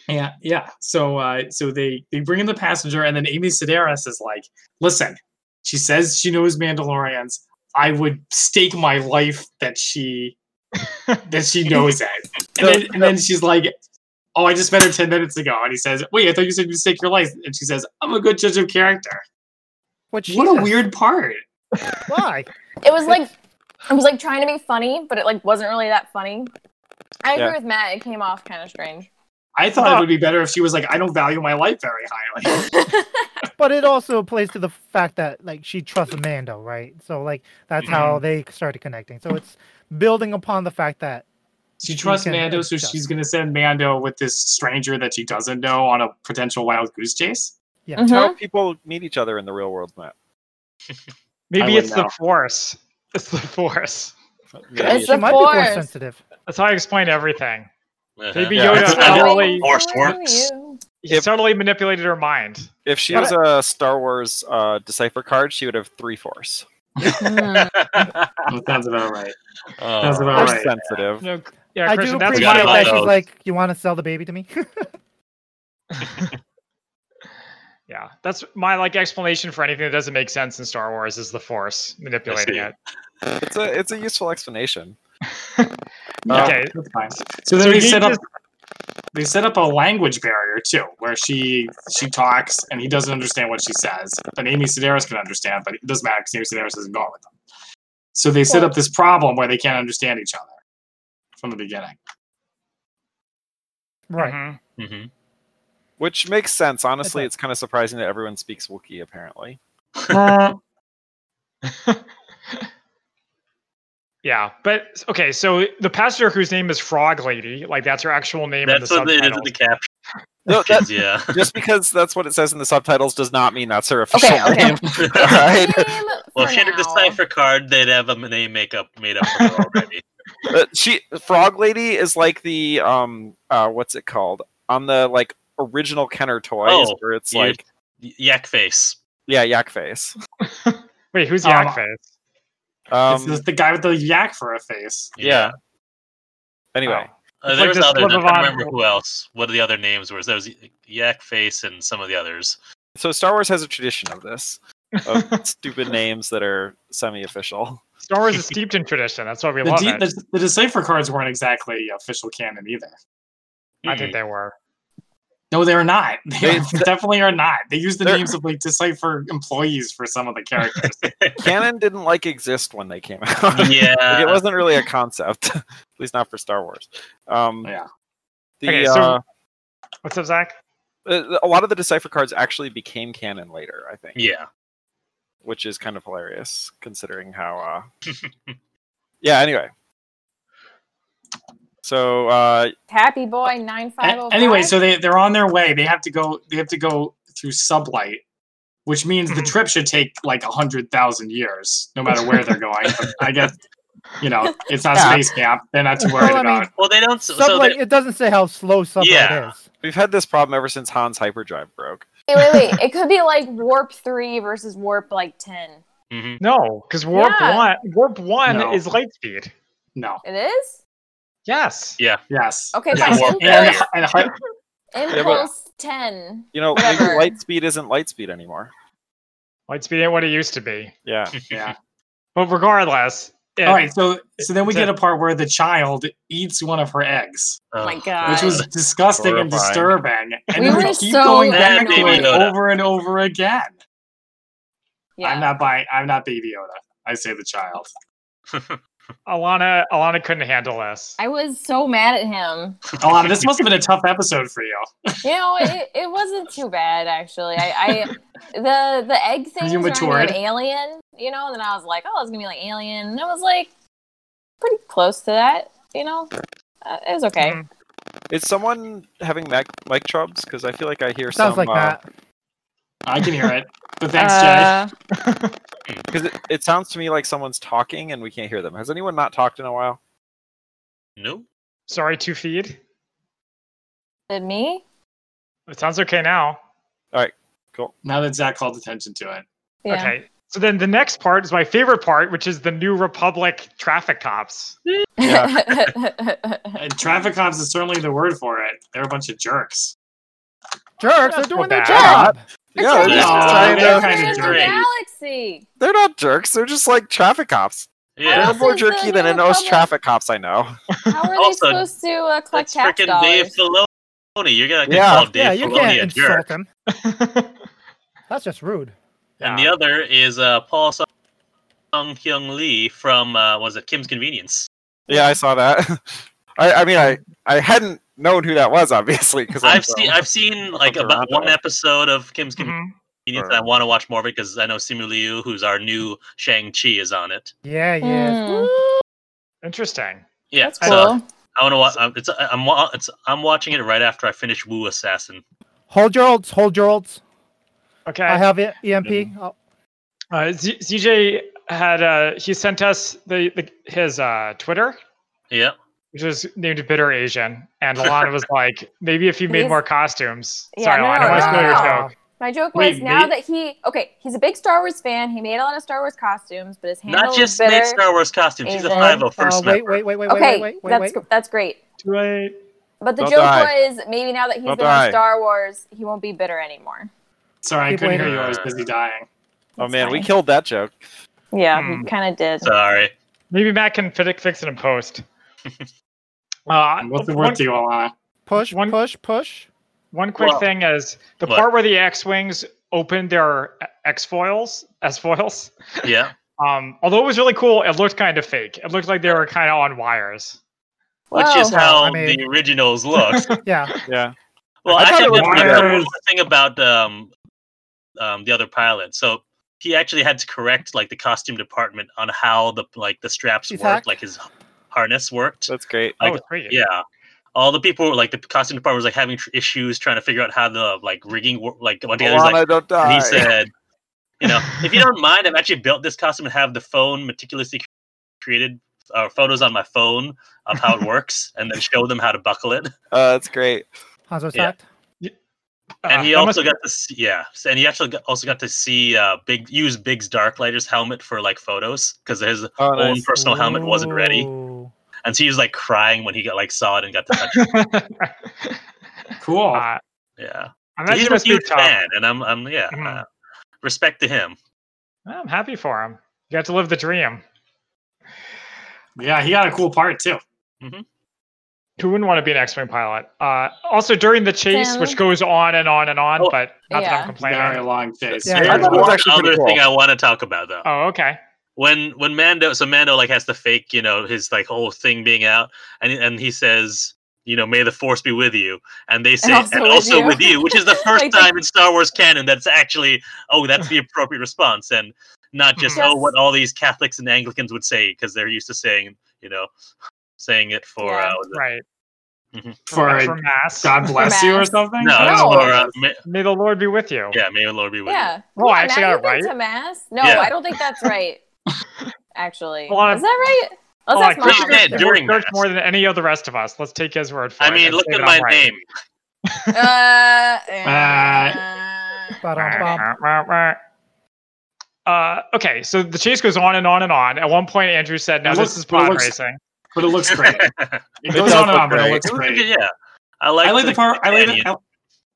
[SPEAKER 4] Yeah, yeah. So, uh, so they they bring in the passenger, and then Amy Sedaris is like, "Listen, she says she knows Mandalorians. I would stake my life that she that she knows it." And then, and then she's like, "Oh, I just met her ten minutes ago," and he says, "Wait, I thought you said you stake your life." And she says, "I'm a good judge of character."
[SPEAKER 5] Which she
[SPEAKER 4] What a
[SPEAKER 5] says,
[SPEAKER 4] weird part.
[SPEAKER 5] Why?
[SPEAKER 2] It was like it was like trying to be funny, but it like wasn't really that funny. I agree
[SPEAKER 3] Yeah.
[SPEAKER 2] with Matt, it came off kind of strange.
[SPEAKER 4] I thought it would be better if she was like, "I don't value my life very highly."
[SPEAKER 5] But it also plays to the fact that like she trusts Mando, right? So like that's how they started connecting. So it's building upon the fact that
[SPEAKER 4] She
[SPEAKER 5] She
[SPEAKER 4] trusts
[SPEAKER 5] can
[SPEAKER 4] Mando, so
[SPEAKER 5] adjust.
[SPEAKER 4] she's gonna send Mando with this stranger that she doesn't know on a potential wild goose chase.
[SPEAKER 5] yeah.
[SPEAKER 2] Mhm.
[SPEAKER 3] That's how people meet each other in the real world, Matt.
[SPEAKER 1] Maybe
[SPEAKER 4] wouldn't
[SPEAKER 1] it's
[SPEAKER 4] know.
[SPEAKER 1] the force. It's the force.
[SPEAKER 3] Maybe
[SPEAKER 2] It's
[SPEAKER 3] it's-
[SPEAKER 5] She
[SPEAKER 2] the
[SPEAKER 5] might be force
[SPEAKER 2] Force.
[SPEAKER 5] sensitive.
[SPEAKER 1] That's how I explain everything.
[SPEAKER 6] uh-huh.
[SPEAKER 1] Maybe
[SPEAKER 3] Yeah.
[SPEAKER 1] Yoda
[SPEAKER 4] It's
[SPEAKER 2] Going
[SPEAKER 1] subtly,
[SPEAKER 6] all- Force
[SPEAKER 2] for
[SPEAKER 6] works.
[SPEAKER 2] you.
[SPEAKER 1] he
[SPEAKER 3] If-
[SPEAKER 1] subtly manipulated her mind.
[SPEAKER 3] If she
[SPEAKER 5] But
[SPEAKER 3] was a Star Wars uh, decipher card, she would have three force.
[SPEAKER 1] Hmm.
[SPEAKER 2] Mm.
[SPEAKER 4] That sounds about right.
[SPEAKER 6] Oh.
[SPEAKER 4] Sounds about
[SPEAKER 3] Force
[SPEAKER 4] right.
[SPEAKER 3] sensitive.
[SPEAKER 1] No, yeah,
[SPEAKER 5] I do
[SPEAKER 1] Christian, that's
[SPEAKER 5] appreciate
[SPEAKER 1] my
[SPEAKER 6] Forgot about
[SPEAKER 5] that
[SPEAKER 1] like,
[SPEAKER 5] she's
[SPEAKER 6] those.
[SPEAKER 5] like, you want to sell the baby to me?
[SPEAKER 1] yeah, that's my like explanation for anything that doesn't make sense in Star Wars is the Force manipulating
[SPEAKER 6] see.
[SPEAKER 1] it.
[SPEAKER 3] It's a it's a useful explanation.
[SPEAKER 4] Yeah,
[SPEAKER 1] Okay.
[SPEAKER 4] that's fine. So then
[SPEAKER 1] So he
[SPEAKER 4] they set up
[SPEAKER 1] just-
[SPEAKER 4] they set up a language barrier too, where she she talks and he doesn't understand what she says, but Amy Sedaris can understand, but it doesn't matter because Amy Sedaris isn't going with them. So they set
[SPEAKER 2] Well-
[SPEAKER 4] up this problem where they can't understand each other from the beginning.
[SPEAKER 5] Right.
[SPEAKER 1] Mhm.
[SPEAKER 6] Mhm.
[SPEAKER 3] Which makes sense. Honestly,
[SPEAKER 5] Okay.
[SPEAKER 3] it's kind of surprising that everyone speaks Wookiee, apparently.
[SPEAKER 1] Yeah, but okay. So the passenger whose name is Frog Lady, like that's her actual name
[SPEAKER 6] That's
[SPEAKER 1] in the
[SPEAKER 6] what they did in
[SPEAKER 1] subtitles.
[SPEAKER 6] the cap.
[SPEAKER 3] No, that,
[SPEAKER 6] Yeah.
[SPEAKER 3] just because that's what it says in the subtitles does not mean that's her official
[SPEAKER 2] Okay, okay.
[SPEAKER 3] name. All right.
[SPEAKER 2] Name
[SPEAKER 6] well,
[SPEAKER 2] for
[SPEAKER 6] if she had a
[SPEAKER 2] now.
[SPEAKER 6] decipher card, they'd have a name makeup made up for her already.
[SPEAKER 3] Uh, she Frog Lady is like the um uh what's it called? On the like original Kenner toys
[SPEAKER 6] Oh,
[SPEAKER 3] where it's
[SPEAKER 6] you-
[SPEAKER 3] like
[SPEAKER 6] Y- Yak face.
[SPEAKER 3] yeah, yak face.
[SPEAKER 1] Wait, who's
[SPEAKER 4] Um,
[SPEAKER 1] Yak Face?
[SPEAKER 3] Um
[SPEAKER 4] It's the guy with the yak for a face.
[SPEAKER 3] yeah. Anyway,
[SPEAKER 6] Uh,
[SPEAKER 1] It's
[SPEAKER 6] there
[SPEAKER 1] like
[SPEAKER 6] was
[SPEAKER 1] the
[SPEAKER 6] others. I
[SPEAKER 1] slip of
[SPEAKER 6] can't
[SPEAKER 1] honor.
[SPEAKER 6] remember who else. What are the other names were? There was Yak Face and some of the others.
[SPEAKER 3] so Star Wars has a tradition of this of stupid names that are semi-official.
[SPEAKER 1] Star Wars is steeped in tradition. That's why we
[SPEAKER 4] The,
[SPEAKER 1] love
[SPEAKER 4] de-
[SPEAKER 1] it.
[SPEAKER 4] the, the decipher cards weren't exactly official canon either.
[SPEAKER 1] I think they were.
[SPEAKER 4] No, they're not. They
[SPEAKER 3] They-
[SPEAKER 4] definitely are not. They use the
[SPEAKER 3] They're-
[SPEAKER 4] names of like decipher employees for some of the characters.
[SPEAKER 3] Canon didn't like exist when they came out.
[SPEAKER 6] Mm.
[SPEAKER 3] Like,
[SPEAKER 6] yeah.
[SPEAKER 3] it wasn't really a concept, at least not for Star Wars. Um,
[SPEAKER 4] yeah.
[SPEAKER 3] the,
[SPEAKER 1] Okay, so-
[SPEAKER 3] uh,
[SPEAKER 1] What's up, Zach?
[SPEAKER 3] uh, a lot of the decipher cards actually became canon later, I think,
[SPEAKER 6] Yeah.
[SPEAKER 3] which is kind of hilarious considering how. Uh... yeah. Anyway. So uh,
[SPEAKER 2] Happy Boy nine five zero.
[SPEAKER 4] A- anyway, so they they're on their way. They have to go. They have to go through sublight, which means the
[SPEAKER 1] Mhm.
[SPEAKER 4] trip should take like a hundred thousand years, no matter where they're going. But I guess you know it's not
[SPEAKER 3] Yeah.
[SPEAKER 4] space camp. They're not too worried
[SPEAKER 5] Well, Oh, I mean-
[SPEAKER 4] about. it.
[SPEAKER 6] Well, they don't. So, so
[SPEAKER 5] Sublight,
[SPEAKER 6] they-
[SPEAKER 5] it doesn't say how slow sublight
[SPEAKER 6] Yeah.
[SPEAKER 5] is.
[SPEAKER 3] we've had this problem ever since Han's hyperdrive broke.
[SPEAKER 2] wait, wait, wait. It could be like warp three versus warp like ten.
[SPEAKER 6] Mhm.
[SPEAKER 1] No, because warp
[SPEAKER 2] Yeah.
[SPEAKER 1] one, warp one
[SPEAKER 4] No.
[SPEAKER 1] is light speed.
[SPEAKER 4] No.
[SPEAKER 2] It is
[SPEAKER 1] Yes.
[SPEAKER 4] Yes.
[SPEAKER 2] okay.
[SPEAKER 6] Yeah,
[SPEAKER 2] Fine.
[SPEAKER 6] warp
[SPEAKER 4] And,
[SPEAKER 2] Impulse,
[SPEAKER 4] and hy-
[SPEAKER 3] but-
[SPEAKER 2] impulse ten.
[SPEAKER 3] You know, maybe
[SPEAKER 2] Whatever.
[SPEAKER 3] light speed isn't light speed anymore.
[SPEAKER 1] Light speed ain't what it used to be.
[SPEAKER 3] Yeah.
[SPEAKER 4] yeah.
[SPEAKER 1] But regardless, it-
[SPEAKER 4] All right. So so then we
[SPEAKER 1] It's a-
[SPEAKER 4] get a part where the child eats one of her eggs,
[SPEAKER 2] Oh my
[SPEAKER 6] Oh,
[SPEAKER 2] God.
[SPEAKER 4] which was disgusting and
[SPEAKER 3] Horrifying.
[SPEAKER 4] disturbing. And
[SPEAKER 2] We
[SPEAKER 4] then
[SPEAKER 2] were
[SPEAKER 4] we keep
[SPEAKER 2] so
[SPEAKER 4] going back to
[SPEAKER 6] annoyed.
[SPEAKER 4] it over and over again. I'm
[SPEAKER 2] Yeah.
[SPEAKER 4] not buying. I'm not Baby Yoda. I say the child.
[SPEAKER 1] Alana, Alana couldn't handle this.
[SPEAKER 2] I was so mad at him.
[SPEAKER 4] Alana, this must have been a tough episode for you.
[SPEAKER 2] You know, it, it wasn't too bad actually. I, I the the egg thing
[SPEAKER 4] You
[SPEAKER 2] was reminding me of
[SPEAKER 4] matured.
[SPEAKER 2] Alien, you know, and then I was like, oh, it's gonna be like Alien, and I was like, pretty close to that, you know. Uh, it was okay.
[SPEAKER 4] Mm-hmm.
[SPEAKER 1] Mhm.
[SPEAKER 3] Is someone having mic, mic troubles? Because I feel like I hear
[SPEAKER 5] Sounds
[SPEAKER 3] some.
[SPEAKER 5] like
[SPEAKER 3] uh,
[SPEAKER 5] that.
[SPEAKER 4] I can hear it. But thanks,
[SPEAKER 2] Uh,
[SPEAKER 3] Because it, it sounds to me like someone's talking and we can't hear them. Has anyone not talked in a while?
[SPEAKER 6] no.
[SPEAKER 1] Sorry, two feed.
[SPEAKER 2] Did me?
[SPEAKER 1] It sounds okay now.
[SPEAKER 4] Jay. Now that Zach called attention to it.
[SPEAKER 2] Yeah.
[SPEAKER 1] Okay. So then the next part is my favorite part, which is the New Republic traffic cops.
[SPEAKER 4] And traffic cops is certainly the word for it. They're a bunch of jerks.
[SPEAKER 5] Jerks are
[SPEAKER 1] That's
[SPEAKER 5] doing
[SPEAKER 1] not
[SPEAKER 5] their
[SPEAKER 3] bad.
[SPEAKER 5] job.
[SPEAKER 2] They're
[SPEAKER 3] yeah,
[SPEAKER 2] trying
[SPEAKER 3] they're,
[SPEAKER 2] to
[SPEAKER 3] just
[SPEAKER 4] Aw,
[SPEAKER 3] trying
[SPEAKER 4] they're
[SPEAKER 3] to-
[SPEAKER 4] kind
[SPEAKER 2] Guardians
[SPEAKER 4] of
[SPEAKER 2] the
[SPEAKER 6] dirty.
[SPEAKER 2] Galaxy.
[SPEAKER 3] they're not jerks. They're just like traffic cops.
[SPEAKER 6] Yeah.
[SPEAKER 2] else
[SPEAKER 3] They're more
[SPEAKER 2] is the
[SPEAKER 3] jerky than
[SPEAKER 2] New
[SPEAKER 3] an most
[SPEAKER 2] Republic-
[SPEAKER 3] traffic cops I know.
[SPEAKER 2] How are they
[SPEAKER 6] Also,
[SPEAKER 2] supposed to uh, collect
[SPEAKER 6] That's
[SPEAKER 2] tax
[SPEAKER 6] freaking
[SPEAKER 2] dollars?
[SPEAKER 6] Dave Filoni. You're gonna
[SPEAKER 3] Yeah.
[SPEAKER 6] call Dave
[SPEAKER 5] Yeah, you
[SPEAKER 6] Filoni
[SPEAKER 5] can't
[SPEAKER 6] a
[SPEAKER 5] insult
[SPEAKER 6] jerk.
[SPEAKER 5] him.
[SPEAKER 1] yeah.
[SPEAKER 5] That's just rude.
[SPEAKER 6] And the other is uh, Paul Sung Hyung Lee from uh, was it Kim's Convenience?
[SPEAKER 3] Yeah, I saw that. I, I mean, I I hadn't known who that was obviously because
[SPEAKER 6] I've seen I've seen like about
[SPEAKER 3] Toronto.
[SPEAKER 6] one episode of Kim's Convenience,
[SPEAKER 1] Mhm.
[SPEAKER 6] and I want to watch more of it because I know Simu Liu, who's our new Shang Chi, is on it.
[SPEAKER 5] Yeah, yeah.
[SPEAKER 2] Hmm,
[SPEAKER 1] Interesting.
[SPEAKER 6] Yeah,
[SPEAKER 2] that's
[SPEAKER 6] so
[SPEAKER 2] cool.
[SPEAKER 6] I want to watch. I'm, it's uh, I'm wa- it's I'm watching it right after I finish Wu Assassin.
[SPEAKER 5] Hold your olds. Hold your olds.
[SPEAKER 1] Okay.
[SPEAKER 5] I have it. E EMP.
[SPEAKER 6] Hmm.
[SPEAKER 5] I'll-
[SPEAKER 1] Uh, Z- ZJ had uh, he sent us the, the his uh, Twitter,
[SPEAKER 6] Yeah,
[SPEAKER 1] which was named Bitter Asian, and Alana was like, maybe if you made
[SPEAKER 2] He's-
[SPEAKER 1] more costumes.
[SPEAKER 2] Yeah,
[SPEAKER 1] Sorry,
[SPEAKER 2] no,
[SPEAKER 1] Alana,
[SPEAKER 2] no,
[SPEAKER 1] I want to
[SPEAKER 2] no,
[SPEAKER 1] steal your
[SPEAKER 2] no.
[SPEAKER 1] joke.
[SPEAKER 2] My joke
[SPEAKER 4] Wait,
[SPEAKER 2] was now
[SPEAKER 4] ma-
[SPEAKER 2] that he okay, he's a big Star Wars fan. He made a lot of Star Wars costumes, but his handle
[SPEAKER 6] not just
[SPEAKER 2] is bitter.
[SPEAKER 6] make Star Wars costume. She's a
[SPEAKER 2] Asian.
[SPEAKER 6] five oh o
[SPEAKER 5] Uh,
[SPEAKER 6] first
[SPEAKER 5] wait,
[SPEAKER 6] member.
[SPEAKER 5] wait, wait, wait, wait,
[SPEAKER 2] okay,
[SPEAKER 5] wait, wait,
[SPEAKER 2] that's
[SPEAKER 5] wait.
[SPEAKER 2] that's great.
[SPEAKER 1] Too late.
[SPEAKER 2] But the
[SPEAKER 3] Don't
[SPEAKER 2] joke
[SPEAKER 3] die.
[SPEAKER 2] was maybe now that he's
[SPEAKER 3] Don't
[SPEAKER 2] been
[SPEAKER 3] die.
[SPEAKER 2] on Star Wars, he won't be bitter anymore.
[SPEAKER 4] Sorry, I
[SPEAKER 5] Keep
[SPEAKER 4] couldn't hear
[SPEAKER 6] waiting.
[SPEAKER 4] you. I was busy dying.
[SPEAKER 3] Oh
[SPEAKER 2] That's
[SPEAKER 3] man, we
[SPEAKER 2] fine.
[SPEAKER 3] killed that joke.
[SPEAKER 2] Yeah,
[SPEAKER 1] Hmm.
[SPEAKER 2] we kind of did.
[SPEAKER 6] Sorry.
[SPEAKER 1] Maybe Matt can fit fix it in post. Uh,
[SPEAKER 4] What's the
[SPEAKER 1] one-
[SPEAKER 4] word to you, Alana?
[SPEAKER 5] Push,
[SPEAKER 1] One-
[SPEAKER 5] push, push.
[SPEAKER 1] One quick
[SPEAKER 6] Well-
[SPEAKER 1] thing is the
[SPEAKER 6] What?
[SPEAKER 1] part where the X wings opened their uh, X foils, S foils.
[SPEAKER 6] Yeah.
[SPEAKER 1] Um, although it was really cool, it looked kind of fake. It looked like they were kind of on wires.
[SPEAKER 6] Which
[SPEAKER 2] Whoa.
[SPEAKER 6] is how
[SPEAKER 5] I mean-
[SPEAKER 6] the originals look.
[SPEAKER 5] Yeah.
[SPEAKER 3] Yeah.
[SPEAKER 6] well,
[SPEAKER 4] I thought
[SPEAKER 6] actually,
[SPEAKER 4] it
[SPEAKER 6] that's
[SPEAKER 4] was
[SPEAKER 6] another
[SPEAKER 4] wires.
[SPEAKER 6] thing about um, um, the other pilot. So he actually had to correct like the costume department on how the like the straps
[SPEAKER 5] He's
[SPEAKER 6] worked,
[SPEAKER 5] hacked.
[SPEAKER 6] like his harness worked.
[SPEAKER 3] That's great.
[SPEAKER 6] Like,
[SPEAKER 1] oh, sweet.
[SPEAKER 6] Yeah. All the people, were, like the costume department, was like having tr- issues trying to figure out how the like rigging, wor- like one day,
[SPEAKER 3] Alana,
[SPEAKER 6] like,
[SPEAKER 3] don't
[SPEAKER 6] And
[SPEAKER 3] die.
[SPEAKER 6] he said, you know, if you don't mind, I've actually built this costume and have the phone meticulously created uh, photos on my phone of how it works and then show them how to buckle it.
[SPEAKER 3] uh, that's great.
[SPEAKER 5] Hanzo's
[SPEAKER 6] Yeah.
[SPEAKER 5] sacked.
[SPEAKER 1] Uh,
[SPEAKER 6] And he
[SPEAKER 1] that
[SPEAKER 6] also
[SPEAKER 1] must-
[SPEAKER 6] got to see, yeah, so- and he actually got, also got to see uh, Big use Big's Darklighter's helmet for like photos because his
[SPEAKER 3] Oh,
[SPEAKER 6] own
[SPEAKER 3] nice.
[SPEAKER 6] personal helmet wasn't ready.
[SPEAKER 5] Ooh.
[SPEAKER 6] And so he was like crying when he got like saw it and got to touch it.
[SPEAKER 4] Cool.
[SPEAKER 1] uh, I
[SPEAKER 6] Yeah. So
[SPEAKER 1] imagine
[SPEAKER 6] Oh, he's
[SPEAKER 1] it
[SPEAKER 6] a
[SPEAKER 1] must be
[SPEAKER 6] huge
[SPEAKER 1] tough.
[SPEAKER 6] fan, and I'm, I'm yeah,
[SPEAKER 1] Mhm.
[SPEAKER 6] uh, respect to him.
[SPEAKER 1] Well, I'm happy for him. You got to live the dream.
[SPEAKER 4] yeah, he got a cool part too.
[SPEAKER 1] Who wouldn't want to be an X-wing pilot? Uh, also during the chase,
[SPEAKER 2] Tim?
[SPEAKER 1] which goes on and on and on,
[SPEAKER 6] Oh,
[SPEAKER 1] but not that I'm
[SPEAKER 2] yeah.
[SPEAKER 4] Very
[SPEAKER 1] complaining.
[SPEAKER 4] long face.
[SPEAKER 5] Yeah,
[SPEAKER 6] There's
[SPEAKER 5] I thought it
[SPEAKER 3] was
[SPEAKER 6] one
[SPEAKER 3] actually pretty
[SPEAKER 6] other
[SPEAKER 3] cool.
[SPEAKER 6] thing I want to talk about though.
[SPEAKER 1] Oh, okay.
[SPEAKER 6] when when Mando so Mando like has to fake you know his like whole thing being out and and he says you know may the force be with you and they say and
[SPEAKER 2] also
[SPEAKER 6] also,
[SPEAKER 2] with you."
[SPEAKER 6] with you which is the first
[SPEAKER 2] Like the-
[SPEAKER 6] time in Star Wars canon that's actually oh that's the appropriate response and not just
[SPEAKER 2] Yes.
[SPEAKER 6] oh what all these Catholics and Anglicans would say because they're used to saying you know saying it for
[SPEAKER 2] Yeah.
[SPEAKER 6] uh, was it-
[SPEAKER 1] Right.
[SPEAKER 4] For
[SPEAKER 1] for mass.
[SPEAKER 4] God bless you or
[SPEAKER 2] Mass.
[SPEAKER 4] something.
[SPEAKER 6] no,
[SPEAKER 4] I
[SPEAKER 6] it's
[SPEAKER 4] don't know what
[SPEAKER 6] for
[SPEAKER 4] it
[SPEAKER 6] uh,
[SPEAKER 4] is.
[SPEAKER 6] may,
[SPEAKER 1] May the Lord be with you.
[SPEAKER 6] yeah may the Lord be with you
[SPEAKER 2] Yeah.
[SPEAKER 1] Well, I
[SPEAKER 2] Yeah,
[SPEAKER 1] actually
[SPEAKER 2] Matt,
[SPEAKER 1] got it
[SPEAKER 2] you've been to mass? No,
[SPEAKER 6] Yeah.
[SPEAKER 2] I don't think that's right. Actually,
[SPEAKER 1] Well, I'm-
[SPEAKER 2] is that right? Let's
[SPEAKER 1] Oh,
[SPEAKER 2] ask
[SPEAKER 1] I-
[SPEAKER 6] Christian
[SPEAKER 2] mom.
[SPEAKER 6] did
[SPEAKER 1] He
[SPEAKER 6] during
[SPEAKER 1] worked
[SPEAKER 6] mass.
[SPEAKER 1] more than any of the rest of us. Let's take his word for it.
[SPEAKER 6] I mean
[SPEAKER 1] and
[SPEAKER 6] look
[SPEAKER 1] save
[SPEAKER 6] at
[SPEAKER 1] it
[SPEAKER 6] my
[SPEAKER 1] on right.
[SPEAKER 6] name
[SPEAKER 2] Uh, uh,
[SPEAKER 5] Ba-dum-bum.
[SPEAKER 1] Uh, okay, so the chase goes on and on and on. At one point, Andrew said, "No,
[SPEAKER 4] It
[SPEAKER 1] this
[SPEAKER 4] looks-
[SPEAKER 1] is pod
[SPEAKER 4] it looks-
[SPEAKER 1] racing."
[SPEAKER 4] But it looks great. It
[SPEAKER 3] does
[SPEAKER 4] goes on
[SPEAKER 3] look
[SPEAKER 4] and on, but
[SPEAKER 3] great.
[SPEAKER 4] it looks
[SPEAKER 6] It was
[SPEAKER 4] great.
[SPEAKER 6] good, yeah I like
[SPEAKER 4] I like the part. I like.
[SPEAKER 6] companion.
[SPEAKER 4] The,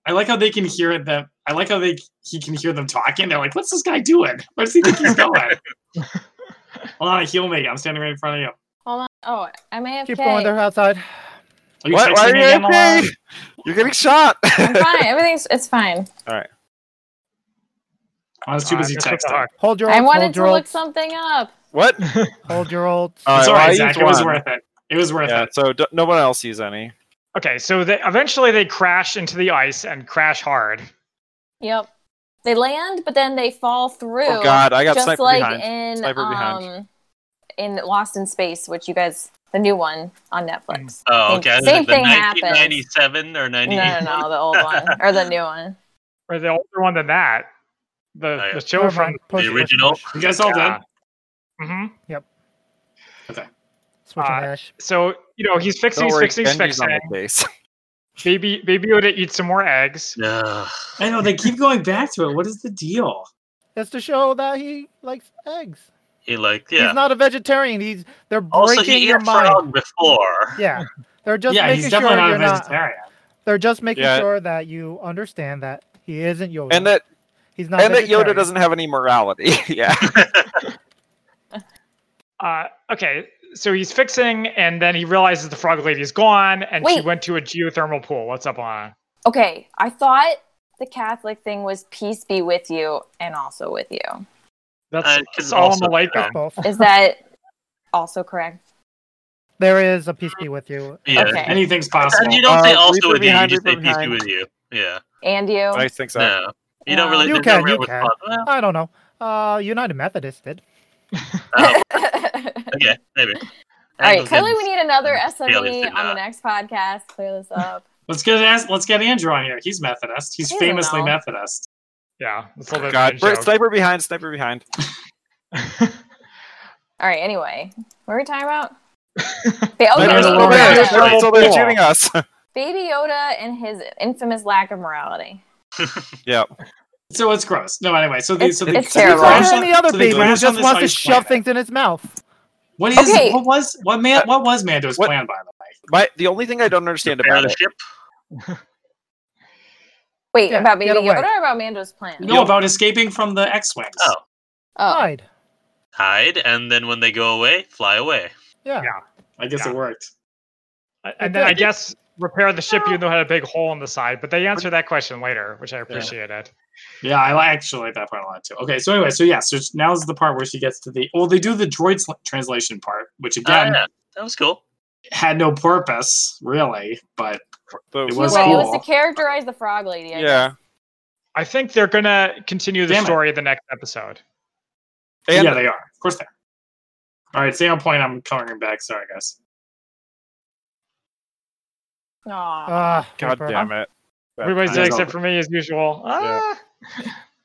[SPEAKER 4] I like how they can hear it. Them. I like how they he can hear them talking. They're like, "What's this guy doing? Where's he think he's going?" Hold on, heal me. I'm standing right in front of you.
[SPEAKER 2] hold on. Oh, I'm AFK.
[SPEAKER 5] Keep going. They're outside.
[SPEAKER 4] Are you
[SPEAKER 3] What?
[SPEAKER 4] texting
[SPEAKER 3] Why are
[SPEAKER 4] me
[SPEAKER 3] you
[SPEAKER 4] again, Alana?
[SPEAKER 3] okay? You're getting shot.
[SPEAKER 2] I'm fine. Everything's it's fine.
[SPEAKER 4] I was Oh, too
[SPEAKER 1] Uh,
[SPEAKER 4] busy
[SPEAKER 1] just with the
[SPEAKER 4] texting.
[SPEAKER 1] hook.
[SPEAKER 5] Hold your
[SPEAKER 2] I
[SPEAKER 5] ult.
[SPEAKER 2] wanted
[SPEAKER 5] Hold
[SPEAKER 2] to
[SPEAKER 5] your
[SPEAKER 2] look
[SPEAKER 5] ult.
[SPEAKER 2] something up.
[SPEAKER 3] what?
[SPEAKER 5] Hold your ult.
[SPEAKER 6] Uh,
[SPEAKER 3] All right,
[SPEAKER 4] It's
[SPEAKER 3] well,
[SPEAKER 4] all
[SPEAKER 3] I
[SPEAKER 4] right, Zach.
[SPEAKER 3] used
[SPEAKER 4] It was
[SPEAKER 3] one.
[SPEAKER 4] worth it. It was worth
[SPEAKER 3] Yeah,
[SPEAKER 4] it.
[SPEAKER 3] so d- no one else use any.
[SPEAKER 1] Okay, so they, eventually they crash into the ice and crash hard.
[SPEAKER 2] Yep. They land, but then they fall through.
[SPEAKER 3] Oh god, I got
[SPEAKER 2] just
[SPEAKER 3] sniper
[SPEAKER 2] like
[SPEAKER 3] behind.
[SPEAKER 2] in
[SPEAKER 3] Sniper
[SPEAKER 2] um
[SPEAKER 3] behind.
[SPEAKER 2] in Lost in Space, which you guys the new one on Netflix.
[SPEAKER 6] Oh,
[SPEAKER 2] Same-
[SPEAKER 6] okay. Is it
[SPEAKER 2] same
[SPEAKER 6] the
[SPEAKER 2] thing happens.
[SPEAKER 6] 1997 or
[SPEAKER 2] No,
[SPEAKER 6] 98.
[SPEAKER 2] no, no, the old one or the new one.
[SPEAKER 1] Or the older one than that, the
[SPEAKER 6] Oh, yeah.
[SPEAKER 1] the show
[SPEAKER 5] Never
[SPEAKER 1] from.
[SPEAKER 5] mind. Push,
[SPEAKER 6] the
[SPEAKER 5] push,
[SPEAKER 6] original?
[SPEAKER 5] push.
[SPEAKER 4] You guys all
[SPEAKER 1] Yeah.
[SPEAKER 4] done?
[SPEAKER 1] hmm
[SPEAKER 5] Switch on
[SPEAKER 1] Uh,
[SPEAKER 5] Ash.
[SPEAKER 1] So you know he's fixing,
[SPEAKER 3] Don't
[SPEAKER 1] he's
[SPEAKER 3] worry,
[SPEAKER 1] fixing, he's
[SPEAKER 3] Benji's on
[SPEAKER 1] fixing.
[SPEAKER 3] the case.
[SPEAKER 1] Baby, baby Yoda eats some more eggs.
[SPEAKER 6] Ugh.
[SPEAKER 4] I know they keep going back to it. What is the deal?
[SPEAKER 5] That's to show that he likes eggs.
[SPEAKER 6] He like
[SPEAKER 5] He's
[SPEAKER 6] yeah.
[SPEAKER 5] not a vegetarian. He's they're
[SPEAKER 6] Also,
[SPEAKER 5] breaking
[SPEAKER 6] he ate
[SPEAKER 5] your
[SPEAKER 6] a
[SPEAKER 5] mind.
[SPEAKER 6] frog before.
[SPEAKER 5] Yeah, they're just
[SPEAKER 4] yeah,
[SPEAKER 5] making
[SPEAKER 4] he's
[SPEAKER 5] sure
[SPEAKER 4] definitely not
[SPEAKER 5] you're
[SPEAKER 4] a
[SPEAKER 5] not.
[SPEAKER 4] vegetarian.
[SPEAKER 5] They're just making
[SPEAKER 3] Yeah.
[SPEAKER 5] sure that you understand that he isn't Yoda.
[SPEAKER 3] And that
[SPEAKER 5] he's not.
[SPEAKER 3] and that Yoda
[SPEAKER 5] vegetarian.
[SPEAKER 3] doesn't have any morality. yeah.
[SPEAKER 1] Uh, okay, so he's fixing, and then he realizes the frog lady is gone, and she
[SPEAKER 2] Wait.
[SPEAKER 1] went to a geothermal pool. What's up, Anna?
[SPEAKER 2] Okay, I thought the Catholic thing was peace be with you and also with you.
[SPEAKER 1] That's
[SPEAKER 6] Uh, it's
[SPEAKER 1] Salam
[SPEAKER 6] also-
[SPEAKER 1] alaikum.
[SPEAKER 5] It's both.
[SPEAKER 2] Is that also correct?
[SPEAKER 5] There is a peace be with you.
[SPEAKER 6] yeah.
[SPEAKER 2] Okay.
[SPEAKER 4] Anything's
[SPEAKER 6] And
[SPEAKER 4] possible.
[SPEAKER 6] you don't
[SPEAKER 3] Uh,
[SPEAKER 6] say also
[SPEAKER 3] Reaper
[SPEAKER 6] with you. You
[SPEAKER 3] behind,
[SPEAKER 6] just say
[SPEAKER 3] Reaper
[SPEAKER 6] peace be
[SPEAKER 3] behind.
[SPEAKER 6] with you. Yeah.
[SPEAKER 2] And you?
[SPEAKER 3] I think so.
[SPEAKER 6] No. You don't
[SPEAKER 2] Wow.
[SPEAKER 6] really.
[SPEAKER 5] You
[SPEAKER 6] there's
[SPEAKER 5] can,
[SPEAKER 6] No real
[SPEAKER 5] you can.
[SPEAKER 6] response. Well,
[SPEAKER 5] I don't know. Uh, United Methodist did.
[SPEAKER 6] oh, okay, maybe.
[SPEAKER 2] All right,
[SPEAKER 6] Anglicans.
[SPEAKER 2] clearly we need another
[SPEAKER 6] Bailey's
[SPEAKER 2] SME
[SPEAKER 6] did
[SPEAKER 2] on the
[SPEAKER 6] not.
[SPEAKER 2] next podcast. Clear this up.
[SPEAKER 4] Let's get ask, let's get Andrew on here. He's Methodist. He's
[SPEAKER 2] He's
[SPEAKER 4] famously
[SPEAKER 2] an elf.
[SPEAKER 4] Methodist.
[SPEAKER 1] Yeah, it's a little bit
[SPEAKER 3] God,
[SPEAKER 1] of a
[SPEAKER 3] Bert,
[SPEAKER 1] joke. Uh,
[SPEAKER 3] sniper behind, sniper behind.
[SPEAKER 2] All right, anyway, what were we talking about? Ba- oh,
[SPEAKER 3] Sniper
[SPEAKER 4] there's
[SPEAKER 2] yeah,
[SPEAKER 4] a
[SPEAKER 3] over
[SPEAKER 2] Baby
[SPEAKER 4] little bit.
[SPEAKER 3] there,
[SPEAKER 2] Yoda.
[SPEAKER 3] there's
[SPEAKER 1] Yeah.
[SPEAKER 3] Bert, so they're
[SPEAKER 1] Yeah.
[SPEAKER 3] shooting us.
[SPEAKER 2] Baby Yoda and his infamous lack of morality.
[SPEAKER 3] yeah.
[SPEAKER 4] So it's gross. No, anyway. So the,
[SPEAKER 2] It's-
[SPEAKER 4] so the,
[SPEAKER 2] it's
[SPEAKER 4] so they
[SPEAKER 2] terrible.
[SPEAKER 5] Like
[SPEAKER 4] crash
[SPEAKER 2] Right.
[SPEAKER 4] on-
[SPEAKER 5] any other
[SPEAKER 4] so they
[SPEAKER 5] baby who
[SPEAKER 4] crash on
[SPEAKER 5] just
[SPEAKER 4] this
[SPEAKER 5] wants to
[SPEAKER 4] ice
[SPEAKER 5] shove
[SPEAKER 4] planet.
[SPEAKER 5] things in its mouth.
[SPEAKER 4] What is?
[SPEAKER 2] Okay.
[SPEAKER 4] What was? What man? What was Mando's
[SPEAKER 3] What-
[SPEAKER 4] plan? By the way,
[SPEAKER 3] My the only thing I don't understand
[SPEAKER 6] Repair
[SPEAKER 3] about
[SPEAKER 6] the
[SPEAKER 3] it.
[SPEAKER 6] ship.
[SPEAKER 2] Wait,
[SPEAKER 5] Yeah,
[SPEAKER 2] about Baby
[SPEAKER 5] get away.
[SPEAKER 2] Yoda or about Mando's plan?
[SPEAKER 4] No, about escaping from the X-wings.
[SPEAKER 6] Oh.
[SPEAKER 2] Oh,
[SPEAKER 5] Hide.
[SPEAKER 6] Hide, and then when they go away, fly away.
[SPEAKER 5] Yeah.
[SPEAKER 4] Yeah. I guess
[SPEAKER 1] Yeah.
[SPEAKER 4] it worked.
[SPEAKER 1] And then I guess repair the ship, even though it had a big hole in the side. But they answer that question later, which I appreciated.
[SPEAKER 4] Yeah, I li- actually like that part a lot too. Okay, so anyway, so yeah, so it's- now's the part where she gets to the well, they do the droid sl- translation part, which
[SPEAKER 6] Ah,
[SPEAKER 4] again
[SPEAKER 6] yeah, that was cool.
[SPEAKER 4] had no purpose really, but
[SPEAKER 3] The-
[SPEAKER 4] It
[SPEAKER 2] You're
[SPEAKER 4] was
[SPEAKER 2] right, it was
[SPEAKER 4] cool.
[SPEAKER 2] to characterize the frog lady. I
[SPEAKER 3] yeah,
[SPEAKER 1] I think they're gonna continue the
[SPEAKER 4] Damn it.
[SPEAKER 1] story the next episode.
[SPEAKER 3] and
[SPEAKER 4] yeah, they are. Of course they are. All right, stay on point. I'm coming back. Sorry, guys.
[SPEAKER 2] guess. Aw.
[SPEAKER 5] Ah,
[SPEAKER 3] god
[SPEAKER 5] Reaper.
[SPEAKER 3] damn it,
[SPEAKER 1] Everybody's
[SPEAKER 4] I
[SPEAKER 1] dead
[SPEAKER 4] know.
[SPEAKER 1] except for me, as usual. Ah!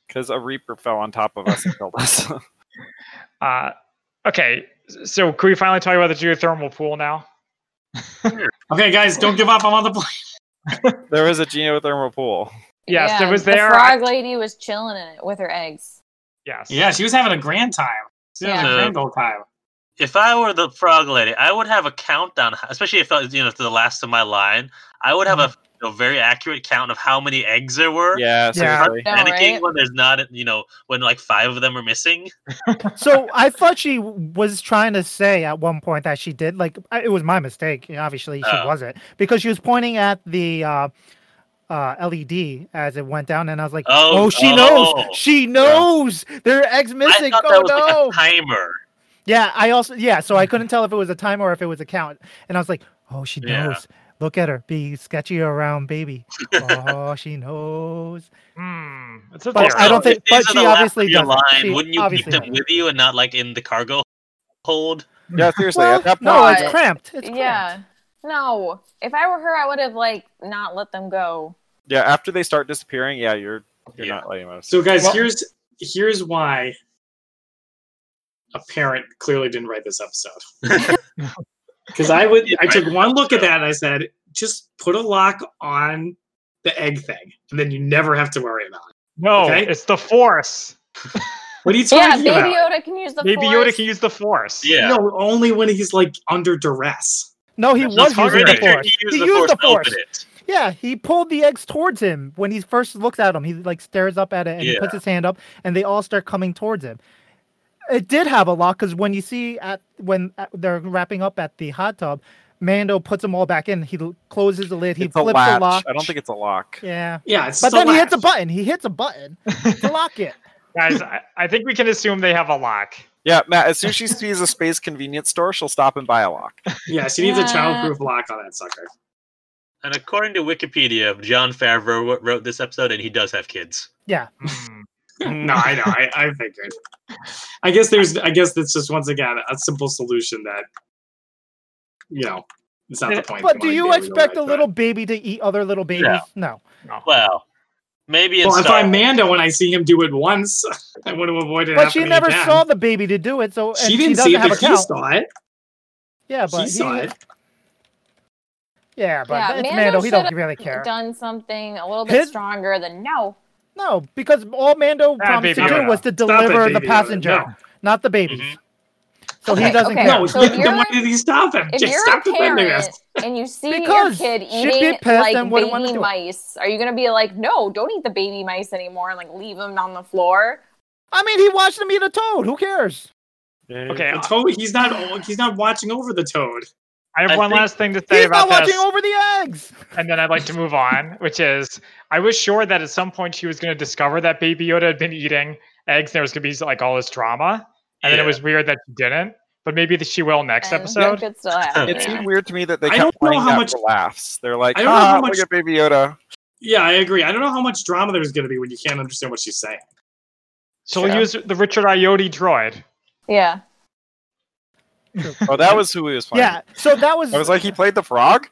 [SPEAKER 3] because a reaper fell on top of us and killed us.
[SPEAKER 1] Uh, okay, so can we finally talk about the geothermal pool now?
[SPEAKER 4] Okay, guys, don't give up. I'm on the plane.
[SPEAKER 3] there was a geothermal pool.
[SPEAKER 1] Yes, it was there.
[SPEAKER 2] The frog lady was chilling in it with her eggs.
[SPEAKER 1] Yes.
[SPEAKER 4] Yeah, she was having a grand time. She was
[SPEAKER 6] Yeah.
[SPEAKER 4] having a grand old time.
[SPEAKER 6] If I were the frog lady, I would have a countdown, especially if I was, you know, to the last of my line. I would have a you know, very accurate count of how many eggs there were.
[SPEAKER 3] Yeah,
[SPEAKER 5] Mm-hmm. Yeah.
[SPEAKER 3] seriously.
[SPEAKER 2] No,
[SPEAKER 6] Panicking
[SPEAKER 2] right?
[SPEAKER 6] when there's not, you know, when like five of them are missing.
[SPEAKER 5] So I thought she was trying to say at one point that she did like I- it was my mistake. you know, Obviously, she
[SPEAKER 6] Oh.
[SPEAKER 5] wasn't because she was pointing at the uh, uh, LED as it went down, and I was like,
[SPEAKER 6] Oh,
[SPEAKER 5] "Oh, she
[SPEAKER 6] oh.
[SPEAKER 5] knows! She knows! There are eggs
[SPEAKER 6] I
[SPEAKER 5] missing!
[SPEAKER 6] thought
[SPEAKER 5] Oh
[SPEAKER 6] that was
[SPEAKER 5] no!"
[SPEAKER 6] like a timer.
[SPEAKER 5] yeah, I also yeah. So I couldn't tell if it was a time or if it was a count, and I was like, "Oh, she
[SPEAKER 6] Yeah.
[SPEAKER 5] knows! Look at her, be sketchy around baby. oh, she knows."
[SPEAKER 1] Hmm. It's a theory.
[SPEAKER 5] But I don't think-
[SPEAKER 6] If these
[SPEAKER 5] but
[SPEAKER 6] are
[SPEAKER 5] she
[SPEAKER 6] the last
[SPEAKER 5] obviously
[SPEAKER 6] of your
[SPEAKER 5] doesn't.
[SPEAKER 6] line,
[SPEAKER 5] She
[SPEAKER 6] wouldn't you keep
[SPEAKER 5] obviously
[SPEAKER 6] them
[SPEAKER 5] doesn't.
[SPEAKER 6] with you and not like in the cargo hold?
[SPEAKER 3] Yeah, seriously.
[SPEAKER 5] well,
[SPEAKER 3] at that point,
[SPEAKER 5] no, it's
[SPEAKER 2] Why?
[SPEAKER 5] cramped. It's cramped.
[SPEAKER 2] yeah. No, if I were her, I would have like not let them go.
[SPEAKER 3] yeah, after they start disappearing, yeah, you're you're
[SPEAKER 6] Yeah.
[SPEAKER 3] not letting them.
[SPEAKER 4] So, guys,
[SPEAKER 1] Well-
[SPEAKER 4] here's here's why a parent clearly didn't write this episode. Because I would, I took one look at that and I said, just put a lock on the egg thing, and then you never have to worry about it.
[SPEAKER 1] no,
[SPEAKER 4] okay.
[SPEAKER 1] it's the force.
[SPEAKER 4] What are you
[SPEAKER 2] yeah,
[SPEAKER 4] talking
[SPEAKER 2] Baby
[SPEAKER 4] about?
[SPEAKER 2] Yoda can use the
[SPEAKER 1] Maybe
[SPEAKER 2] force.
[SPEAKER 1] Yoda can use the force.
[SPEAKER 6] Yeah.
[SPEAKER 4] No, only when he's like under duress.
[SPEAKER 5] No, he
[SPEAKER 1] That's
[SPEAKER 5] was
[SPEAKER 1] not
[SPEAKER 5] using the
[SPEAKER 1] correct.
[SPEAKER 6] He
[SPEAKER 5] force.
[SPEAKER 6] used the force to open it.
[SPEAKER 5] Yeah, he pulled the eggs towards him when he first looks at him. He like stares up at it and he
[SPEAKER 6] Yeah.
[SPEAKER 5] puts his hand up, and they all start coming towards him. It did have a lock because when you see at when at, they're wrapping up at the hot tub, Mando puts them all back in. He l- closes the lid. He
[SPEAKER 3] it's a
[SPEAKER 5] flips
[SPEAKER 3] latch.
[SPEAKER 5] the lock.
[SPEAKER 3] I don't think it's a lock.
[SPEAKER 5] Yeah,
[SPEAKER 4] Yeah, it's
[SPEAKER 5] but
[SPEAKER 4] still
[SPEAKER 5] then he hits a
[SPEAKER 4] locked.
[SPEAKER 5] button. He hits a button to lock it.
[SPEAKER 1] Guys, I, I think we can assume they have a lock.
[SPEAKER 3] Yeah, Matt. As soon as she sees a space convenience store, she'll stop and buy a lock.
[SPEAKER 4] Yeah, she needs a
[SPEAKER 2] Yeah.
[SPEAKER 4] childproof lock on that sucker.
[SPEAKER 6] And according to Wikipedia, John Favreau wrote- wrote this episode, and he does have kids.
[SPEAKER 1] Hmm.
[SPEAKER 4] no, I know. I, I figured. I guess there's. I guess that's just once again a simple solution that, you know, it's not the point.
[SPEAKER 5] But
[SPEAKER 4] of
[SPEAKER 5] do
[SPEAKER 4] like
[SPEAKER 5] you
[SPEAKER 4] Baby Yoda,
[SPEAKER 5] expect a
[SPEAKER 4] but-
[SPEAKER 5] little baby to eat other little babies? No.
[SPEAKER 6] Well, maybe in
[SPEAKER 4] Well, if
[SPEAKER 6] Star
[SPEAKER 4] I'm Mando when I see him do it once, I want to avoid it.
[SPEAKER 5] But she
[SPEAKER 4] happening
[SPEAKER 5] never
[SPEAKER 4] again.
[SPEAKER 5] saw the baby to do it, so and
[SPEAKER 4] She didn't
[SPEAKER 5] doesn't
[SPEAKER 4] see it,
[SPEAKER 5] have
[SPEAKER 4] but
[SPEAKER 5] a
[SPEAKER 4] he
[SPEAKER 5] count.
[SPEAKER 4] saw it.
[SPEAKER 5] Yeah, but
[SPEAKER 4] He saw it.
[SPEAKER 5] Yeah, but
[SPEAKER 2] Yeah,
[SPEAKER 5] it's
[SPEAKER 2] Mando
[SPEAKER 5] Mando. He don't
[SPEAKER 2] should've
[SPEAKER 5] really care.
[SPEAKER 2] Done something a little bit
[SPEAKER 5] His-
[SPEAKER 2] stronger than no.
[SPEAKER 5] No, because all Mando
[SPEAKER 1] Ah,
[SPEAKER 5] promised to
[SPEAKER 1] Baby
[SPEAKER 5] do
[SPEAKER 1] Yoda.
[SPEAKER 5] was to
[SPEAKER 4] Stop it,
[SPEAKER 5] deliver the
[SPEAKER 4] Baby Yoda.
[SPEAKER 5] passenger,
[SPEAKER 4] No. Mm-hmm.
[SPEAKER 5] not the babies.
[SPEAKER 6] Mhm.
[SPEAKER 5] So he
[SPEAKER 2] Okay,
[SPEAKER 5] doesn't
[SPEAKER 2] okay.
[SPEAKER 5] care.
[SPEAKER 4] No,
[SPEAKER 2] So
[SPEAKER 4] yeah,
[SPEAKER 2] if you're-
[SPEAKER 4] then why did he stop him?
[SPEAKER 2] if
[SPEAKER 4] Just
[SPEAKER 2] you're
[SPEAKER 4] stop
[SPEAKER 2] a
[SPEAKER 4] defending us.
[SPEAKER 2] parent and you see
[SPEAKER 5] Because
[SPEAKER 2] your kid
[SPEAKER 5] she'd be
[SPEAKER 2] eating
[SPEAKER 5] pissed
[SPEAKER 2] like
[SPEAKER 5] and wouldn't wanna
[SPEAKER 2] baby
[SPEAKER 5] do it.
[SPEAKER 2] mice, are you gonna be like, no, don't eat the baby mice anymore and like leave them on the floor?
[SPEAKER 5] I mean, he watched him eat a toad. Who cares?
[SPEAKER 1] Okay,
[SPEAKER 4] The toad, he's not. He's not watching over the toad.
[SPEAKER 1] I have
[SPEAKER 6] I
[SPEAKER 1] one
[SPEAKER 6] think-
[SPEAKER 1] last thing to say
[SPEAKER 5] He's
[SPEAKER 1] about
[SPEAKER 5] not watching
[SPEAKER 1] this,
[SPEAKER 5] over the eggs.
[SPEAKER 1] and then I'd like to move on, which is I was sure that at some point she was going to discover that Baby Yoda had been eating eggs. And there was going to be like all this drama, and then
[SPEAKER 6] Yeah.
[SPEAKER 1] it was weird that she didn't. But maybe that she will next
[SPEAKER 5] Uh,
[SPEAKER 2] And
[SPEAKER 1] episode.
[SPEAKER 2] That could still happen.
[SPEAKER 3] It
[SPEAKER 2] yeah.
[SPEAKER 3] seemed weird to me that they
[SPEAKER 4] I
[SPEAKER 3] kept
[SPEAKER 4] don't know
[SPEAKER 3] playing
[SPEAKER 4] how
[SPEAKER 3] that
[SPEAKER 4] much-
[SPEAKER 3] for laughs. They're like,
[SPEAKER 4] I
[SPEAKER 3] ah,
[SPEAKER 4] don't know how much-
[SPEAKER 3] look at Baby Yoda.
[SPEAKER 4] Yeah, I agree. I don't know how much drama there's going to be when you can't understand what she's saying.
[SPEAKER 1] She'll
[SPEAKER 3] Yeah.
[SPEAKER 1] use the Richard Iotti droid.
[SPEAKER 2] Yeah.
[SPEAKER 3] Oh, that was who he was playing.
[SPEAKER 5] Yeah. So that was.
[SPEAKER 3] I was like, he played the frog.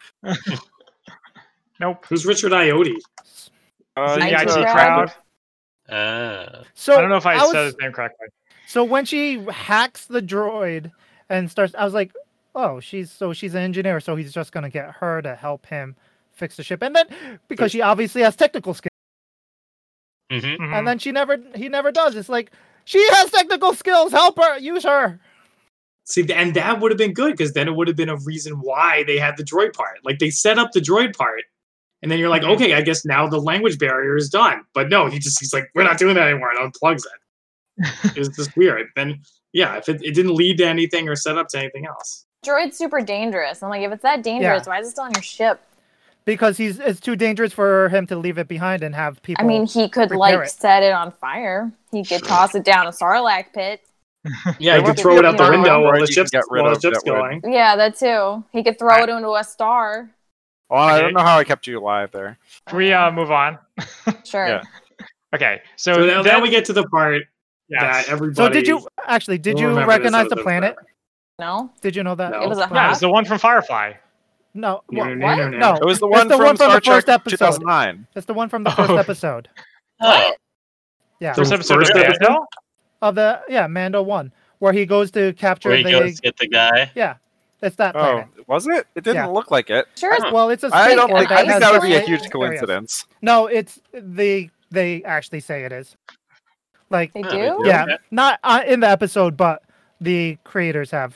[SPEAKER 1] Nope. E
[SPEAKER 4] Who's Richard Iotti?
[SPEAKER 3] Uh,
[SPEAKER 1] The
[SPEAKER 2] I
[SPEAKER 3] he's
[SPEAKER 1] IT
[SPEAKER 2] tried.
[SPEAKER 3] a-
[SPEAKER 1] crowd.
[SPEAKER 6] Ah.
[SPEAKER 5] so
[SPEAKER 1] I don't know if I,
[SPEAKER 5] was,
[SPEAKER 1] said his name correctly.
[SPEAKER 5] So when she hacks the droid and starts, I was like, oh, she's so she's an engineer, so he's just gonna get her to help him fix the ship, and then because she obviously has technical skills.
[SPEAKER 6] Mhm.
[SPEAKER 1] Mhm.
[SPEAKER 5] and then she never he never does. It's like she has technical skills. Help her, use her.
[SPEAKER 4] See, and that would have been good because then it would have been a reason why they had the droid part. Like they set up the droid part, and then you're like,
[SPEAKER 1] Mhm.
[SPEAKER 4] okay, I guess now the language barrier is done. But no, he just he's like, we're not doing that anymore, and unplugs it. it's just weird. Then yeah, if it, it didn't lead to anything or set up to anything else.
[SPEAKER 2] Droid's super dangerous. I'm like, if it's that dangerous, why is it still on your ship?
[SPEAKER 5] because he's it's too dangerous for him to leave it behind and have people.
[SPEAKER 2] I mean, he could
[SPEAKER 5] repair
[SPEAKER 2] like
[SPEAKER 5] it.
[SPEAKER 2] set it on fire. He could toss it down a sarlacc pit.
[SPEAKER 4] Yeah, you
[SPEAKER 3] There
[SPEAKER 4] could
[SPEAKER 3] must
[SPEAKER 4] throw
[SPEAKER 3] be
[SPEAKER 4] it
[SPEAKER 2] a
[SPEAKER 4] out the
[SPEAKER 2] third
[SPEAKER 4] window
[SPEAKER 3] droid
[SPEAKER 4] while
[SPEAKER 3] you
[SPEAKER 4] the
[SPEAKER 3] can
[SPEAKER 4] ship's,
[SPEAKER 3] get rid
[SPEAKER 4] while the
[SPEAKER 3] of that
[SPEAKER 4] ship's
[SPEAKER 3] would-
[SPEAKER 4] going.
[SPEAKER 2] Yeah, that too. He could throw it into a star.
[SPEAKER 3] Well, Oh, I don't know how I kept you alive there.
[SPEAKER 1] Can we uh, move on?
[SPEAKER 2] Sure.
[SPEAKER 3] Yeah.
[SPEAKER 1] Okay, so,
[SPEAKER 4] So now, now
[SPEAKER 1] that-
[SPEAKER 4] we get to the part
[SPEAKER 1] yes.
[SPEAKER 4] that everybody.
[SPEAKER 5] so did you actually? Did
[SPEAKER 4] We'll
[SPEAKER 5] you
[SPEAKER 4] remember this
[SPEAKER 5] recognize the
[SPEAKER 4] episode
[SPEAKER 5] planet?
[SPEAKER 2] No.
[SPEAKER 5] Did you know that?
[SPEAKER 4] No.
[SPEAKER 2] It was a
[SPEAKER 1] Yeah,
[SPEAKER 2] hot.
[SPEAKER 1] it's the one from Firefly.
[SPEAKER 5] No,
[SPEAKER 4] No,
[SPEAKER 6] Mm-hmm.
[SPEAKER 5] wha-
[SPEAKER 4] no,
[SPEAKER 2] what?
[SPEAKER 4] no, no.
[SPEAKER 5] No.
[SPEAKER 3] It was the
[SPEAKER 5] That's
[SPEAKER 3] one,
[SPEAKER 5] the
[SPEAKER 3] from,
[SPEAKER 5] one from
[SPEAKER 3] Star
[SPEAKER 5] the first
[SPEAKER 3] Trek
[SPEAKER 5] episode.
[SPEAKER 3] 2009.
[SPEAKER 5] It's the one from the
[SPEAKER 1] Oh.
[SPEAKER 5] first episode
[SPEAKER 6] Oh,
[SPEAKER 5] Yeah.
[SPEAKER 1] First
[SPEAKER 4] The
[SPEAKER 1] episode
[SPEAKER 4] first
[SPEAKER 1] of
[SPEAKER 4] episode?
[SPEAKER 1] Mando.
[SPEAKER 5] of the yeah Mando one where he goes to capture
[SPEAKER 6] where he
[SPEAKER 5] the.
[SPEAKER 6] goes to get the guy.
[SPEAKER 5] It's that
[SPEAKER 3] Oh,
[SPEAKER 5] planet.
[SPEAKER 3] was it? It didn't
[SPEAKER 5] Yeah.
[SPEAKER 3] look like it.
[SPEAKER 2] Sure. it's-
[SPEAKER 5] Well, it's a.
[SPEAKER 3] I
[SPEAKER 5] space
[SPEAKER 3] don't
[SPEAKER 5] planet
[SPEAKER 3] think. I think
[SPEAKER 5] has
[SPEAKER 3] that would be a
[SPEAKER 5] different
[SPEAKER 3] huge
[SPEAKER 5] areas.
[SPEAKER 3] coincidence.
[SPEAKER 5] No, it's the they actually say it is. Like
[SPEAKER 2] They
[SPEAKER 6] Oh,
[SPEAKER 2] do?
[SPEAKER 6] they
[SPEAKER 5] yeah,
[SPEAKER 6] Okay.
[SPEAKER 5] not uh, in the episode, but the creators have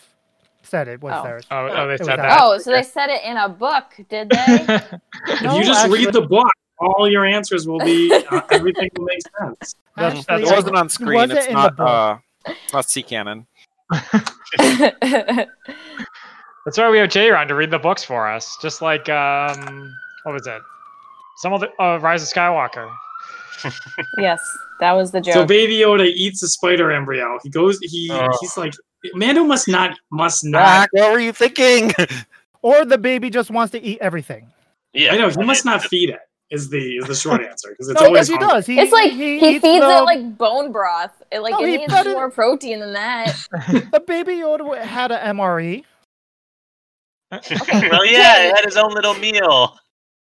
[SPEAKER 5] said it was
[SPEAKER 2] Oh.
[SPEAKER 5] theirs.
[SPEAKER 1] Oh, oh, they
[SPEAKER 5] It was
[SPEAKER 1] said that.
[SPEAKER 5] that.
[SPEAKER 2] Oh, so they said it in a book, did they?
[SPEAKER 4] If
[SPEAKER 5] No,
[SPEAKER 4] you just
[SPEAKER 5] actually-
[SPEAKER 4] read the book, all your answers will be uh, everything will make sense.
[SPEAKER 5] Actually,
[SPEAKER 1] That's-
[SPEAKER 3] It
[SPEAKER 1] Yeah.
[SPEAKER 3] wasn't on screen.
[SPEAKER 5] wasn't
[SPEAKER 3] it's
[SPEAKER 5] in the
[SPEAKER 3] not.
[SPEAKER 5] book.
[SPEAKER 3] Uh, it's not sea cannon.
[SPEAKER 1] That's why we have J Ron to read the books for us. Just like um, what was it? Some of the uh, Rise of Skywalker.
[SPEAKER 2] yes, that was the
[SPEAKER 4] So
[SPEAKER 2] joke.
[SPEAKER 4] Baby Yoda eats a spider embryo. He goes. He
[SPEAKER 6] Oh.
[SPEAKER 4] he's like Mando must not must not.
[SPEAKER 3] Zach, what were you thinking?
[SPEAKER 5] or the baby just wants to eat everything.
[SPEAKER 6] Yeah,
[SPEAKER 4] I know he must not feed it. Is the is the short answer because it's
[SPEAKER 5] no,
[SPEAKER 4] always
[SPEAKER 5] yes, he
[SPEAKER 4] hungry.
[SPEAKER 5] does. He,
[SPEAKER 2] it's like
[SPEAKER 5] he,
[SPEAKER 2] he,
[SPEAKER 5] eats
[SPEAKER 2] feeds
[SPEAKER 5] the,
[SPEAKER 2] it like bone broth. It like
[SPEAKER 5] No,
[SPEAKER 2] it
[SPEAKER 5] he
[SPEAKER 2] needs
[SPEAKER 5] fed it-
[SPEAKER 2] more protein than that.
[SPEAKER 5] the baby Yoda had an MRE.
[SPEAKER 6] well, yeah, he had his own little meal.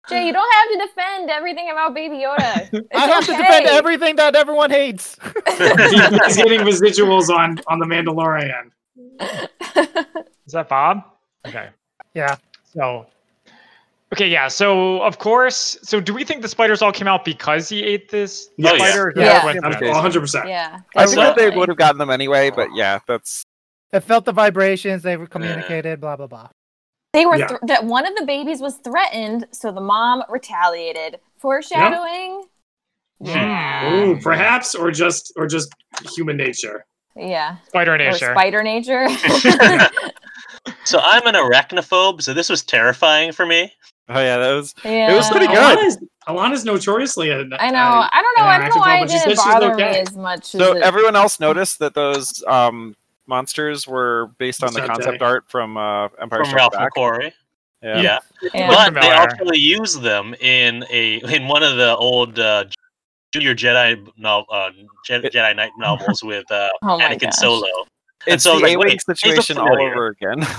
[SPEAKER 2] Jay, you don't have to defend everything about Baby Yoda. It's
[SPEAKER 5] I have to
[SPEAKER 2] okay.
[SPEAKER 5] defend everything that everyone hates.
[SPEAKER 4] He- he's getting residuals on on the Mandalorian.
[SPEAKER 1] Is that Bob? Okay.
[SPEAKER 5] Yeah.
[SPEAKER 1] So. Okay, yeah. So of course, so do we think the spiders all came out because he ate this
[SPEAKER 4] Yes.
[SPEAKER 1] spider? or did
[SPEAKER 2] Yeah.
[SPEAKER 1] it went
[SPEAKER 3] Yeah.
[SPEAKER 1] through?
[SPEAKER 3] Okay.
[SPEAKER 4] One hundred percent.
[SPEAKER 2] Yeah.
[SPEAKER 3] I think that they
[SPEAKER 2] definitely.
[SPEAKER 3] would have gotten them anyway, but yeah, that's
[SPEAKER 5] They felt the vibrations. They were communicated. Blah blah blah.
[SPEAKER 2] They were
[SPEAKER 4] Yeah.
[SPEAKER 2] thr- that one of the babies was threatened, so the mom retaliated. Foreshadowing. Yeah.
[SPEAKER 4] Ooh, perhaps or just or just human nature.
[SPEAKER 2] Yeah.
[SPEAKER 1] Spider
[SPEAKER 2] Or
[SPEAKER 1] nature.
[SPEAKER 2] spider nature.
[SPEAKER 6] So I'm an arachnophobe, so this was terrifying for me.
[SPEAKER 3] oh yeah, that was
[SPEAKER 2] yeah.
[SPEAKER 3] it was pretty good.
[SPEAKER 4] Alana's, Alana's notoriously. A,
[SPEAKER 2] I know. I don't know. I don't know why
[SPEAKER 4] Arachnophobe,
[SPEAKER 2] it
[SPEAKER 4] she said
[SPEAKER 2] didn't
[SPEAKER 4] she's
[SPEAKER 2] bother me
[SPEAKER 4] okay.
[SPEAKER 2] as much. as
[SPEAKER 3] So
[SPEAKER 2] it-
[SPEAKER 3] everyone else noticed that those um, monsters were based on the
[SPEAKER 4] Machete.
[SPEAKER 3] concept art from uh, Empire
[SPEAKER 6] from
[SPEAKER 3] Strikes
[SPEAKER 6] Ralph
[SPEAKER 3] Back.
[SPEAKER 6] McQuarrie.
[SPEAKER 3] Yeah.
[SPEAKER 6] yeah.
[SPEAKER 2] Yeah.
[SPEAKER 6] but they
[SPEAKER 1] familiar.
[SPEAKER 6] also use them in a in one of the old uh, Junior Jedi no, uh, Je-
[SPEAKER 3] It-
[SPEAKER 6] Jedi Knight novels with uh,
[SPEAKER 2] Oh my
[SPEAKER 6] Anakin
[SPEAKER 2] gosh.
[SPEAKER 6] Solo. And
[SPEAKER 3] It's
[SPEAKER 6] so I was
[SPEAKER 3] the
[SPEAKER 6] like,
[SPEAKER 3] A-wing
[SPEAKER 6] wait, these are
[SPEAKER 3] situation all
[SPEAKER 6] familiar.
[SPEAKER 3] over again.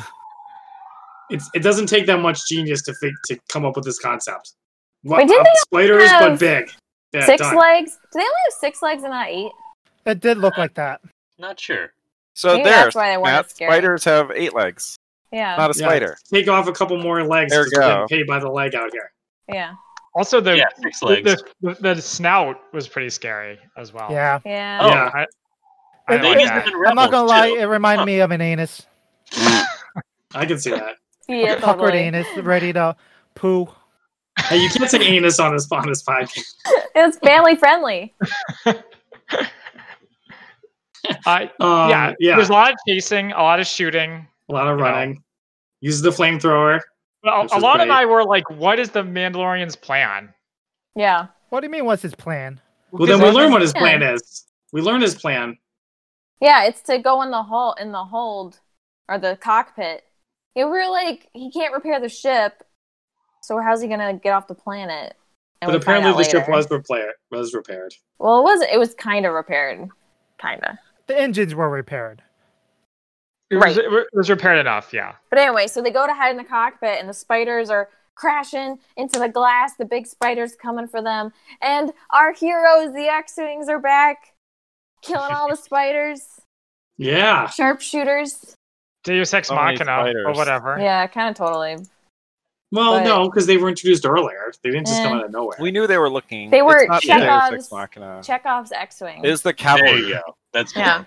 [SPEAKER 4] It's, it doesn't take that much genius to fig- to come up with this concept. What,
[SPEAKER 2] Wait, didn't they
[SPEAKER 4] spiders, but
[SPEAKER 2] have
[SPEAKER 4] big. Yeah,
[SPEAKER 2] six
[SPEAKER 4] done.
[SPEAKER 2] legs. Do they only have six legs and not eight?
[SPEAKER 5] It did look like that.
[SPEAKER 6] Not sure.
[SPEAKER 3] So
[SPEAKER 2] Maybe
[SPEAKER 3] there,
[SPEAKER 2] that's why they weren't
[SPEAKER 3] Matt,
[SPEAKER 2] as scary.
[SPEAKER 3] spiders have eight legs,
[SPEAKER 2] Yeah.
[SPEAKER 3] not a
[SPEAKER 4] Yeah.
[SPEAKER 3] spider.
[SPEAKER 4] Take off a couple more legs.
[SPEAKER 3] There
[SPEAKER 4] 'cause
[SPEAKER 3] we
[SPEAKER 4] we're
[SPEAKER 3] go.
[SPEAKER 4] getting paid by the leg out here.
[SPEAKER 2] yeah.
[SPEAKER 1] Also, the,
[SPEAKER 6] yeah, six
[SPEAKER 1] the,
[SPEAKER 6] legs.
[SPEAKER 1] the the snout was pretty scary as well.
[SPEAKER 5] Yeah.
[SPEAKER 2] Yeah.
[SPEAKER 6] Oh,
[SPEAKER 4] yeah.
[SPEAKER 1] I
[SPEAKER 5] They
[SPEAKER 1] like
[SPEAKER 5] used
[SPEAKER 1] that.
[SPEAKER 5] I'm not gonna lie. It reminded me of an anus,
[SPEAKER 4] I can see that.
[SPEAKER 2] Yeah,
[SPEAKER 5] puckered
[SPEAKER 2] totally.
[SPEAKER 5] anus, ready to poo.
[SPEAKER 4] Hey, you can't say anus on this on this podcast.
[SPEAKER 2] It's family friendly.
[SPEAKER 1] Uh, yeah,
[SPEAKER 4] Um, yeah, yeah.
[SPEAKER 1] There's a lot of chasing, a lot of shooting.
[SPEAKER 4] A lot of running. Uses the flamethrower.
[SPEAKER 1] Well,
[SPEAKER 4] Which
[SPEAKER 1] a
[SPEAKER 4] is
[SPEAKER 1] lot and
[SPEAKER 4] great.
[SPEAKER 1] I were like, "What is the Mandalorian's plan?"
[SPEAKER 2] Yeah.
[SPEAKER 5] What do you mean? What's his plan?
[SPEAKER 4] Well, then we learn what his
[SPEAKER 2] Yeah.
[SPEAKER 4] plan is. We learn his plan.
[SPEAKER 2] Yeah, it's to go in the hole in the hold or the cockpit. Yeah, we were like, he can't repair the ship, so how's he gonna get off the planet? And
[SPEAKER 4] but
[SPEAKER 2] we find
[SPEAKER 4] apparently
[SPEAKER 2] out
[SPEAKER 4] the ship
[SPEAKER 2] later.
[SPEAKER 4] was repaired. Was repaired.
[SPEAKER 2] Well, it was. It was kind of repaired, kinda.
[SPEAKER 5] The engines were repaired.
[SPEAKER 1] It was,
[SPEAKER 2] Right.
[SPEAKER 1] it wa- it was repaired enough. Yeah.
[SPEAKER 2] But anyway, so they go to hide in the cockpit, and the spiders are crashing into the glass. The big spiders coming for them, and our heroes, the X-wings, are back, killing all the spiders,
[SPEAKER 4] Yeah.
[SPEAKER 2] sharpshooters.
[SPEAKER 1] Deus Ex
[SPEAKER 3] So many
[SPEAKER 1] Machina or
[SPEAKER 3] spiders.
[SPEAKER 1] whatever.
[SPEAKER 2] Yeah, kind of totally.
[SPEAKER 4] Well,
[SPEAKER 2] But-
[SPEAKER 4] no, because they were introduced earlier. They didn't just
[SPEAKER 2] Eh.
[SPEAKER 4] come out of nowhere.
[SPEAKER 3] We knew they were looking.
[SPEAKER 2] They were
[SPEAKER 3] It's not the Deus Ex
[SPEAKER 2] Chekhov's-
[SPEAKER 3] Machina.
[SPEAKER 2] Chekhov's X-wing.
[SPEAKER 3] It is the
[SPEAKER 6] There you
[SPEAKER 3] cavalry.
[SPEAKER 6] go. That's
[SPEAKER 2] yeah.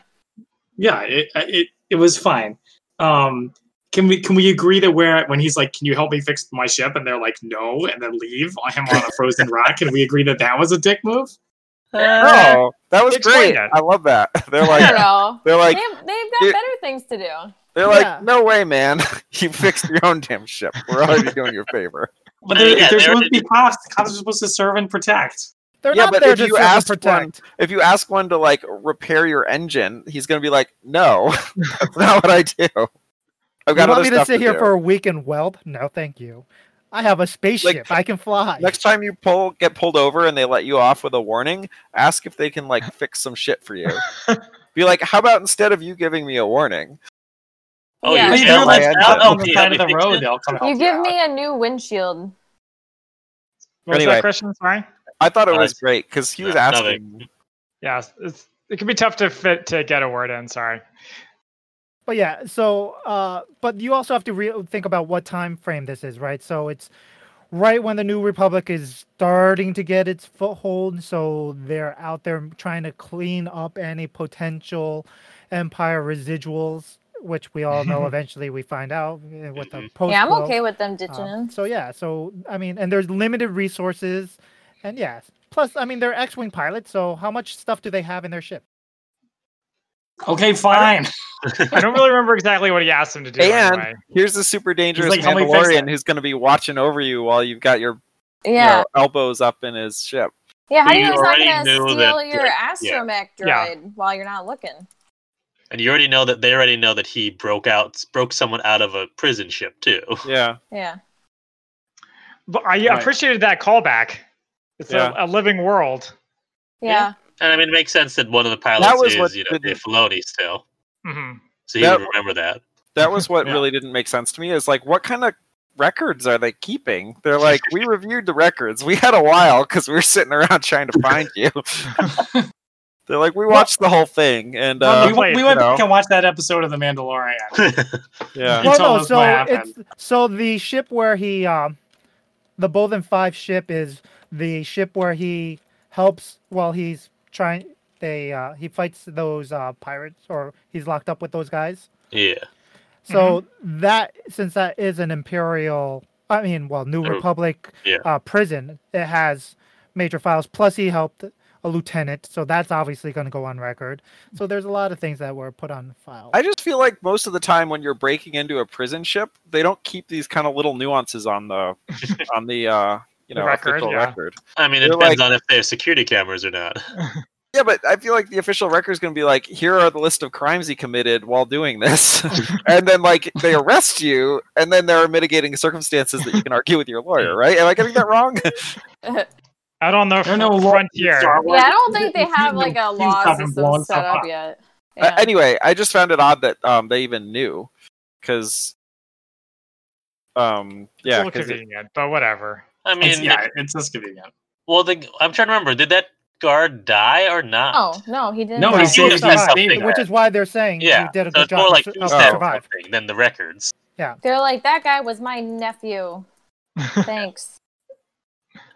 [SPEAKER 4] yeah, it it, it uh, was fine. Um, can we can we agree that we're when he's like, "Can you help me fix my ship?" and they're like, "No," and then leave him on a frozen rock? Can we agree that that was a dick move?
[SPEAKER 1] Uh,
[SPEAKER 3] Oh, that was
[SPEAKER 1] Explain
[SPEAKER 3] great.
[SPEAKER 1] that.
[SPEAKER 3] I love that. They're
[SPEAKER 2] I don't
[SPEAKER 3] like,
[SPEAKER 2] know.
[SPEAKER 3] they're like,
[SPEAKER 2] they've, they've got
[SPEAKER 3] it-
[SPEAKER 2] better things to do.
[SPEAKER 3] they're like,
[SPEAKER 5] Yeah.
[SPEAKER 3] no way, man. you fixed your own damn ship. We're already doing you a favor.
[SPEAKER 4] But they're,
[SPEAKER 6] Yeah,
[SPEAKER 4] if they're
[SPEAKER 6] they
[SPEAKER 4] supposed to
[SPEAKER 6] already
[SPEAKER 4] be cops. Cops are supposed to serve and protect.
[SPEAKER 5] They're
[SPEAKER 3] Yeah,
[SPEAKER 5] not
[SPEAKER 3] but
[SPEAKER 5] there
[SPEAKER 3] if
[SPEAKER 5] to
[SPEAKER 3] you
[SPEAKER 5] serve and
[SPEAKER 3] asked one-
[SPEAKER 5] protect.
[SPEAKER 3] If you ask one to like repair your engine, he's gonna be like, no, that's not what I do. I've got other
[SPEAKER 5] you want me to
[SPEAKER 3] stuff
[SPEAKER 5] sit here
[SPEAKER 3] do."
[SPEAKER 5] for a week and weld? No, thank you. I have a spaceship. I can fly.
[SPEAKER 3] Next time you pull get pulled over and they let you off with a warning, ask if they can like fix some shit for you. Be like, how about instead of you giving me a warning?
[SPEAKER 6] Oh,
[SPEAKER 2] Yeah.
[SPEAKER 4] Well,
[SPEAKER 6] you're
[SPEAKER 4] you
[SPEAKER 3] Yeah,
[SPEAKER 4] know,
[SPEAKER 3] my
[SPEAKER 4] that's
[SPEAKER 3] engine.
[SPEAKER 4] out on
[SPEAKER 6] Okay,
[SPEAKER 4] the side
[SPEAKER 6] we
[SPEAKER 4] of the
[SPEAKER 6] Oh, fixed
[SPEAKER 4] road.
[SPEAKER 6] it.
[SPEAKER 4] They'll come help
[SPEAKER 2] You give
[SPEAKER 4] out.
[SPEAKER 2] me a new windshield.
[SPEAKER 1] What was
[SPEAKER 3] Anyway.
[SPEAKER 1] that question? Sorry.
[SPEAKER 3] I thought it
[SPEAKER 6] Uh,
[SPEAKER 3] was great because he was
[SPEAKER 6] no, no, they-
[SPEAKER 3] asking.
[SPEAKER 1] Yeah, it's, it can be tough to fit to get a word in. Sorry.
[SPEAKER 5] But yeah, so uh, but you also have to re- think about what time frame this is, right? So it's right when the New Republic is starting to get its foothold, so they're out there trying to clean up any potential Empire residuals, which we all know eventually we find out eh, with the post.
[SPEAKER 2] Yeah, I'm okay with them ditching
[SPEAKER 5] Um,
[SPEAKER 2] him.
[SPEAKER 5] so yeah, so I mean, and there's limited resources, and yeah. Plus, I mean, they're X-wing pilots, so how much stuff do they have in their ship?
[SPEAKER 4] Okay, fine.
[SPEAKER 1] I don't really remember exactly what he asked him to do.
[SPEAKER 3] And-
[SPEAKER 1] anyway.
[SPEAKER 3] Here's the super dangerous
[SPEAKER 4] like, "Help me fix
[SPEAKER 3] Mandalorian
[SPEAKER 4] that."
[SPEAKER 3] who's gonna be watching over you while you've got your you
[SPEAKER 2] Yeah.
[SPEAKER 3] know, elbows up in his ship.
[SPEAKER 2] Yeah, how
[SPEAKER 6] So
[SPEAKER 2] do you
[SPEAKER 6] you
[SPEAKER 2] know it's not
[SPEAKER 6] already
[SPEAKER 2] going to
[SPEAKER 6] knew
[SPEAKER 2] steal
[SPEAKER 6] that,
[SPEAKER 2] your
[SPEAKER 6] like,
[SPEAKER 2] astromech
[SPEAKER 1] Yeah.
[SPEAKER 2] droid while you're not looking?
[SPEAKER 6] And you already know that they already know that he broke out, broke someone out of a prison ship too.
[SPEAKER 3] Yeah.
[SPEAKER 2] Yeah.
[SPEAKER 1] But I
[SPEAKER 4] Right.
[SPEAKER 1] appreciated that callback. It's
[SPEAKER 3] Yeah.
[SPEAKER 1] a, a living world.
[SPEAKER 2] Yeah.
[SPEAKER 6] And I mean, it makes sense that one of the pilots
[SPEAKER 3] That was
[SPEAKER 6] is,
[SPEAKER 3] what
[SPEAKER 6] you know,
[SPEAKER 3] the-
[SPEAKER 6] Dave Filoni still,
[SPEAKER 1] Mhm.
[SPEAKER 6] so he
[SPEAKER 3] That-
[SPEAKER 6] would remember that.
[SPEAKER 3] That was what
[SPEAKER 4] Yeah.
[SPEAKER 3] really didn't make sense to me is like what kind of records are they keeping? They're like, we reviewed the records. We had a while because we were sitting around trying to find you. They're like, we watched the whole thing and
[SPEAKER 1] Well,
[SPEAKER 3] uh,
[SPEAKER 4] we, we
[SPEAKER 3] you
[SPEAKER 4] went
[SPEAKER 3] know.
[SPEAKER 4] back and watched that episode of The Mandalorian.
[SPEAKER 3] yeah.
[SPEAKER 4] You told us
[SPEAKER 5] so
[SPEAKER 4] what happened.
[SPEAKER 5] so the ship where he, um, the Bolden Five ship is the ship where he helps while he's trying. They uh, he fights those uh, pirates, or he's locked up with those guys.
[SPEAKER 6] Yeah,
[SPEAKER 5] So
[SPEAKER 4] Mm-hmm.
[SPEAKER 5] that since that is an imperial, I mean, well, New
[SPEAKER 6] Oh,
[SPEAKER 5] Republic
[SPEAKER 6] yeah.
[SPEAKER 5] uh, prison, it has major files. Plus, he helped a lieutenant, so that's obviously going to go on record. So there's a lot of things that were put on file.
[SPEAKER 3] I just feel like most of the time when you're breaking into a prison ship, they don't keep these kind of little nuances on the on the uh you
[SPEAKER 1] The
[SPEAKER 3] know
[SPEAKER 1] record,
[SPEAKER 3] official
[SPEAKER 1] yeah.
[SPEAKER 3] record.
[SPEAKER 6] I mean, it
[SPEAKER 3] You're
[SPEAKER 6] depends on if they have security cameras or not.
[SPEAKER 3] Yeah, but I feel like the official record's going to be like, here are the list of crimes he committed while doing this, and then like they arrest you, and then there are mitigating circumstances that you can argue with your lawyer, right? Am I getting that wrong?
[SPEAKER 1] Out on the
[SPEAKER 4] There are no laws in
[SPEAKER 1] frontier.
[SPEAKER 4] Star Wars.
[SPEAKER 2] Yeah, I don't think they
[SPEAKER 4] You
[SPEAKER 2] have
[SPEAKER 4] know,
[SPEAKER 2] like a
[SPEAKER 4] you
[SPEAKER 2] law
[SPEAKER 4] haven't blown
[SPEAKER 2] system
[SPEAKER 4] stuff
[SPEAKER 2] set up yet.
[SPEAKER 3] Uh,
[SPEAKER 2] Yeah.
[SPEAKER 3] anyway, I just found it odd that um, they even knew, because, um,
[SPEAKER 1] It's a
[SPEAKER 3] yeah,
[SPEAKER 1] little
[SPEAKER 3] 'cause it-
[SPEAKER 1] convenient, but whatever.
[SPEAKER 6] I
[SPEAKER 4] It's-
[SPEAKER 6] mean,
[SPEAKER 4] yeah, it's just convenient.
[SPEAKER 6] well, the, I'm trying to remember. Did that guard die or not?
[SPEAKER 2] Oh, no, he didn't.
[SPEAKER 4] No,
[SPEAKER 5] he
[SPEAKER 4] he
[SPEAKER 5] saved
[SPEAKER 4] saved
[SPEAKER 5] his
[SPEAKER 4] us
[SPEAKER 5] life,
[SPEAKER 6] something.
[SPEAKER 5] which is why they're saying
[SPEAKER 6] Yeah,
[SPEAKER 5] you did a
[SPEAKER 6] so
[SPEAKER 5] good
[SPEAKER 6] it's more
[SPEAKER 5] job
[SPEAKER 6] like
[SPEAKER 5] to
[SPEAKER 6] he
[SPEAKER 5] su-
[SPEAKER 3] said
[SPEAKER 5] to
[SPEAKER 6] said
[SPEAKER 5] survive.
[SPEAKER 6] something than the records.
[SPEAKER 2] They're like, that guy was my nephew. Thanks.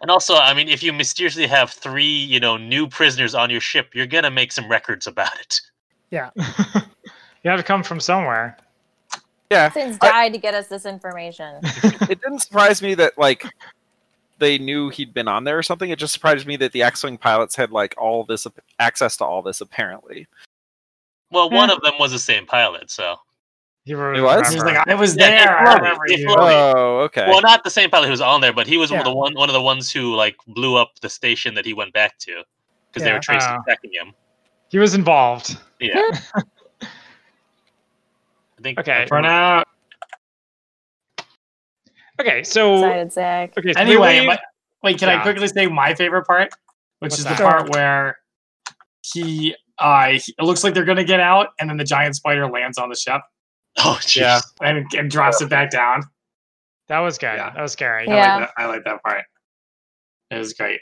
[SPEAKER 6] And also, I mean, if you mysteriously have three, you know, new prisoners on your ship, you're gonna make some records about it.
[SPEAKER 1] You have to come from somewhere.
[SPEAKER 3] yeah,
[SPEAKER 2] Since
[SPEAKER 3] I-
[SPEAKER 2] died to get us this information.
[SPEAKER 3] it didn't surprise me that like they knew he'd been on there or something. It just surprised me that the X-wing pilots had like all this ap- access to all this apparently.
[SPEAKER 6] Well, one of them was the same pilot, so
[SPEAKER 1] He really
[SPEAKER 3] It was?
[SPEAKER 1] remember.
[SPEAKER 4] He's like, I was
[SPEAKER 6] Yeah,
[SPEAKER 4] there.
[SPEAKER 6] they
[SPEAKER 4] I
[SPEAKER 6] floated.
[SPEAKER 4] remember
[SPEAKER 6] They
[SPEAKER 4] you.
[SPEAKER 6] floated.
[SPEAKER 3] Oh, okay.
[SPEAKER 6] well, not the same pilot who was on there, but he was one of
[SPEAKER 5] Yeah.
[SPEAKER 6] the one one of the ones who like blew up the station that he went back to because they
[SPEAKER 5] Yeah.
[SPEAKER 6] were tracing
[SPEAKER 1] Ah.
[SPEAKER 6] tracking him.
[SPEAKER 1] he was involved.
[SPEAKER 6] Yeah. I think
[SPEAKER 1] Okay.
[SPEAKER 4] Burn out.
[SPEAKER 1] Okay, so
[SPEAKER 2] Excited, Zach.
[SPEAKER 1] okay, so we
[SPEAKER 4] Anyway,
[SPEAKER 1] leave-
[SPEAKER 4] my, wait, can
[SPEAKER 1] Yeah.
[SPEAKER 4] I quickly say my favorite part, which
[SPEAKER 1] What's
[SPEAKER 4] is
[SPEAKER 1] that?
[SPEAKER 4] the part where he, uh, he- it looks like they're gonna get out, and then the giant spider lands on the ship
[SPEAKER 6] Oh, jeez.
[SPEAKER 3] Yeah.
[SPEAKER 4] and, and drops it back down.
[SPEAKER 1] that was good.
[SPEAKER 4] Yeah.
[SPEAKER 1] That was scary.
[SPEAKER 4] I
[SPEAKER 2] Yeah.
[SPEAKER 4] like that. I like that part. It was great.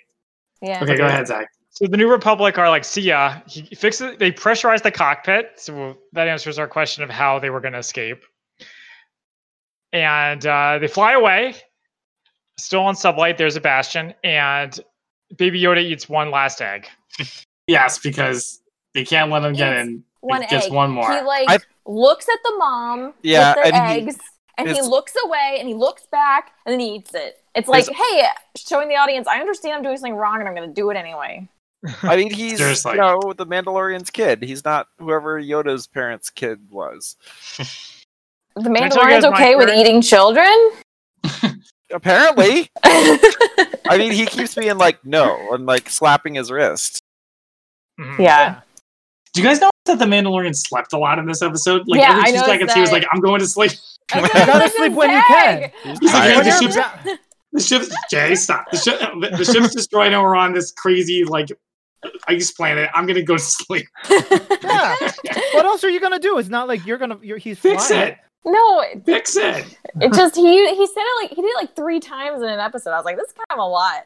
[SPEAKER 2] Yeah.
[SPEAKER 4] Okay, go ahead, Zach.
[SPEAKER 1] So the New Republic are like, see ya. He fixes. They pressurize the cockpit. So that answers our question of how they were going to escape. And uh, they fly away. Still on sublight. There's a bastion, and Baby Yoda eats one last egg.
[SPEAKER 4] Yes, because they can't let him get
[SPEAKER 2] Yes.
[SPEAKER 4] in.
[SPEAKER 2] One
[SPEAKER 4] Just
[SPEAKER 2] egg.
[SPEAKER 4] one more.
[SPEAKER 2] He like
[SPEAKER 3] I
[SPEAKER 2] looks at the mom with
[SPEAKER 3] Yeah,
[SPEAKER 2] their
[SPEAKER 3] and he-
[SPEAKER 2] eggs, and he
[SPEAKER 3] his-
[SPEAKER 2] looks away and he looks back and then he eats it. It's like, hey, showing the audience, I understand I'm doing something wrong and I'm going to do it anyway.
[SPEAKER 3] I mean, he's
[SPEAKER 4] Seriously.
[SPEAKER 3] you know the Mandalorian's kid. He's not whoever Yoda's parents' kid was.
[SPEAKER 2] The
[SPEAKER 1] I tell you guys
[SPEAKER 2] Mandalorian's
[SPEAKER 1] my
[SPEAKER 2] okay with
[SPEAKER 1] theory?
[SPEAKER 2] eating children?
[SPEAKER 3] Apparently,
[SPEAKER 2] yeah.
[SPEAKER 3] I mean, he keeps being like no and like slapping his wrist.
[SPEAKER 1] Mhm.
[SPEAKER 4] Do you guys know that the Mandalorian slept a lot in this episode? Like
[SPEAKER 2] Yeah,
[SPEAKER 4] every
[SPEAKER 2] I
[SPEAKER 4] two
[SPEAKER 2] noticed
[SPEAKER 4] seconds, he was
[SPEAKER 2] that.
[SPEAKER 4] like, "I'm going to sleep."
[SPEAKER 2] I
[SPEAKER 3] You
[SPEAKER 2] said,
[SPEAKER 5] gotta
[SPEAKER 2] "This
[SPEAKER 5] sleep
[SPEAKER 2] is
[SPEAKER 5] when you
[SPEAKER 2] Zach."
[SPEAKER 5] can.
[SPEAKER 4] He's like,
[SPEAKER 3] tired.
[SPEAKER 4] "When the
[SPEAKER 2] You're
[SPEAKER 4] ship's
[SPEAKER 5] back."
[SPEAKER 4] the ship's Jay, stop. The, ship, the, the ship's destroyed, and we're on this crazy like ice planet. I'm gonna go to sleep.
[SPEAKER 5] Yeah. what else are you gonna do? It's not like you're gonna. You're, he's
[SPEAKER 4] Fix
[SPEAKER 5] flying.
[SPEAKER 4] it.
[SPEAKER 2] No, it-
[SPEAKER 4] Fix it.
[SPEAKER 2] it just he he said it like he did it like three times in an episode. I was like, this is kind of a lot.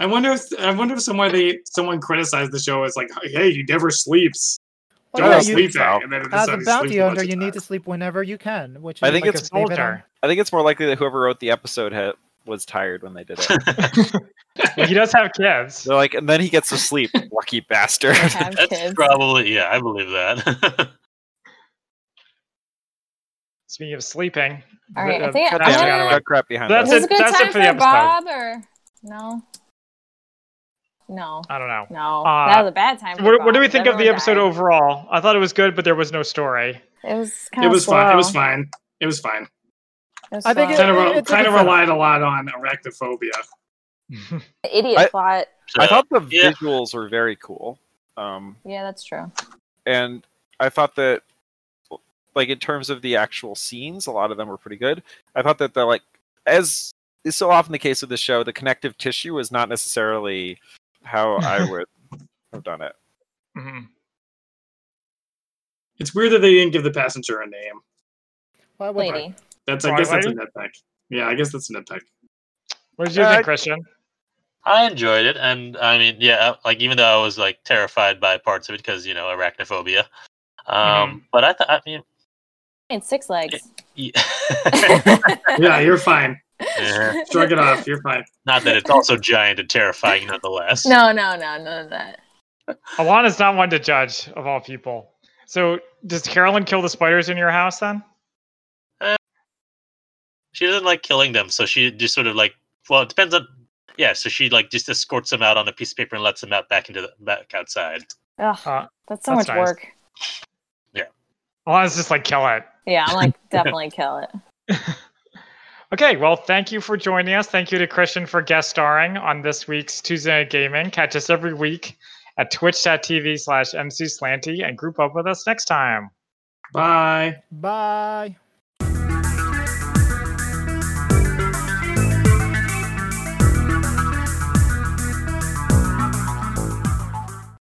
[SPEAKER 4] I wonder if I wonder if somewhere they someone criticized the show as like, "Hey, he never sleeps.
[SPEAKER 5] Well,
[SPEAKER 4] Don't
[SPEAKER 5] yeah, you-
[SPEAKER 4] sleep."
[SPEAKER 3] No.
[SPEAKER 4] back." And then in this
[SPEAKER 5] as a
[SPEAKER 4] episode, he
[SPEAKER 5] bounty
[SPEAKER 4] sleeps bunch
[SPEAKER 5] hunter,
[SPEAKER 4] of
[SPEAKER 5] you need
[SPEAKER 4] times.
[SPEAKER 5] to sleep whenever you can. Which
[SPEAKER 3] I
[SPEAKER 5] is
[SPEAKER 3] think
[SPEAKER 5] like
[SPEAKER 3] it's
[SPEAKER 5] a statement
[SPEAKER 1] bolder.
[SPEAKER 5] on-
[SPEAKER 3] I think it's more likely that whoever wrote the episode had, was tired when they did it.
[SPEAKER 1] He does have kids.
[SPEAKER 3] They're like, and then he gets to sleep, lucky bastard.
[SPEAKER 2] Have
[SPEAKER 6] That's
[SPEAKER 2] kids.
[SPEAKER 6] probably yeah. I believe that.
[SPEAKER 1] Speaking of sleeping.
[SPEAKER 2] All right, I
[SPEAKER 1] uh,
[SPEAKER 2] think
[SPEAKER 1] cut
[SPEAKER 2] I'm
[SPEAKER 1] that
[SPEAKER 2] gonna-
[SPEAKER 1] out of the way.
[SPEAKER 3] Got crap behind
[SPEAKER 1] That's
[SPEAKER 2] Is
[SPEAKER 1] it-
[SPEAKER 2] this
[SPEAKER 3] us.
[SPEAKER 2] a good
[SPEAKER 1] that's it
[SPEAKER 2] time
[SPEAKER 1] for
[SPEAKER 2] for,
[SPEAKER 1] the episode.
[SPEAKER 2] Bob or no? No,
[SPEAKER 1] I don't know.
[SPEAKER 2] no,
[SPEAKER 1] Uh,
[SPEAKER 2] that was a bad time. For
[SPEAKER 1] What, what do
[SPEAKER 2] Bob.
[SPEAKER 1] we think of the
[SPEAKER 2] Everyone
[SPEAKER 1] episode
[SPEAKER 2] died.
[SPEAKER 1] overall? I thought it was good, but there was no story.
[SPEAKER 2] It was kind
[SPEAKER 4] It
[SPEAKER 2] of
[SPEAKER 4] was
[SPEAKER 2] slow.
[SPEAKER 4] fine. It was fine. It was fine.
[SPEAKER 5] I think
[SPEAKER 2] it's
[SPEAKER 5] it-
[SPEAKER 4] Kind of
[SPEAKER 5] it's a good
[SPEAKER 4] kind of
[SPEAKER 5] setup.
[SPEAKER 4] relied a lot on arachnophobia.
[SPEAKER 2] idiot
[SPEAKER 3] I-
[SPEAKER 2] plot.
[SPEAKER 6] So,
[SPEAKER 3] I thought the
[SPEAKER 6] Yeah.
[SPEAKER 3] visuals were very cool. Um,
[SPEAKER 2] Yeah, that's true.
[SPEAKER 3] and I thought that like in terms of the actual scenes, a lot of them were pretty good. I thought that the like as is so often the case with this show, the connective tissue is not necessarily how I would have done it.
[SPEAKER 1] Mhm.
[SPEAKER 4] It's weird that they didn't give the passenger a name.
[SPEAKER 5] Why would
[SPEAKER 2] Lady.
[SPEAKER 4] That's I
[SPEAKER 1] Right,
[SPEAKER 4] guess that's a
[SPEAKER 1] lady?
[SPEAKER 4] nitpick. Yeah, I guess that's a nitpick.
[SPEAKER 1] What did you
[SPEAKER 3] Uh,
[SPEAKER 1] think, Christian?
[SPEAKER 6] I enjoyed it, and I mean, yeah, uh, like even though I was like terrified by parts of it because you know arachnophobia, um, but I thought I mean,
[SPEAKER 2] It's six legs.
[SPEAKER 6] yeah.
[SPEAKER 4] Yeah, you're fine.
[SPEAKER 6] Yeah.
[SPEAKER 4] Shrug it off. You're fine.
[SPEAKER 6] not that it's also giant and terrifying nonetheless.
[SPEAKER 2] No, no, no, none of that.
[SPEAKER 1] Alana's not one to judge, of all people. So, does Carolyn kill the spiders in your house then?
[SPEAKER 6] she doesn't like killing them, so she just sort of like well, it depends on yeah. So she like just escorts them out on a piece of paper and lets them out back into the back outside.
[SPEAKER 2] Ugh,
[SPEAKER 1] Uh,
[SPEAKER 2] that's so
[SPEAKER 1] that's
[SPEAKER 2] much
[SPEAKER 1] nice.
[SPEAKER 2] work.
[SPEAKER 1] Alana's just like, kill it.
[SPEAKER 2] Yeah, I'm like definitely kill it.
[SPEAKER 1] Okay, well, thank you for joining us. Thank you to Christian for guest starring on this week's Tuesday Night Gaming. Catch us every week at twitch.tv slash mcslanty and group up with us next time.
[SPEAKER 4] Bye.
[SPEAKER 5] Bye.